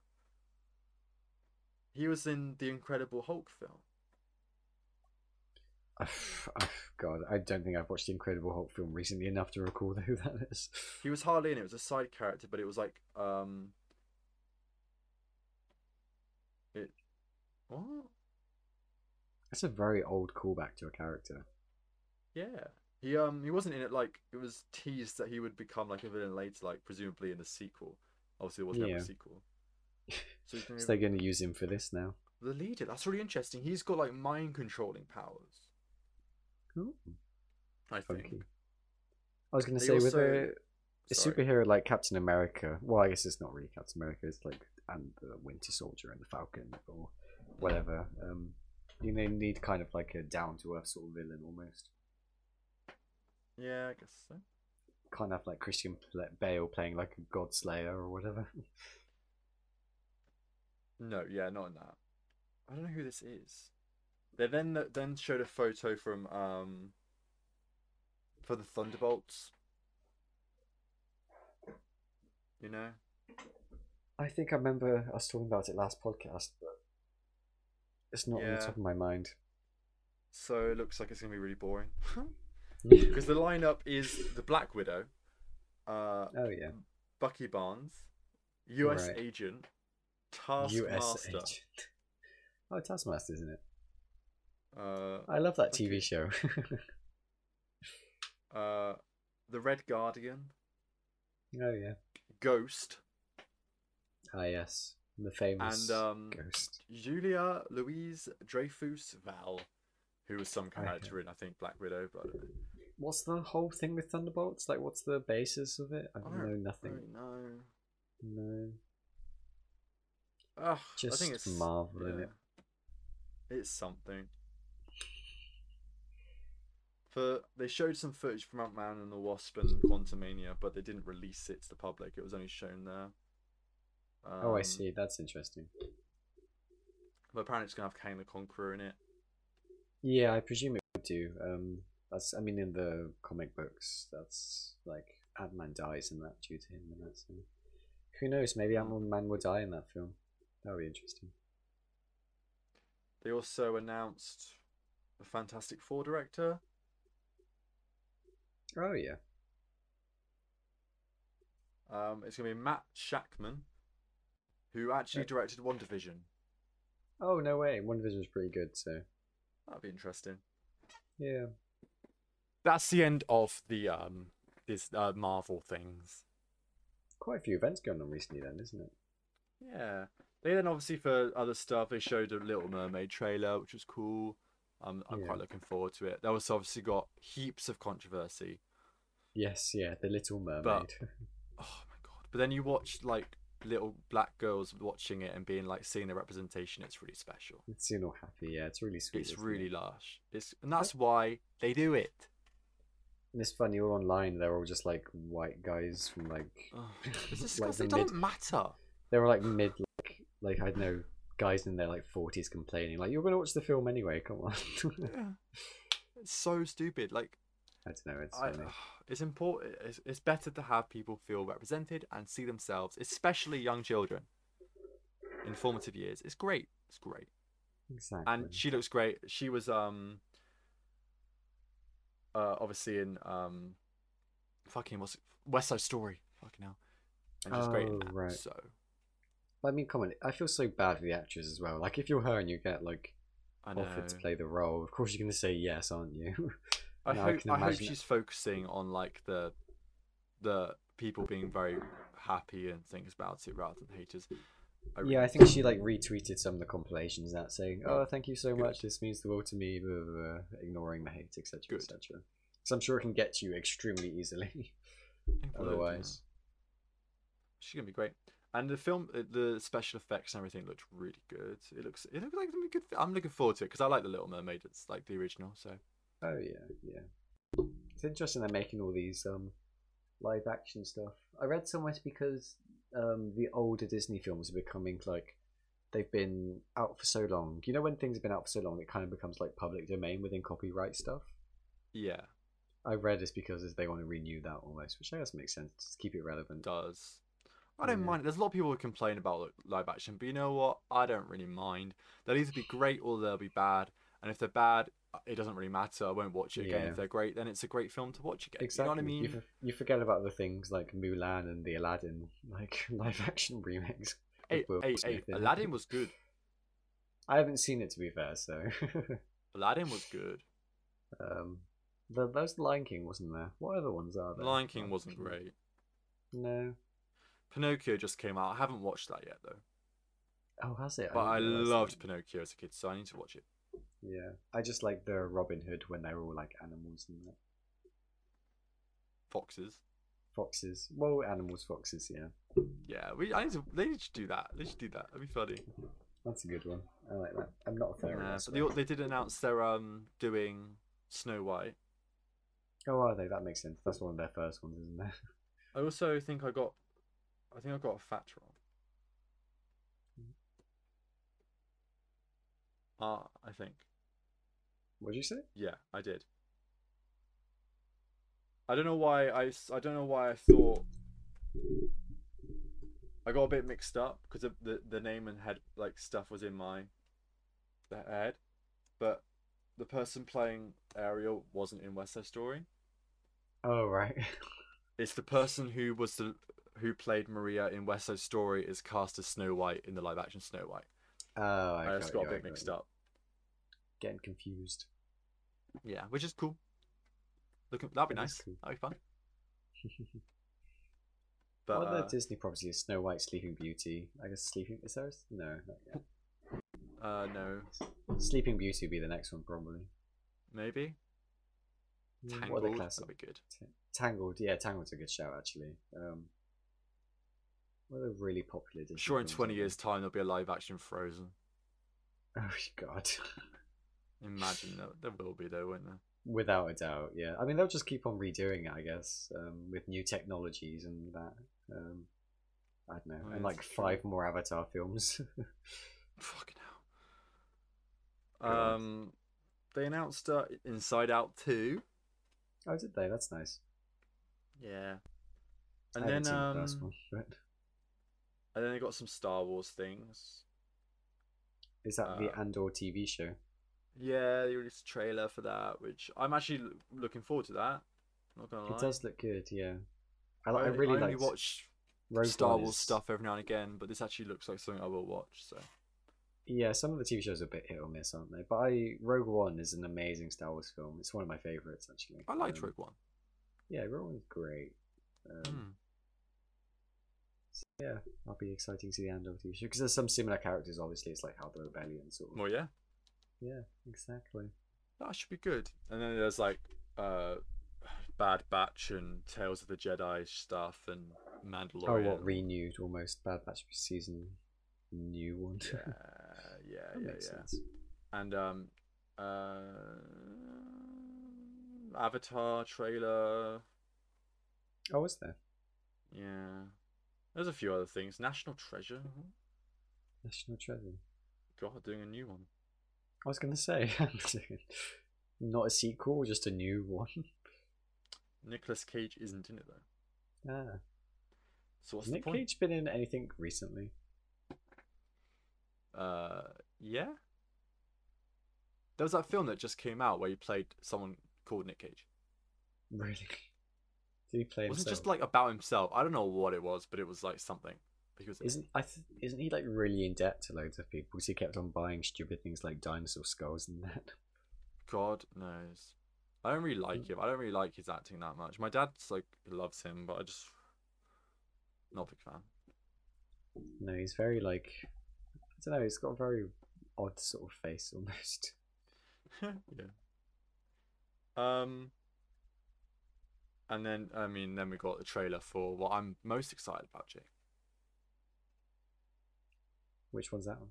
He was in the Incredible Hulk film. Oh, God, I don't think I've watched the Incredible Hulk film recently enough to recall who that is. He was hardly in it. It was a side character, but it was like um. It. What? That's a very old callback to a character. Yeah. He um he wasn't in it like it was teased that he would become like a villain later, like presumably in the sequel. Obviously, there was never Yeah. a sequel. So, he's gonna So be they're going to use him for this now. the leader. That's really interesting. He's got like mind controlling powers. Cool. I think. Funky. I was going to They say, with also- a, a Sorry. superhero like Captain America, well, I guess it's not really Captain America, it's like and the Winter Soldier and the Falcon or whatever. Um, you know, need kind of like a down to earth sort of villain almost. Yeah, I guess so. Can't have like Christian Pla- Bale playing like a God Slayer or whatever. No, yeah, not in that. I don't know who this is. They then then showed a photo from um for the Thunderbolts. You know? I think I remember us talking about it last podcast, but it's not on the Yeah. top of my mind. So it looks like it's gonna be really boring. Because the lineup is the Black Widow, uh, oh yeah, Bucky Barnes, U.S. Right. Agent, US Taskmaster. agent. Oh, Taskmaster, isn't it? Uh, I love that Fucking- TV show. uh, the Red Guardian, oh yeah. Ghost, Ah yes, the famous and um, ghost. Julia Louise Dreyfus Val, who was some kind of Okay. actor in I think Black Widow, but I don't know. What's the whole thing with Thunderbolts? Like, what's the basis of it? I I don't know don't nothing. really know. No. Ugh, I Just think it's Marvel, innit? yeah. It's something. For they showed some footage from Ant Man and the Wasp and Quantumania, but they didn't release it to the public. It was only shown there. oh, I Um, see. That's interesting. But apparently, it's gonna have Kane the Conqueror in it. Yeah, I presume it would do. Um, that's. I mean, in the comic books, that's like Ant Man dies, and that due to him, and that's. Who knows? Maybe Hmm. Animal Man will die in that film. That would be interesting. They also announced the Fantastic Four director. Oh yeah. Um, it's going to be Matt Shackman, who actually Okay. directed One Division. Oh no way. One Vision's pretty good. So That'd be interesting. yeah. That's the end of the um this uh, Marvel things. Quite a few events going on recently, then, isn't it? Yeah. They then obviously for other stuff they showed a Little Mermaid trailer, which was cool. Um, I'm Yeah. quite looking forward to it. That was obviously got heaps of controversy. Yes, yeah, the Little Mermaid. Oh my god! But then you watch like little black girls watching it and being like seeing the representation. It's really special. it's you know happy. Yeah, it's really sweet. It's isn't really It? lush. It's and that's why they do it. And it's funny. All online, they're all just like white guys from like Ugh, Like it's disgusting. it the doesn't matter. they were like mid like like I don't know guys in their like forties complaining like you're gonna watch the film anyway. Come on. Yeah. It's so stupid. Like I don't know. It's I, uh, funny. it's important. It's, it's better to have people feel represented and see themselves, especially young children. in formative years, it's great. It's great, exactly. and she looks great. She was um, uh, obviously in um, fucking what's it- West Side Story. Fucking hell, and she's great in Oh, that. right. So I mean, come on. I feel so bad for the actress as well. Like if you're her and you get like I know. offered to play the role, of course you're gonna say yes, aren't you? I now I hope can I, hope imagine it. she's focusing on like the the people being very happy and things about it rather than haters. really yeah, I think she like retweeted some of the compilations that saying, Oh, "Oh, thank you so good. much. This means the world to me." Blah, blah, blah, ignoring the hate, etc., Good. etc. Because I'm sure it can get you extremely easily. Incredible, yeah. Otherwise, she's gonna be great. And the film, uh, the special effects and everything looked really good. It looks, it looked like a good. fi- I'm looking forward to it because I like the Little Mermaid. It's like the original, so oh yeah, yeah. It's interesting they're making all these um live action stuff. I read somewhere it's because um the older Disney films are becoming like they've been out for so long. You know when things have been out for so long, it kind of becomes like public domain within copyright stuff. yeah, I read it's because they want to renew that almost, which I guess makes sense. Just keep it it relevant. does. I don't Yeah. mind. There's a lot of people who complain about li- live action, but you know what? I don't really mind. They'll either be great or they'll be bad. And if they're bad, uh, it doesn't really matter. I won't watch it again. Yeah. If they're great, then it's a great film to watch again. Exactly. You know what I mean? for- you forget about the things like Mulan and the Aladdin like live action remakes. Hey, Will hey, hey, Smith in it. Aladdin was good. I haven't seen it to be fair, so Aladdin was good. um, the, there's the Lion King, wasn't there? What other ones are there? Lion King Lion wasn't King. great. No. Pinocchio just came out. I haven't watched that yet though. Oh, has it? But didn't I realise that. loved Pinocchio as a kid, so I need to watch it. Yeah, I just like the Robin Hood when they're all like animals and that. Foxes. foxes. Well, animals, foxes. Yeah, Yeah, we. I need to. They should do that. They should do that. That'd be funny. that's a good one. I like that. I'm not a fan Nah, of Uh, but they, al- they did announce they're um doing Snow White. Oh, are they? That makes sense. That's one of their first ones, isn't it? I also think I got. I think I got a fact wrong. Ah, I think. What did you say? Yeah, I did. I don't know why I, s- I don't know why I thought I got a bit mixed up because of the the name and head like stuff was in my the head, but the person playing Ariel wasn't in West Side Story. Oh, right. It's the person who was the who played Maria in West Side Story is cast as Snow White in the live action Snow White. Oh, I, I, just got a you, I bit mixed you. up. Getting confused. Yeah, which is cool. Looking that'd be That is nice. cool. That'd be fun. But, But well, uh, the Disney property is Snow White, Sleeping Beauty. I guess Sleeping is there? a s- No, not yet. uh, no, Sleeping Beauty would be the next one probably. maybe Mm, What are the Tangled. classic? That'd be good. T- Tangled. Yeah, Tangled's a good shout actually. Um, what are the really popular? Disney I'm sure in films, 20 aren't years' they? time there'll be a live action Frozen. Oh God. Imagine that there will be though, won't there? Without a doubt, yeah. I mean, they'll just keep on redoing it, I guess, um, with new technologies and that. Um, I don't know, Oh, and that's like true. five more Avatar films. Fucking hell. God. Um, they announced uh, Inside Out 2. oh, did they? That's nice. Yeah. I And then haven't seen the um, first one, but- And then they got some Star Wars things. Is that the Uh, Andor TV show? Yeah, they released a trailer for that, which I'm actually l- looking forward to that. Not gonna lie. It does look good, yeah. I, I, li- I really I only like watch Star Wars stuff every now and again, but this actually looks like something I will watch. So Yeah, some of the TV shows are a bit hit or miss, aren't they? But I Rogue One is an amazing Star Wars film. It's one of my favorites actually. I liked Um, Rogue One. Yeah, Rogue One's great. Um, Hmm. so yeah, I'll be exciting to see the Andor TV show because there's some similar characters. Obviously, it's like how the rebellion sort of. Well, yeah, Yeah, exactly. that should be good. And then there's like uh, Bad Batch and Tales of the Jedi stuff and Mandalorian. Oh, what renewed almost Bad Batch season, new one. yeah, yeah, that yeah, makes yeah. sense. and um uh avatar trailer Oh, was there yeah there's a few other things national treasure Mm-hmm. National Treasure? god doing a new one I was gonna say, not a sequel, just a new one. nicholas cage isn't in it though Ah, so what's has Nick the point Cage been in anything recently? uh yeah there was that film that just came out where he played someone called nick cage Really? Did he play it wasn't himself? just like about himself i don't know what it was but it was like something because Isn't I th- isn't he like really in debt to loads of people? 'Cause he kept on buying stupid things like dinosaur skulls and that. God knows. I don't really Mm. like him. I don't really like his acting that much. My dad's like loves him, but I just not a big fan. No, he's very like I don't know. He's got a very odd sort of face almost. yeah. Um. And then I mean, then we got the trailer for what I'm most excited about, Jake. Which one's that one?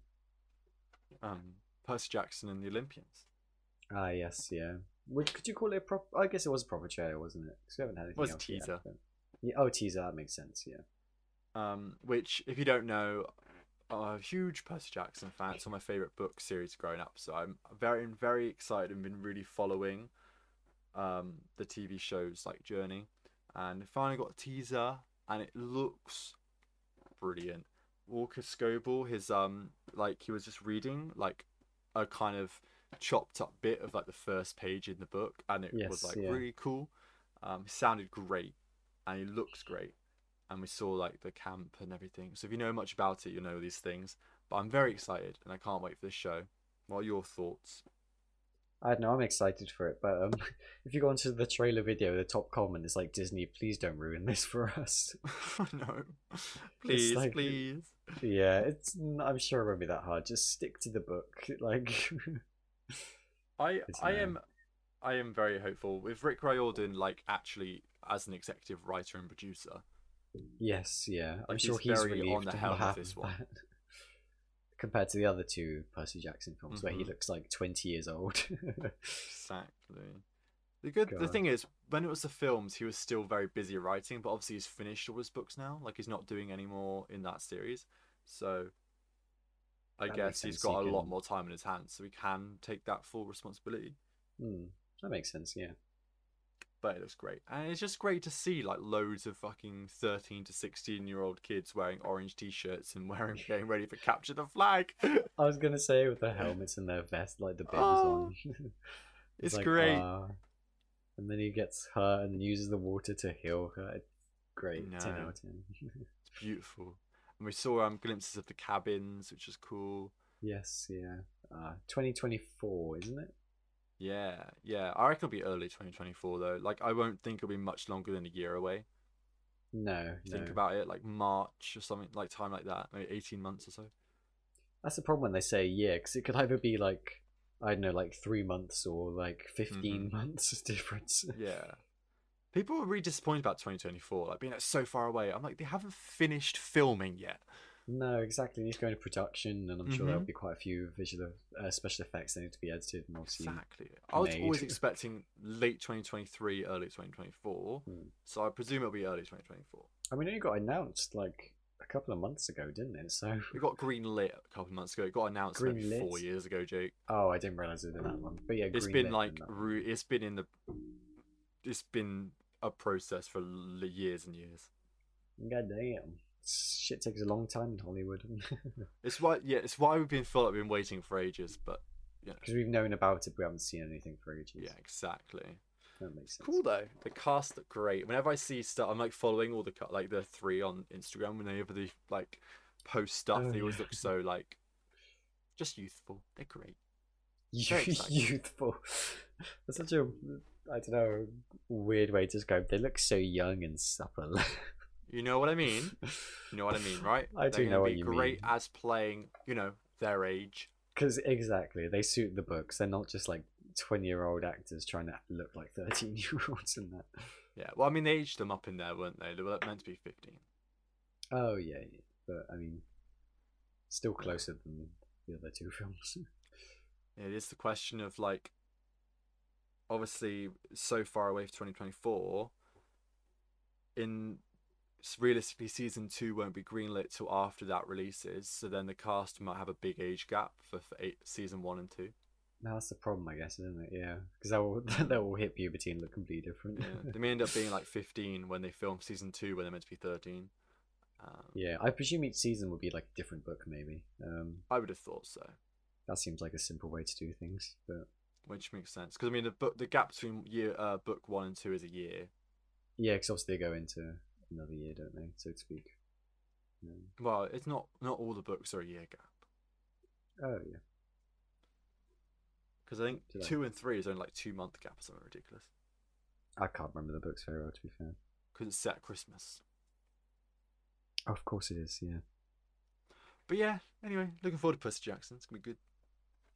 Um, Percy Jackson and the Olympians. Ah, yes, yeah. Would, could you call it a prop? I guess it was a proper trailer, wasn't it? 'Cause we haven't had anything Was a else yet, teaser. but- yeah, oh, teaser. That makes sense. Yeah. Um, which, if you don't know, I'm a huge Percy Jackson fan. It's one of my favorite book series growing up. So I'm very, very excited and been really following um, the TV shows like Journey. And finally got a teaser, and it looks brilliant. Walker Scoble, his um, like he was just reading like a kind of chopped up bit of like the first page in the book, and it was Yes, like yeah. really cool. Um, he sounded great, and he looks great and we saw like the camp and everything. So if you know much about it, you'll know these things. But I'm very excited and I can't wait for this show. What are your thoughts? I don't know. I'm excited for it, but um, if you go onto the trailer video, the top comment is like Disney, please don't ruin this for us. no. Please, like- please. yeah, it's. n- I'm sure it won't be that hard. Just stick to the book. Like, I It's I no. am I am very hopeful. With Rick Riordan like actually as an executive writer and producer. yes, yeah. I'm Like, sure he's he's very on relieved the to helm of have this one. that. Compared to the other two Percy Jackson films, where he Mhm. looks like 20 years old. Exactly. The good the God. thing is when it was the films he was still very busy writing, but obviously he's finished all his books now. Like he's not doing any more in that series. So I That guess makes he's sense, he got a lot can- more time in his hands, so he can take that full responsibility. Hmm, that makes sense. Yeah. But it looks great. And it's just great to see like loads of fucking thirteen to sixteen year old kids wearing orange t shirts and wearing getting ready for capture the flag. I was gonna say with the helmets and their vest, like the bins Oh, on. It's like, great. "Ah." and then he gets hurt and uses the water to heal her. It's great. Ten No. out of ten. It's beautiful. And we saw um glimpses of the cabins, which is cool. yes, yeah. Uh, 2024, isn't it? Yeah, yeah. I reckon it'll be early 2024 though. Like I won't think it'll be much longer than a year away. No, If you Think no. about it, like March or something, like time like that, maybe 18 months or so. That's the problem when they say yeah, because it could either be like I don't know, like three months or like 15 Mm-hmm. months difference. Yeah. People were really disappointed about 2024, like being like so far away. I'm like, they haven't finished filming yet. No, exactly. He's going to production, and I'm sure there'll Mhm. be quite a few visual uh, special effects that need to be edited and obviously Exactly. I was made. always expecting late 2023, early 2024. Hmm. So I presume it'll be early 2024. I mean, it got announced like a couple of months ago, didn't it? So, It got green lit a couple of months ago. It got announced maybe Greenlit? four years ago, Jake. oh, I didn't realize it was that one. But yeah, It's greenlit been and like that. ru- it's been in the it's been a process for l- years and years God damn, shit takes a long time in Hollywood because It's why, yeah, it's why we've been felt like we've been waiting for ages, but you know, we've known about it, but we haven't seen anything for ages. yeah, exactly. that makes sense. Cool though. The cast look great. Whenever I see stuff, I'm like following all the ca- like the three on Instagram. Whenever they like post stuff, Oh, they always yeah. look so like just youthful. They're great. You- Very exciting. youthful. That's such a I don't know weird way to describe. They look so young and supple. You know what I mean? You know what I mean, right? I do They're gonna know what be you great mean. as playing, you know, their age. Because exactly, they suit the books. They're not just like twenty-year-old actors trying to look like thirteen-year-olds and that. Yeah. Well, I mean, they aged them up in there, weren't they? They were meant to be 15. Oh yeah, yeah, but I mean, still closer than the other two films. It is the question of like, obviously, so far away for 2024. In s- realistically, season two won't be greenlit till after that releases. So then the cast might have a big age gap for, for eight, season one and two. now that's the problem, I guess, isn't it? Yeah, because they'll they'll all hit puberty and look completely different. Yeah. they may end up being like 15 when they film season two, when they're meant to be 13. Um, Yeah, I presume each season will be like a different book, maybe. Um, I would have thought so. that seems like a simple way to do things, but Which makes sense because I mean the book, the gap between year uh, book one and two is a year. yeah, because obviously they go into another year, don't they, so to speak. Um, Well, it's not not all the books are a year gap oh yeah, because I think Do they? two and three is only like two month gap or something ridiculous I can't remember the books very well, to be fair. because it's set at Christmas. Oh, Of course it is. Yeah, But yeah, anyway, looking forward to Percy Jackson. It's gonna be good.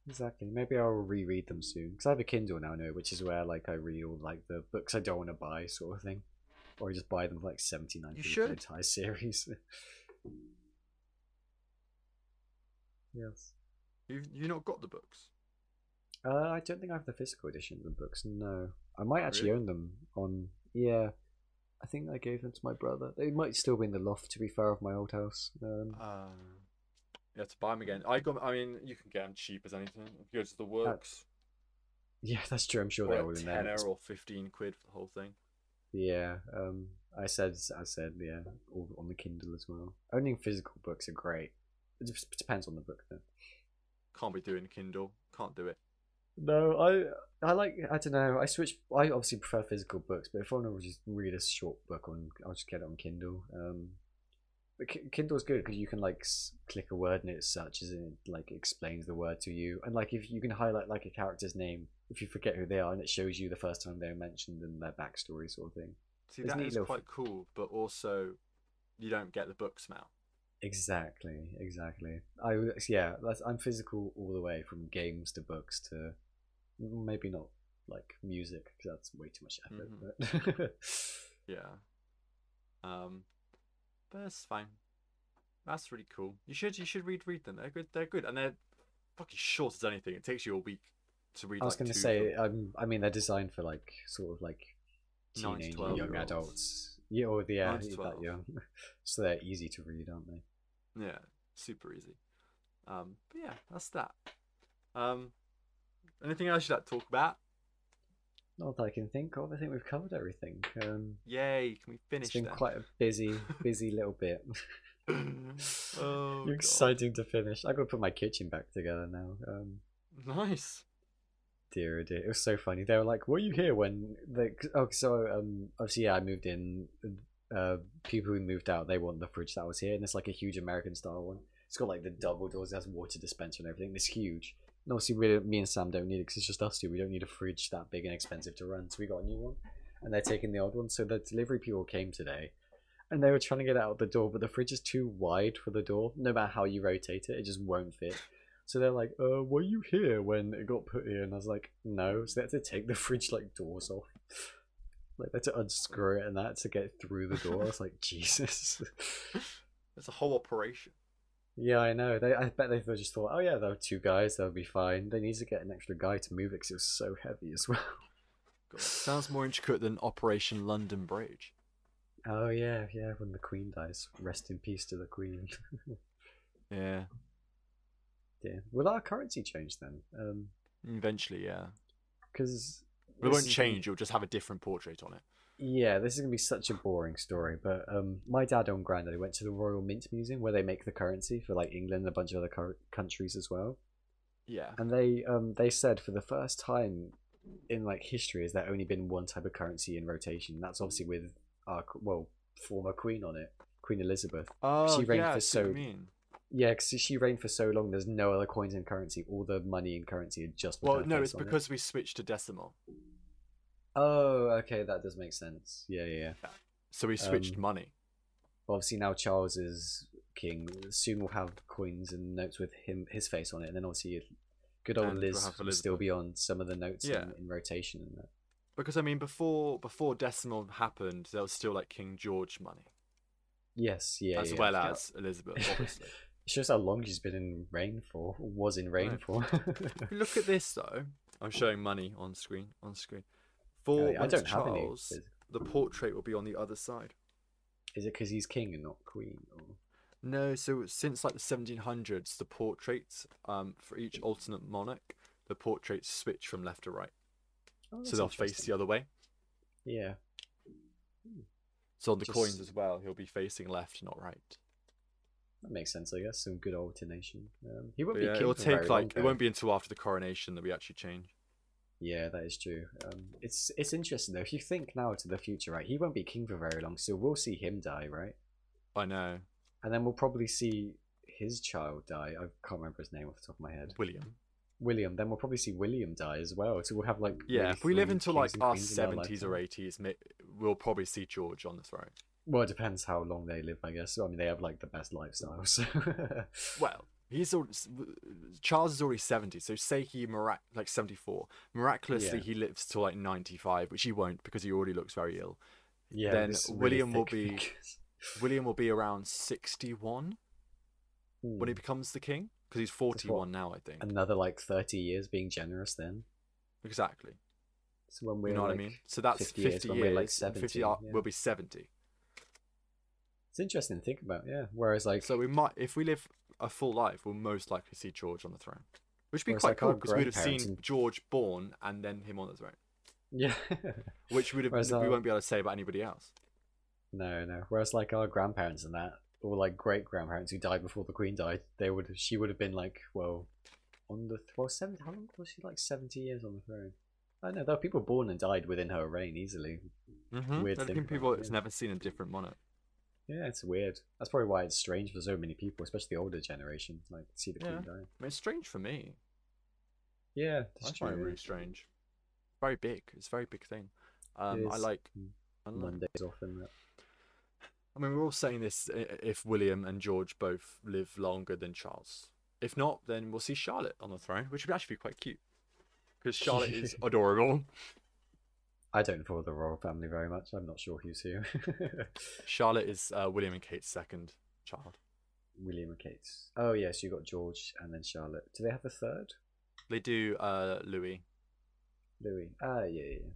exactly. Maybe I'll reread them soon because I have a Kindle now, no, which is where like I read all like the books I don't want to buy, sort of thing, or I just buy them for like seventy nine You for should. the entire series. yes. You you not got the books? Uh, I don't think I have the physical edition of the books. No, I might Oh, actually really? own them on. Yeah, I think I gave them to my brother. They might still be in the loft, to be fair, of my old house. Um, Um, you have to buy them again. I got. I mean, you can get them cheap as anything. If you go to the works, yeah, that's true. I'm sure for they're like all in there. tenner It's- or fifteen quid for the whole thing. Yeah. Um, I said, I said, yeah, all on the Kindle as well. Owning physical books are great. It just depends on the book, though. Can't be doing Kindle. Can't do it. No, I I like I don't know. I switch. I obviously prefer physical books, but if I want to just read a short book on, I'll just get it on Kindle. Um, but Ki- Kindle's good because you can like s- click a word and it searches and it, like explains the word to you. And like if you can highlight like a character's name if you forget who they are, and it shows you the first time they were mentioned and their backstory sort of thing. See, It's that neat is little- quite cool, but also you don't get the books now. Exactly, exactly. I w- yeah, that's, I'm physical all the way from games to books to maybe not like music because that's way too much effort. Mm-hmm. But Yeah. Um, but that's fine. That's really cool. You should you should read read them. They're good. They're good, and they're fucking short as anything. It takes you a week to read. I was like, gonna two of say, them. um, I mean, they're designed for like sort of like Nine to teenage 12 young year olds. adults. Yeah, or the yeah, Nine to that 12. young. so they're easy to read, aren't they? uh, yeah, super easy. Um, but yeah, that's that. Um, anything else you'd like to talk about? Not that I can think of. I think we've covered everything. Um, Yay! Can we finish? it's been then? quite a busy, busy little bit. oh, God. Exciting to finish. I've got to put my kitchen back together now. Um, Nice. dear, oh dear. It was so funny. They were like, "Were you here when?" Like, oh, so um, obviously, yeah, I moved in. Uh, people who moved out, they want the fridge that was here, and it's like a huge American style one. It's got like the double doors, it has water dispenser and everything. It's huge. And obviously, we, me and Sam don't need it because it's just us two. We don't need a fridge that big and expensive to run, so we got a new one. And they're taking the old one. So the delivery people came today, and they were trying to get it out the door, but the fridge is too wide for the door. No matter how you rotate it, it just won't fit. So they're like, uh, were you here when it got put here? And I was like, no. So they had to take the fridge like doors off. Like they had to unscrew it and that to get through the door. I was like, Jesus. It's a whole operation. yeah, I know. They, I bet they thought- just thought, oh yeah, there were two guys, they'll be fine. They need to get an extra guy to move it because it was so heavy as well. God, sounds more intricate than Operation London Bridge. Oh yeah, yeah. When the Queen dies, rest in peace to the Queen. Yeah. yeah. Will our currency change then? Um, Eventually, yeah. because It won't change. You'll just have a different portrait on it. Yeah, this is gonna be such a boring story, but um, my dad and granddad went to the Royal Mint Museum where they make the currency for like England and a bunch of other cur- countries as well. Yeah. And they um they said for the first time in like history has there only been one type of currency in rotation. That's obviously with our qu- well former queen on it, Queen Elizabeth. Oh, reigned yeah, for I see what so- you mean. Yeah, because she reigned for so long. There's no other coins in currency. All the money in currency had just. with Well, her no, face it's on it. because we switched to decimal. Oh, okay, that does make sense. Yeah, yeah, yeah. So we switched Um, money. Obviously now Charles is king. Soon we'll have coins and notes with him his face on it, and then obviously good old And we'll Liz have will still Elizabeth. be on some of the notes Yeah. in, in rotation and that. Because I mean, before before decimal happened, there was still like King George money, Yes, yeah, as yeah. well as Elizabeth. Obviously, It's just how long she's been in rain for, or was in rain Right. for. If you look at this though. I'm showing money on screen. On screen. For Yeah, yeah, I Winston don't have any Charles, physical. the portrait will be on the other side. Is it because he's king and not queen? Or... No, so since like the 1700s, the portraits um, for each alternate monarch, the portraits switch from left to right, Oh, that's so they'll face interesting. the other way. Yeah. So on the coins Just- as well, he'll be facing left, not right. That makes sense, I guess. Some good alternation. Um, he won't But be yeah, king it'll for take very long, like though. it won't be until after the coronation that we actually change. Yeah, that is true. Um, it's it's interesting though. If you think now to the future, right? He won't be king for very long, so we'll see him die, right? I know, And then we'll probably see his child die. I can't remember his name off the top of my head. William. William. Then we'll probably see William die as well. So we'll have like Yeah, maybe if we live three until like kings and our queens in our seventies or lifetime. eighties, we'll probably see George on the throne. Well, it depends how long they live, I guess. I mean, they have like the best lifestyle. So Well, he's al- s- w- Charles is already seventy, so say he mirac- like seventy four. Miraculously, Yeah. he lives to like ninety five, which he won't because he already looks very ill. yeah, Then this really William will thick be- fingers. William will be around sixty one when he Hmm. becomes the king because he's forty one now, I think. another like thirty years being generous. Then Exactly. so when we're You know what I like- mean? So that's 50 fifty years years. when we're, like, and 70, Fifty are- yeah. will be seventy. It's interesting to think about. Yeah. Whereas like So we might, if we live a full life, we'll most likely see George on the throne, which would be Whereas, quite like, cool our because we'd have grandparents seen and- George born and then him on the throne, yeah. which would have, Whereas we our- won't be able to say about anybody else. No, no. Whereas like our grandparents and that, or like great grandparents who died before the Queen died, they would she would have been like, well, on the well seven how long was she like seventy years on the throne? I don't know there were people born and died within her reign easily. Mm-hmm. Weird I thing think about people it, it's yeah. never seen a different monarch. Yeah, it's weird. That's probably why it's strange for so many people, especially the older generation, like to see the Yeah. Queen die. I mean, it's strange for me. Yeah, I that's find it true. really strange. Very big. It's a very big thing. Um, I is. like. Mm. I like- Mondays off and that. I mean, we're all saying this i- i- if William and George both live longer than Charles. If not, then we'll see Charlotte on the throne, which would actually be quite cute. Because Charlotte is adorable. I don't follow the royal family very much. I'm not sure who's who. Charlotte is uh, William and Kate's second child. William and Kate. Oh yes, you got George and then Charlotte. Do they have a third? They do uh, Louis. Louis. Ah, yeah, yeah. yeah.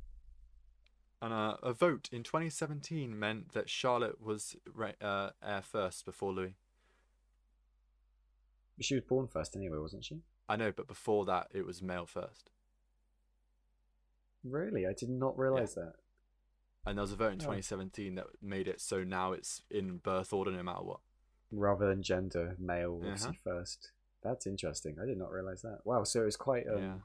And uh, a vote in 2017 meant that Charlotte was re- uh, heir first before Louis. But She was born first anyway, wasn't she? I know, but before that, it was male first. Really? I did not realise that. And there was a vote in Oh. 2017 that made it so now it's in birth order no matter what. Rather than gender, male obviously Uh-huh. first. That's interesting. I did not realise that. Wow, so it was quite um yeah.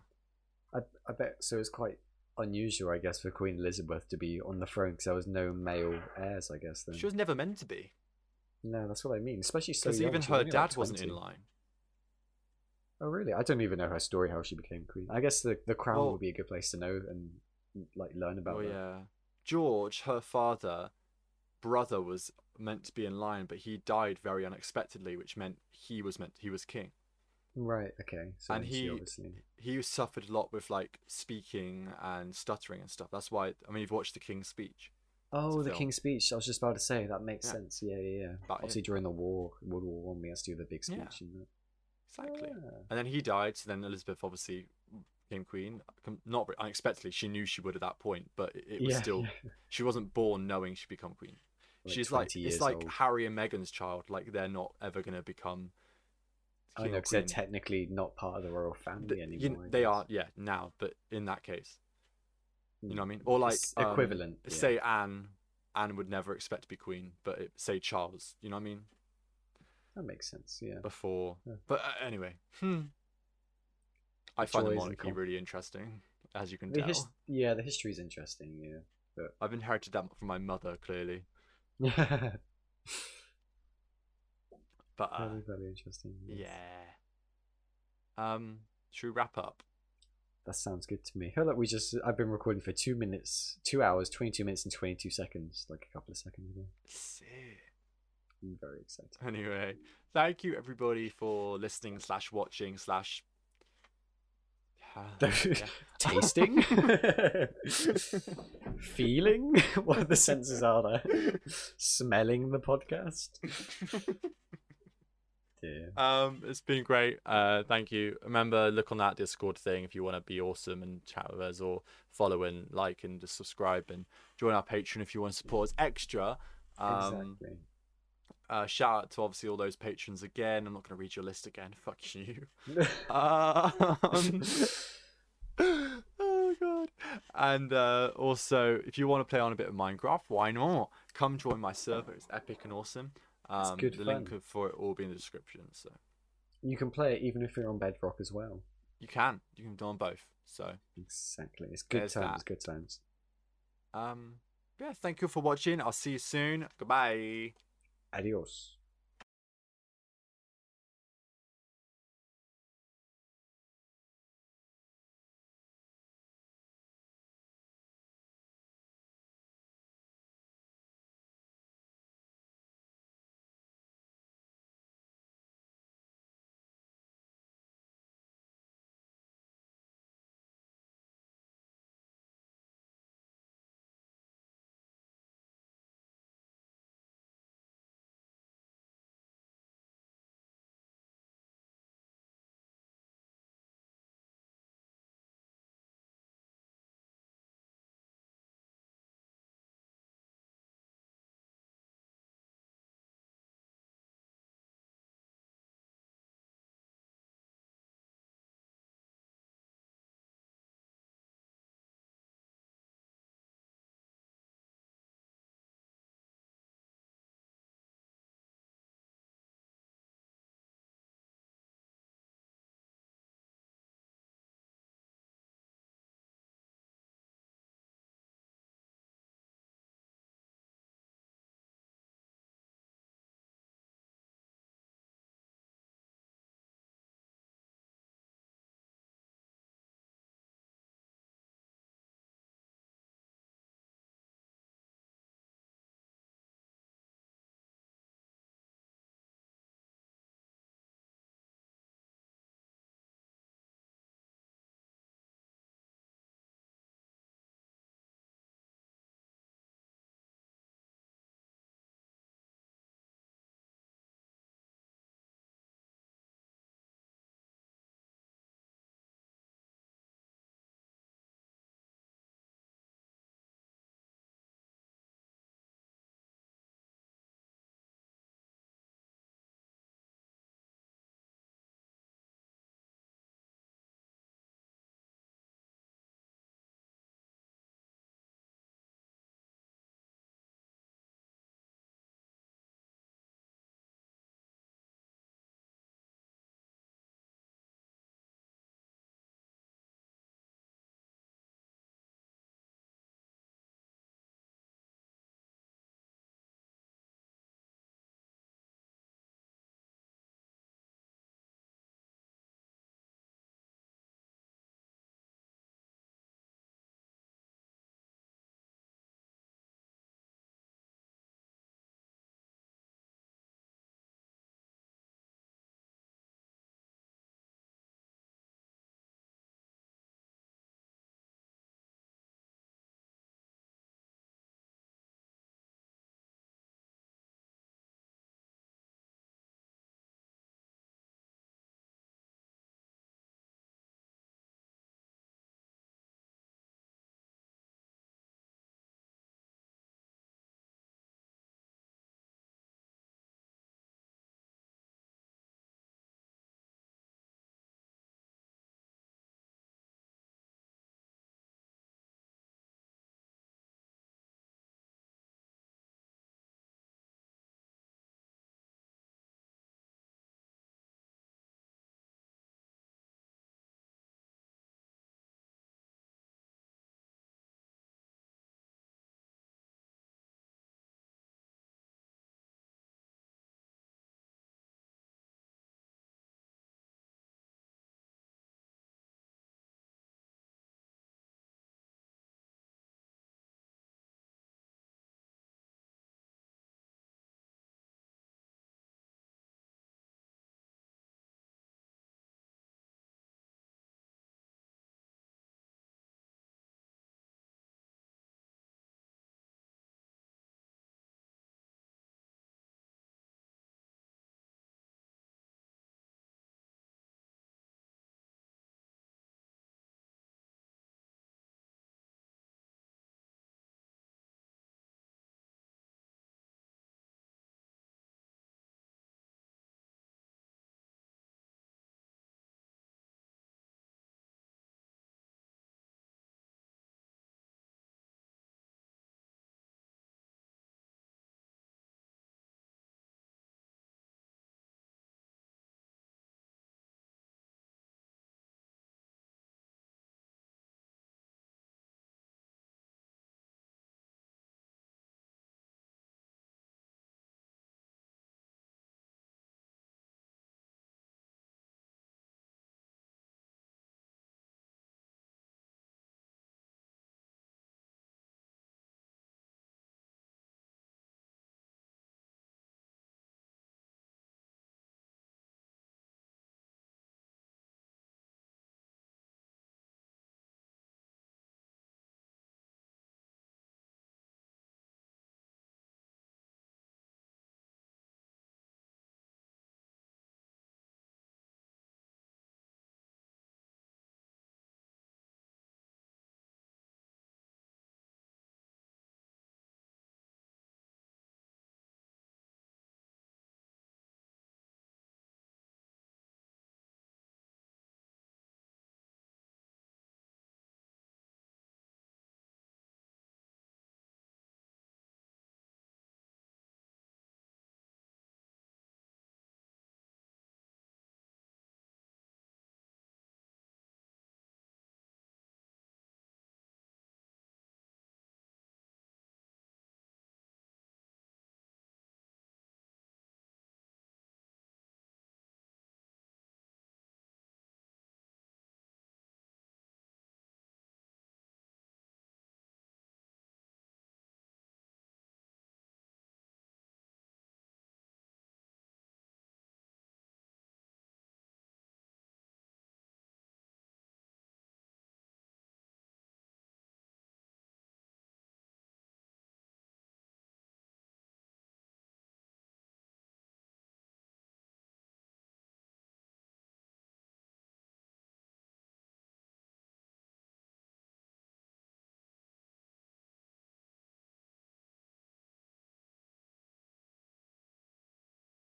I, I bet so it was quite unusual, I guess, for Queen Elizabeth to be on the throne because there was no male heirs, I guess then. She was never meant to be. No, that's what I mean. Especially so Because young, even she was her only, like, dad wasn't in 20. line. Oh really? I don't even know her story how she became queen. I guess the the crown Well- would be a good place to know and like learn about Oh, that. yeah. George, her father, brother, was meant to be in line, but he died very unexpectedly, which meant he was meant he was king. Right, okay. So and then she he obviously he suffered a lot with like speaking and stuttering and stuff. That's why I mean you've watched the King's Speech. Oh, the film. King's Speech. I was just about to say that makes Yeah. sense. Yeah, yeah, yeah. But Obviously, it- during the war, World War One, we had to do the big speech. Yeah. And that. Exactly. Ah. And then he died. So then Elizabeth obviously became queen. Com- Not very- unexpectedly, she knew she would at that point, but it, it was Yeah, still yeah. she wasn't born knowing she'd become queen. Like She's like 20 it's years like old. Harry and Meghan's child. Like they're not ever gonna become. I king know or 'cause they're queen. technically not part of the royal family Th- you anymore. kn- I they guess. are yeah now, but in that case, You know what I mean? Or like Hmm. It's um, equivalent, yeah. Say Anne. Anne would never expect to be queen, but it, say Charles. You know what I mean? That makes sense. Yeah. Before, Yeah. but uh, anyway, hmm. I find the Joys and monarchy con- really interesting, as you can The tell. his- yeah, the history's interesting. Yeah. I've inherited that from my mother, clearly. very, Uh, But uh, very interesting. yes. yeah. Um, should we wrap up? That sounds good to me. Oh, look, we just, I've been recording for two minutes, two hours, 22 minutes, and 22 seconds, like a couple of seconds ago. Sick. I'm very excited. Anyway, thank you everybody for listening slash watching slash. Ah, yeah. Tasting? Feeling? what are the senses are there? Smelling the podcast? yeah. Um, it's been great. Uh, thank you. Remember, look on that Discord thing if you want to be awesome and chat with us, or follow and like and just subscribe and join our Patreon if you want to support us extra. Um, Exactly. uh, shout out to obviously all those patrons again. I'm not going to read your list again. Fuck you. Um, oh god. And uh, also, if you want to play on a bit of Minecraft, why not? Come join my server. It's epic and awesome. Um, good the fun. link for it all will be in the description. So you can play it even if you're on Bedrock as well. you can, you can do on both. So Exactly. It's good There's times, that. good times. um, yeah, thank you for watching. I'll see you soon. Goodbye. Adios.